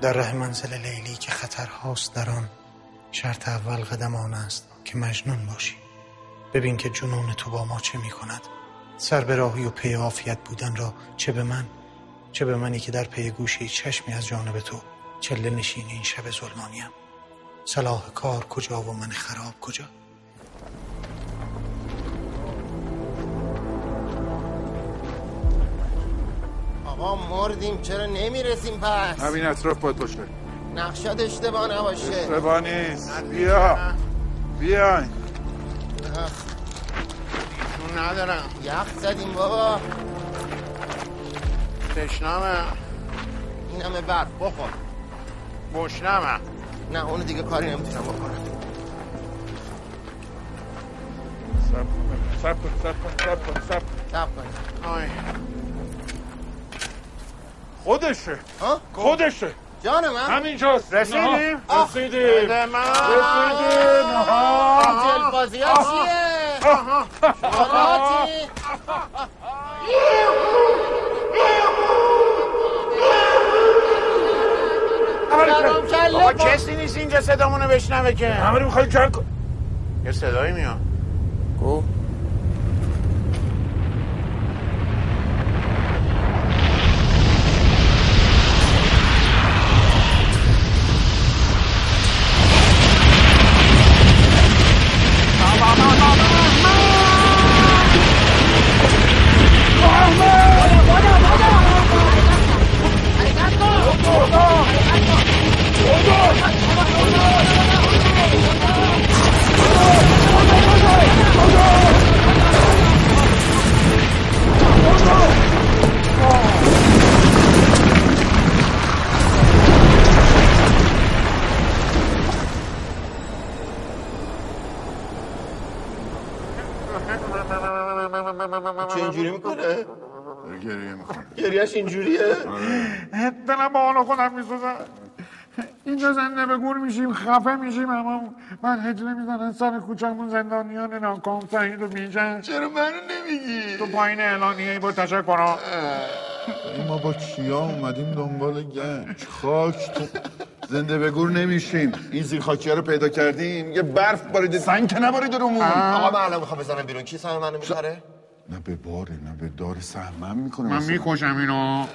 [SPEAKER 26] در ره منزل لیلی که خطرهاست در آن شرط اول قدم آن است که مجنون باشی ببین که جنون تو با ما چه می کند سر به راهی و پی عافیت بودن را چه به من چه به منی که در پی گوشه چشمی از جانب تو چله نشین این شب ظلمانیم صلاح کار کجا و من خراب کجا
[SPEAKER 18] آقا مردیم چرا نمیرسیم پس
[SPEAKER 24] همین اطراف باید باشه
[SPEAKER 18] نقشت اشتباه نباشه
[SPEAKER 24] اشتباه نیست بیا بیاین
[SPEAKER 16] چون ندارم
[SPEAKER 18] یخ زدیم بابا
[SPEAKER 16] تشنمه
[SPEAKER 18] این همه برف بخور
[SPEAKER 16] بشنمه
[SPEAKER 18] نه اون دیگه کاری نمیتونم بکنم
[SPEAKER 27] سب کن سب کن سب کن سب کن
[SPEAKER 18] سب کن
[SPEAKER 27] آی. خودشه خودشه
[SPEAKER 18] جان من
[SPEAKER 27] همینجاست
[SPEAKER 18] رسیدیم؟
[SPEAKER 27] آه. رسیدیم
[SPEAKER 18] بده من.
[SPEAKER 27] رسیدیم آها.
[SPEAKER 18] جلبازی ها
[SPEAKER 27] آها.
[SPEAKER 18] چیه؟ شما راحتی؟
[SPEAKER 28] سلام کله آقا کسی نیست اینجا صدامونو بشنوه که همه
[SPEAKER 27] رو میخوای جمع کن
[SPEAKER 28] یه صدایی میاد گو
[SPEAKER 29] چه اینجوری میکنه؟
[SPEAKER 11] گریه میکنه
[SPEAKER 29] گریهش اینجوریه؟
[SPEAKER 4] دلم با حال خودم میسوزم اینجا زنده به گور میشیم خفه میشیم اما من هجله میزنن سر کوچمون زندانیان ناکام سعید و بیجن
[SPEAKER 11] چرا منو نمیگی؟
[SPEAKER 4] تو پایین اعلانیه با تشکر ها
[SPEAKER 11] ما با کیا اومدیم دنبال گنج خاک تو زنده به گور نمیشیم این زیر خاکی‌ها رو پیدا کردیم یه برف باریده سنگ که نباریده رومون
[SPEAKER 29] آقا من الان میخوام بزنم بیرون کی سر منو میخره؟
[SPEAKER 11] نه به باره نه به دار سهمم میکنه
[SPEAKER 4] من میکشم اینو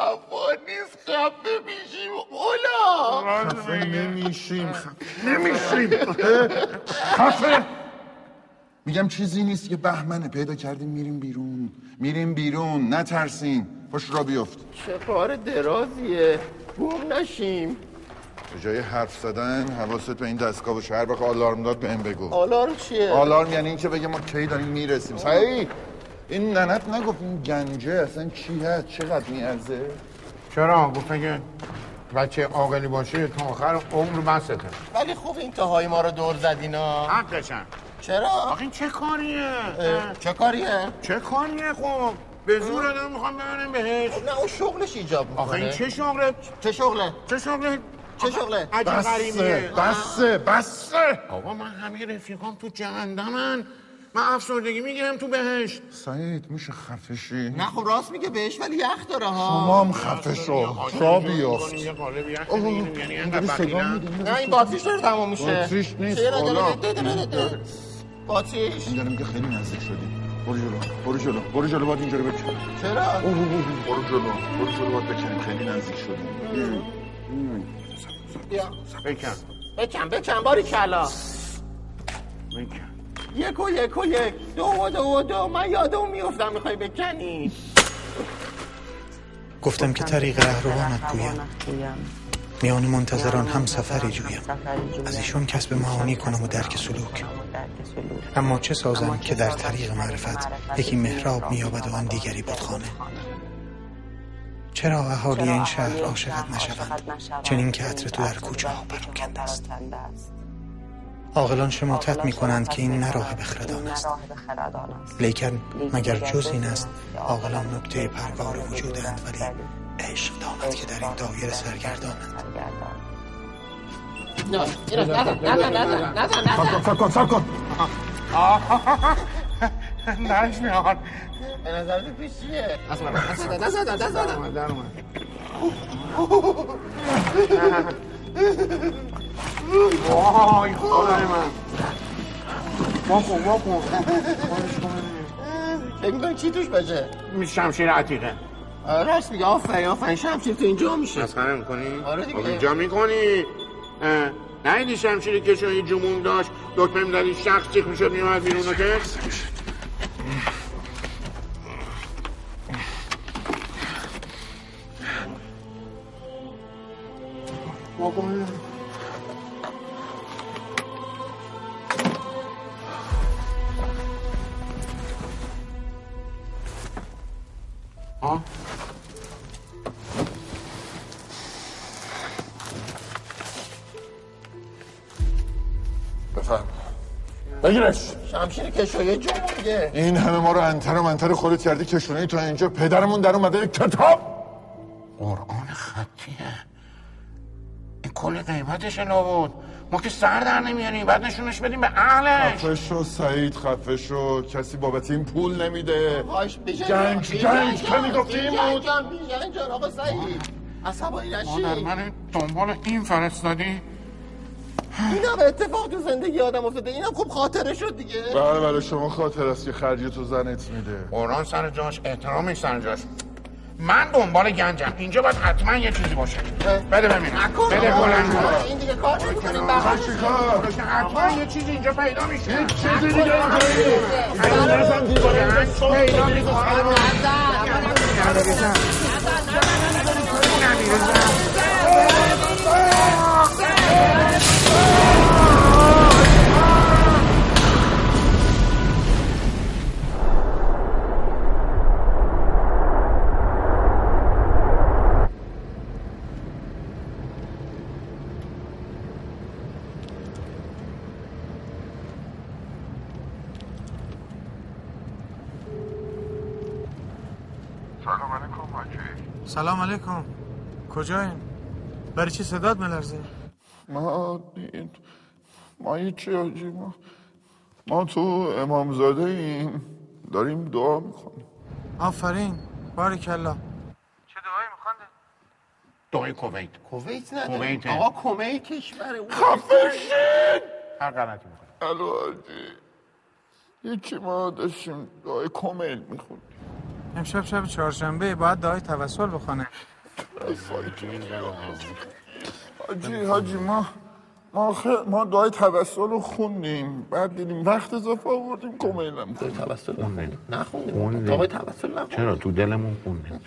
[SPEAKER 29] آقا نیست خفه میشیم اولا
[SPEAKER 11] خفه نمیشیم خفه نمیشیم خفه میگم چیزی نیست که بهمنه پیدا کردیم میریم بیرون میریم بیرون نترسین پاش را بیفت
[SPEAKER 18] چه کار درازیه گم نشیم
[SPEAKER 11] به جای حرف زدن حواست به این دستگاه باشه هر وقت آلارم داد بهم بگو
[SPEAKER 18] آلارم چیه؟
[SPEAKER 11] آلارم یعنی اینکه بگه ما کی داریم میرسیم سعید این ننت نگفت این گنجه اصلا چی هست چقدر میارزه
[SPEAKER 16] چرا گفته که بچه عاقلی باشه تا آخر عمر من ستم
[SPEAKER 18] ولی خوب انتهای ما رو دور زدینا
[SPEAKER 16] حقشن
[SPEAKER 18] چرا؟
[SPEAKER 16] آخه این چه کاریه؟
[SPEAKER 18] اه، چه کاریه؟
[SPEAKER 16] چه کاریه خب؟ به زور آدم میخوام ببرم بهش
[SPEAKER 18] خب نه اون شغلش ایجاب میکنه
[SPEAKER 16] آخه این چه شغله؟
[SPEAKER 18] چه شغله؟
[SPEAKER 16] چه شغله؟
[SPEAKER 18] چه شغله؟
[SPEAKER 16] عجب غریبیه
[SPEAKER 11] بسه بسه
[SPEAKER 16] آقا من همه رفیقام تو جهنمن من افسردگی میگیرم تو بهشت
[SPEAKER 11] سعید میشه خفشی
[SPEAKER 18] نه خب راست میگه بهش ولی یخ داره ها
[SPEAKER 11] شما هم خفه شو را بیفت
[SPEAKER 16] یه قالب یخ
[SPEAKER 11] اوه،
[SPEAKER 16] می‌گیریم،
[SPEAKER 11] اینجوری
[SPEAKER 16] یعنی انقدر
[SPEAKER 11] صدا
[SPEAKER 16] بخیلم.
[SPEAKER 11] می‌دی؟
[SPEAKER 18] نه این باتریش داره تمام میشه
[SPEAKER 11] باتریش نیست،
[SPEAKER 18] چرا داره؟
[SPEAKER 11] حالا.
[SPEAKER 18] ده، ده، ده، ده، ده. باتریش
[SPEAKER 11] این داره میگه خیلی نزدیک شدیم برو جلو برو جلو برو جلو باید اینجا رو بکن
[SPEAKER 18] چرا؟
[SPEAKER 11] اوه، اوه، اوه، برو جلو برو جلو باید بکنیم خیلی نزدیک شدیم
[SPEAKER 18] بیا
[SPEAKER 16] بکن
[SPEAKER 18] بکن بکن باری کلا یک و یک و یک دو و دو و دو من یادم میفتم میخوای بکنی
[SPEAKER 2] گفتم که طریق رهروانت گویم میان منتظران هم سفری جویم از ایشون کسب معانی کنم و درک سلوک اما چه سازم که در طریق معرفت یکی محراب مییابد و آن دیگری بتخانه چرا اهالی این شهر عاشقت نشوند چنین که عطر تو در کوچه ها پراکنده است عاقلان شماتت می کنند که این نه راه بخردان است لیکن مگر جز این است عاقلان نکته پرگار وجودند ولی عشق دامد که در این دایره سرگردانند
[SPEAKER 18] نه اینو نزن نزن نزن نزن نزن
[SPEAKER 11] سب کن سب کن
[SPEAKER 4] نش میاد
[SPEAKER 18] به نظر تو پیش چیه
[SPEAKER 4] اصلا
[SPEAKER 18] نزدن نزدن نزدن
[SPEAKER 4] در اومد. وای خدای من
[SPEAKER 16] واکن واکن
[SPEAKER 18] فکر می‌کنی چی توش باشه
[SPEAKER 16] می شمشیر عتیقه
[SPEAKER 18] آره، راست میگه آفرین آفرین شمشیر تو اینجا میشه
[SPEAKER 16] مسخره میکنی؟
[SPEAKER 18] آره دیگه.
[SPEAKER 16] خب اینجا میکنی؟ نه این شمشیری که شما یه جموم داشت دکمه میدادی شخص چیک میشد میومد بیرون رو که ها؟
[SPEAKER 11] بفهم بگیرش
[SPEAKER 18] شمشیر کشویه جو مونده
[SPEAKER 11] این همه ما رو انتر و منتر خودت کردی کشونه تا اینجا پدرمون در اومده یک کتاب
[SPEAKER 16] قرآن خطیه این کلی قیمتش نابود ما که سر در نمیاریم بعد نشونش بدیم به اهلش
[SPEAKER 11] خفه شو سعید خفه شو کسی بابت این پول نمیده
[SPEAKER 18] باش بیجن
[SPEAKER 11] جنگ جنگ کمی گفتی این بود
[SPEAKER 18] بیجن جان آقا سعید عصبانی نشی
[SPEAKER 16] مادر من دنبال این فرستادی
[SPEAKER 18] این هم اتفاق تو زندگی آدم افتاده اینم خوب خاطره شد دیگه
[SPEAKER 11] بله بله شما خاطر است که خرجی تو زنت میده
[SPEAKER 16] قرآن سر جاش احترام سر جاش من دنبال گنجم اینجا باید حتما یه چیزی باشه بده ببینم
[SPEAKER 18] نکن.
[SPEAKER 16] بده
[SPEAKER 18] آقا،
[SPEAKER 16] بلند کن.
[SPEAKER 18] آقا، این دیگه کار نمی‌کنیم بخش
[SPEAKER 16] حتما یه چیزی اینجا پیدا میشه
[SPEAKER 11] چیزی دیگه
[SPEAKER 16] پیدا میشه
[SPEAKER 11] سلام علیکم حاجی
[SPEAKER 2] سلام علیکم کجاین؟ برای چی صدات ملرزه؟
[SPEAKER 11] ما ما هیچی حاجی ما ما تو امامزاده ایم داریم دعا میکنیم
[SPEAKER 2] آفرین باریکلا
[SPEAKER 16] دوی کویت
[SPEAKER 18] کویت
[SPEAKER 16] نداره. کویته.
[SPEAKER 18] آقا کویت کشوره اون
[SPEAKER 11] خفه شید
[SPEAKER 16] هر غلطی میکنه
[SPEAKER 11] الو حاجی هیچی ما داشتیم دعای کمیل میخوندیم
[SPEAKER 2] امشب شب چهارشنبه باید دعای توسل بخونه
[SPEAKER 11] حاجی حاجی ما ما آخه ما دعای توسل رو خوندیم بعد دیدیم وقت اضافه آوردیم کمیلم دعای
[SPEAKER 18] توسل
[SPEAKER 16] خوندیم.
[SPEAKER 18] آقای توسل نکن
[SPEAKER 16] چرا تو دلمون خونه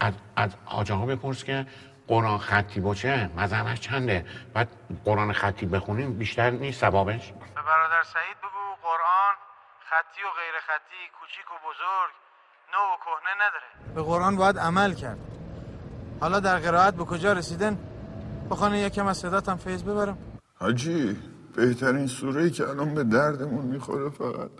[SPEAKER 16] از از حاج آقا بپرس که قرآن خطی باشه مزنش چنده بعد قرآن خطی بخونیم بیشتر نیست ثوابش
[SPEAKER 30] به برادر سعید بگو قرآن خطی و غیر خطی کوچیک و بزرگ نو و کهنه نداره
[SPEAKER 2] به قرآن باید عمل کرد حالا در قرائت به کجا رسیدن بخونه یکم از صداتم فیض ببرم
[SPEAKER 11] حاجی بهترین سوره ای که الان به دردمون میخوره فقط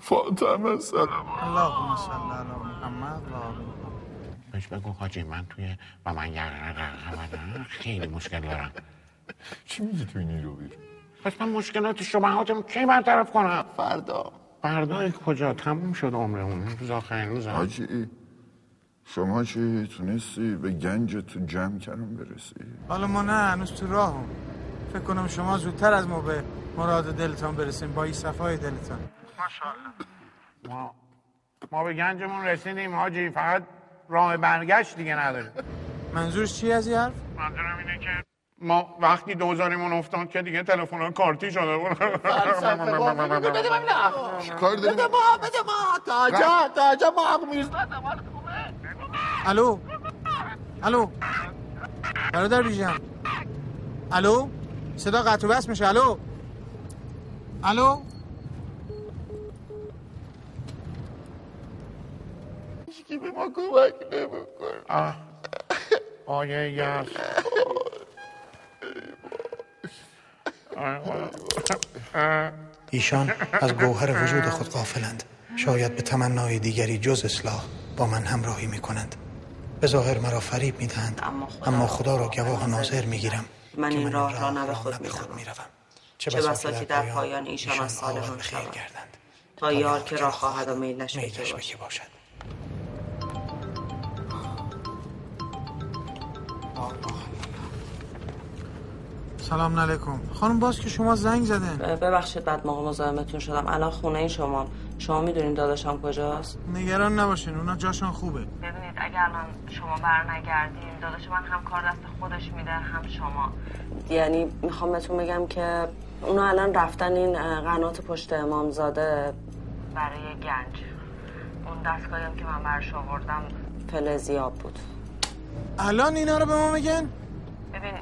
[SPEAKER 11] فاطمه سلام
[SPEAKER 2] اللهم صل علی محمد و آل محمد.
[SPEAKER 16] بهش بگو حاجی من توی و من یقین رقم خیلی مشکل دارم
[SPEAKER 11] چی میگی توی نیرو بیرو
[SPEAKER 16] پس من مشکلات شبهاتم کی برطرف کنم
[SPEAKER 18] فردا
[SPEAKER 16] فردا کجا تموم شد عمرمون امروز آخرین روزم
[SPEAKER 11] حاجی شما چی تونستی به گنج تو جمع کردن برسی
[SPEAKER 2] حالا ما نه هنوز تو راهم فکر کنم شما زودتر از ما به مراد دلتان برسیم با این صفای دلتان
[SPEAKER 16] ماشاءالله ما ما به گنجمون رسیدیم حاجی فقط راه برگشت دیگه نداریم
[SPEAKER 2] منظورش چی از این حرف؟
[SPEAKER 16] منظورم اینه که ما وقتی دوزاریمون افتاد که دیگه تلفن ها کارتی شده بود
[SPEAKER 18] فلسفه با بده بده ببینم بده ما بده ما تاجا تاجا ما حق میز
[SPEAKER 2] الو الو برادر بیجم الو صدا قطع و بس میشه الو الو
[SPEAKER 11] که به ما کمک نمیکنه
[SPEAKER 16] آه. آیه یس
[SPEAKER 4] ایشان از گوهر وجود خود غافلند شاید به تمنای دیگری جز اصلاح با من همراهی می کنند به ظاهر مرا فریب می دهند اما خدا را گواه و ناظر می گیرم
[SPEAKER 1] من این راه را نه به خود میروم
[SPEAKER 4] چه
[SPEAKER 1] چه
[SPEAKER 4] بسا
[SPEAKER 1] بسا که در پایان ایشان از صالحان شوم تا یار که را خواهد و میلش بکه
[SPEAKER 4] باشد
[SPEAKER 2] سلام علیکم خانم باز که شما زنگ
[SPEAKER 4] بله.
[SPEAKER 2] زدن
[SPEAKER 1] ببخشید بعد موقع مزاحمتون شدم الان خونه این شما شما میدونید داداشم کجاست
[SPEAKER 2] نگران نباشین اونا جاشان خوبه
[SPEAKER 1] ببینید اگر الان شما برنگردین داداش من هم کار دست خودش میده هم شما یعنی میخوام بهتون بگم که اونا الان رفتن این اه، قنات پشت امامزاده برای گنج اون دستگاهی هم که من برش آوردم فلزیاب بود
[SPEAKER 2] الان اینا رو به ما میگن
[SPEAKER 1] ببین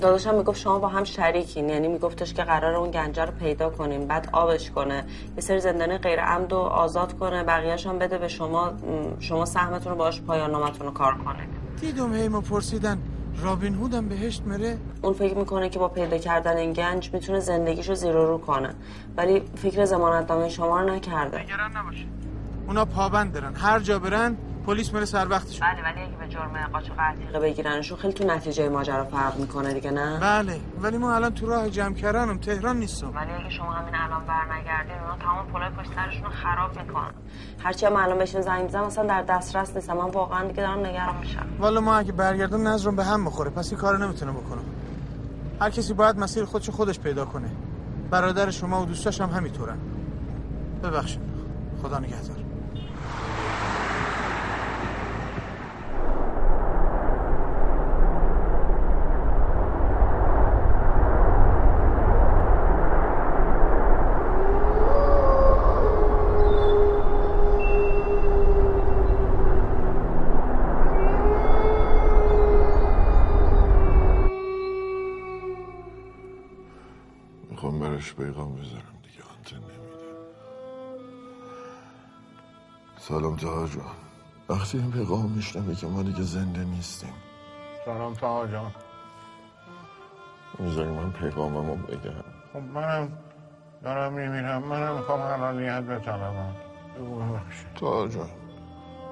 [SPEAKER 1] داداشم میگفت شما با هم شریکین یعنی میگفتش که قرار اون گنجه رو پیدا کنیم بعد آبش کنه یه سری زندانی غیر عمد و آزاد کنه بقیه‌ش هم بده به شما م، شما سهمتون رو باش پایان نامتون رو کار کنه
[SPEAKER 2] دیدم هی ما پرسیدن رابین هودم بهشت مره
[SPEAKER 1] اون فکر میکنه که با پیدا کردن این گنج میتونه زندگیشو زیر و رو کنه ولی فکر ضمانتنامه شما رو نکرده
[SPEAKER 2] نگران نباشید اونا پابند دارن هر جا برن پلیس میره سر وقتشون
[SPEAKER 1] بله ولی اگه به جرم قاچاق عتیقه بگیرنشون خیلی تو نتیجه ماجرا فرق میکنه دیگه نه
[SPEAKER 2] بله ولی ما الان تو راه جمع کردنم تهران نیستم
[SPEAKER 1] ولی اگه شما همین الان برنگردین اونا تمام پولای پشت سرشون رو خراب میکنن هرچی هم الان بهشون زنگ میزنم اصلا در دسترس نیستم من واقعا دیگه دارم نگران میشم
[SPEAKER 2] والا ما اگه برگردم نظرم به هم میخوره پس این کارو نمیتونم بکنم هر کسی باید مسیر خودش خودش پیدا کنه برادر شما و دوستاش هم همینطورن ببخشید خدا نگهدار
[SPEAKER 11] میخوام براش پیغام بذارم دیگه آنتن نمیده سلام تاها جان وقتی این پیغام میشنوه که ما دیگه زنده نیستیم
[SPEAKER 16] سلام تا جان
[SPEAKER 11] میذاری من پیغاممو بگم
[SPEAKER 16] خب منم دارم میمیرم منم میخوام حلالیت بطلبم
[SPEAKER 11] تاها جان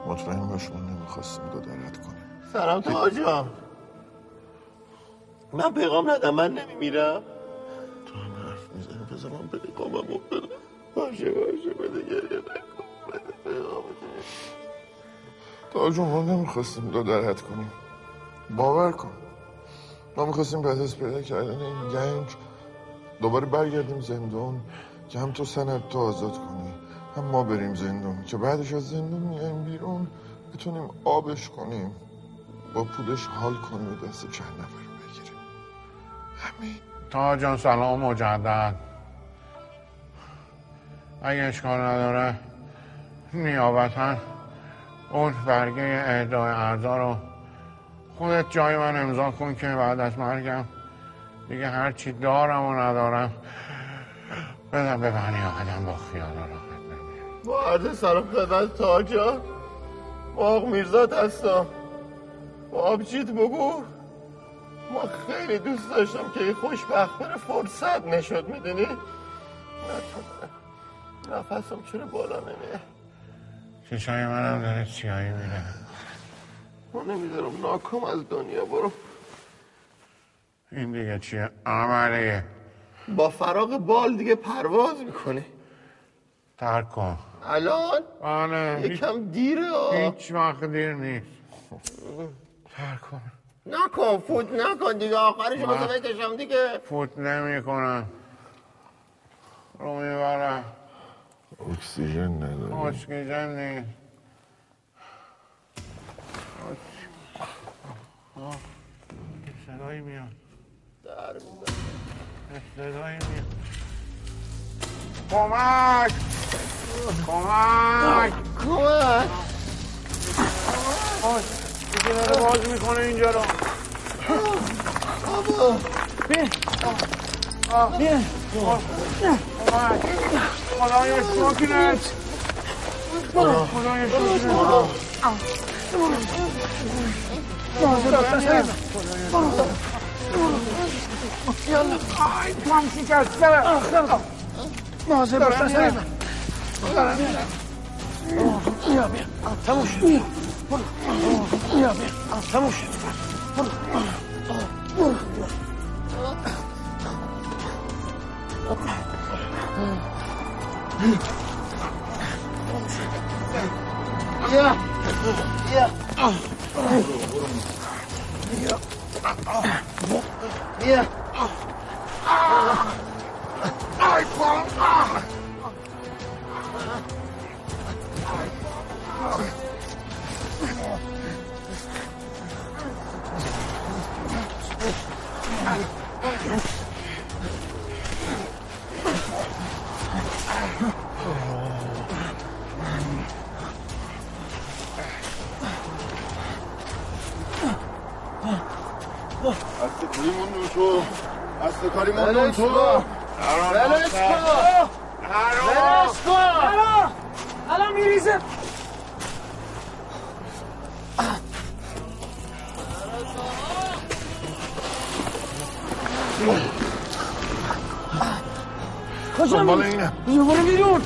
[SPEAKER 11] مطمئن باش ما نمیخواستیم گدرت کنیم
[SPEAKER 18] سلام تا جان من پیغام ندم من نمیمیرم
[SPEAKER 11] میزنی پس من پیغاممو بده باشه باشه بده گریه نکن بده پیغامتو تا جون ما نمیخواستیم دو درت کنیم باور کن ما میخواستیم بعد از پیدا کردن این گنج دوباره برگردیم زندان که هم تو سند تو آزاد کنی هم ما بریم زندان که بعدش از زندان میایم بیرون بتونیم آبش کنیم با پولش حال کنیم و دست چند نفر رو بگیریم همین
[SPEAKER 16] تا جان سلام مجدد اگه اشکال نداره نیابتا اون برگه اهدای ارزا رو خودت جای من امضا کن که بعد از مرگم دیگه هرچی دارم و ندارم بدم به بنی آدم با خیال را
[SPEAKER 18] با عرض سلام خدمت تا جان باغ میرزاد هستم با آبجیت بگو ما خیلی دوست داشتم که این خوشبخت بره فرصت نشد میدونی نفسم چرا بالا نمیه
[SPEAKER 16] چشای منم داره سیاهی میره
[SPEAKER 18] ما نمیدارم ناکام از دنیا برو
[SPEAKER 16] این دیگه چیه عملیه
[SPEAKER 18] با فراغ بال دیگه پرواز میکنی
[SPEAKER 16] ترک کن
[SPEAKER 18] الان
[SPEAKER 11] آره.
[SPEAKER 16] بله
[SPEAKER 18] یکم دیره آه.
[SPEAKER 16] هیچ وقت دیر نیست خب. ترک کن
[SPEAKER 18] نکن فوت نکن دیگه آخرش
[SPEAKER 16] نه.
[SPEAKER 18] واسه بکشم دیگه
[SPEAKER 16] فوت نمی کنم رو میبرم
[SPEAKER 11] اکسیژن نداری
[SPEAKER 16] خوشگیزم نیست آش. آه، یه صدایی میاد
[SPEAKER 18] در
[SPEAKER 16] یه صدایی میاد کمک کمک
[SPEAKER 18] کمک
[SPEAKER 16] آش. یکی داره باز میکنه اینجا رو
[SPEAKER 18] بابا
[SPEAKER 16] بیا آه. آه. کمک خدایا شکرت خدایا
[SPEAKER 4] 嗯
[SPEAKER 16] شکرت
[SPEAKER 24] نازه بسته سر
[SPEAKER 2] بیا بیا تموم شد بیا بیا تموم شد
[SPEAKER 18] بیا بیا بیا
[SPEAKER 24] آی پام آه.
[SPEAKER 11] از کاری موندون تو از کاری موندون
[SPEAKER 18] ولش
[SPEAKER 11] تو
[SPEAKER 18] کن. ولش کن. ولش کن.
[SPEAKER 24] الان میریزه کجا
[SPEAKER 11] دنبال
[SPEAKER 24] میری؟
[SPEAKER 11] اینه.
[SPEAKER 24] بیا برو بیرون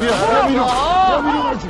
[SPEAKER 11] بیا،
[SPEAKER 24] برو
[SPEAKER 11] بیا بیرون.
[SPEAKER 24] آه.
[SPEAKER 11] بیا بیرون، آجی.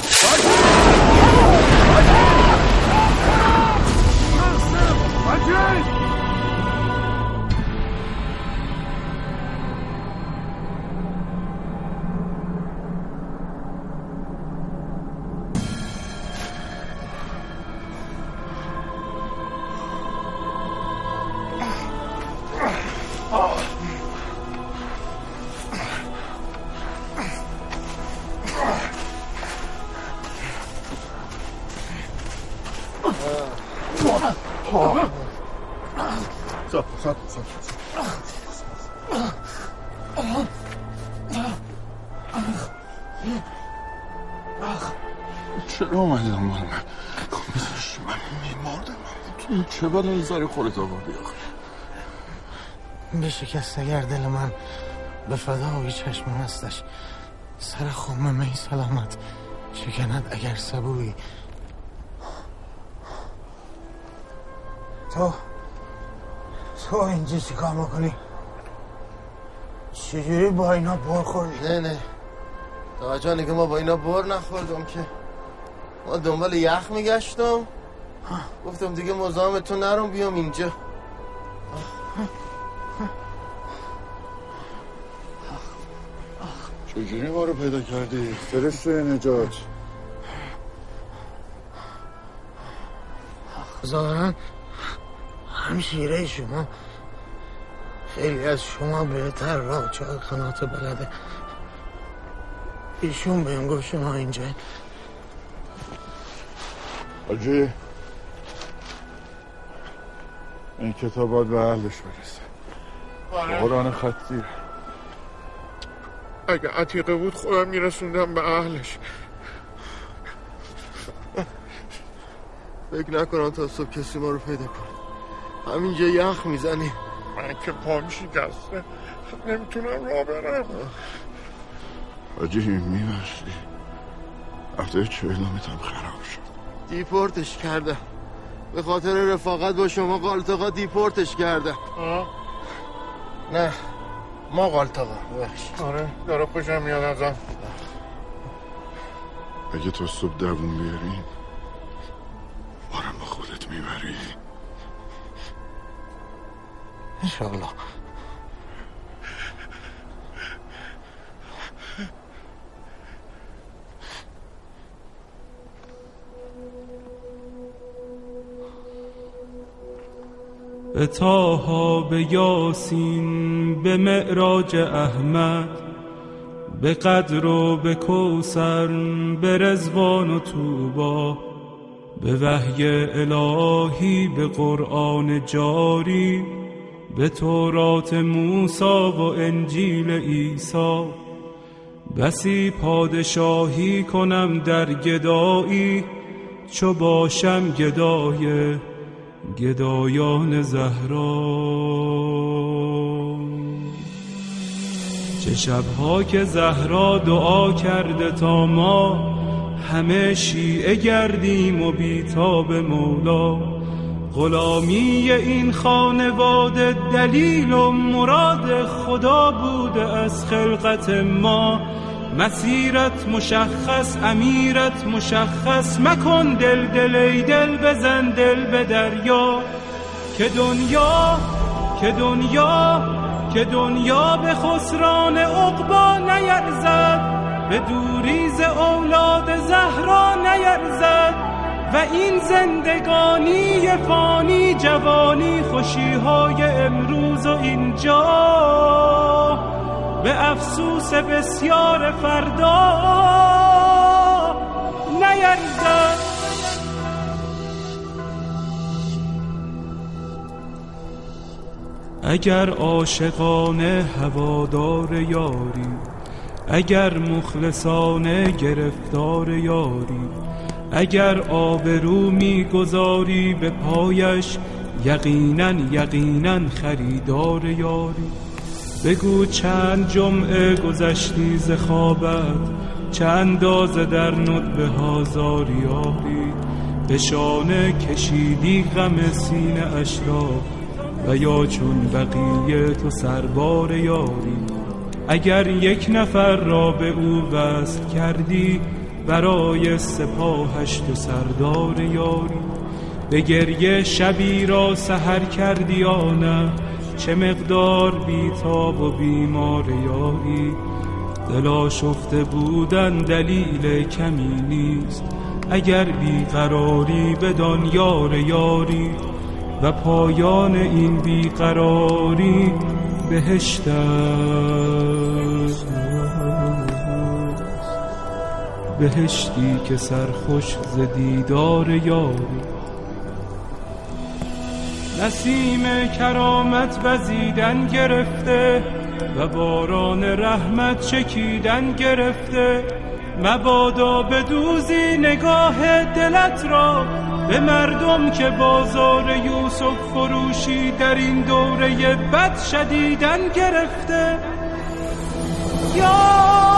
[SPEAKER 11] So, so, so, so.
[SPEAKER 4] چرا اومدی دنبال من میذاشتی من میمردم تو چه بلایی سر خودت آوردی آخه
[SPEAKER 2] به شکست اگر دل من به فدای چشم هستش سر خم می سلامت شکند اگر سبوی تو تو اینجا چیکار میکنی چجوری با اینا برخوردی
[SPEAKER 18] نه نه تا جا نگه ما با اینا بر نخوردم که ما دنبال یخ میگشتم گفتم دیگه مزاحم تو نرم بیام اینجا
[SPEAKER 4] چجوری ما رو پیدا کردی فرشت نجات
[SPEAKER 2] ظاهرا همشیره شما خیلی از شما بهتر راه چهار قنات بلده ایشون بهم گفت شما اینجا
[SPEAKER 4] آجی این کتاب باید به حلش برسه قرآن خطی
[SPEAKER 11] اگه عتیقه بود خودم میرسوندم به اهلش
[SPEAKER 18] فکر نکنم تا صبح کسی ما رو پیدا کنه همینجا یخ میزنی
[SPEAKER 11] من که پام شکسته نمیتونم راه برم
[SPEAKER 4] آجی میبخشی هفته چهلمتم خراب شد
[SPEAKER 18] دیپورتش کردم به خاطر رفاقت با شما قالتاقا دیپورتش کردم نه ما قالتاقا ببخشید.
[SPEAKER 11] آره داره خوشم میاد ازم
[SPEAKER 4] اگه تا صبح دوون بیاری بارم با خودت میبری
[SPEAKER 2] انشالله
[SPEAKER 13] به تاها به یاسین به معراج احمد به قدر و به کوسر به رزوان و توبا به وحی الهی به قرآن جاری به تورات موسی و انجیل عیسی بسی پادشاهی کنم در گدایی چو باشم گدای گدایان زهرا چه شبها که زهرا دعا کرده تا ما همه شیعه گردیم و بیتاب مولا غلامی این خانواده دلیل و مراد خدا بوده از خلقت ما مسیرت مشخص امیرت مشخص مکن دل دل ای دل بزن دل به دریا که دنیا که دنیا که دنیا به خسران عقبا نیرزد به دوریز اولاد زهرا نیرزد و این زندگانی فانی جوانی خوشیهای امروز و اینجا به افسوس بسیار فردا نیرزد اگر عاشقانه هوادار یاری اگر مخلصانه گرفتار یاری اگر آبرو میگذاری به پایش یقینا یقینا خریدار یاری بگو چند جمعه گذشتی ز خوابت چه اندازه در ندبه ها زاریابی به شانه کشیدی غم سینه اش را و یا چون بقیه تو سربار یاری اگر یک نفر را به او وصل کردی برای سپاهش تو سردار یاری به گریه شبی را سهر کردی یا نه چه مقدار بیتاب و بیمار یاری دلا شفته بودن دلیل کمی نیست اگر بیقراری بدان یار یاری و پایان این بیقراری بهشت است. بهشتی که سرخوش ز دیدار یاری نسیم کرامت وزیدن گرفته و باران رحمت چکیدن گرفته مبادا به دوزی نگاه دلت را به مردم که بازار یوسف فروشی در این دوره بد شدیدن گرفته یا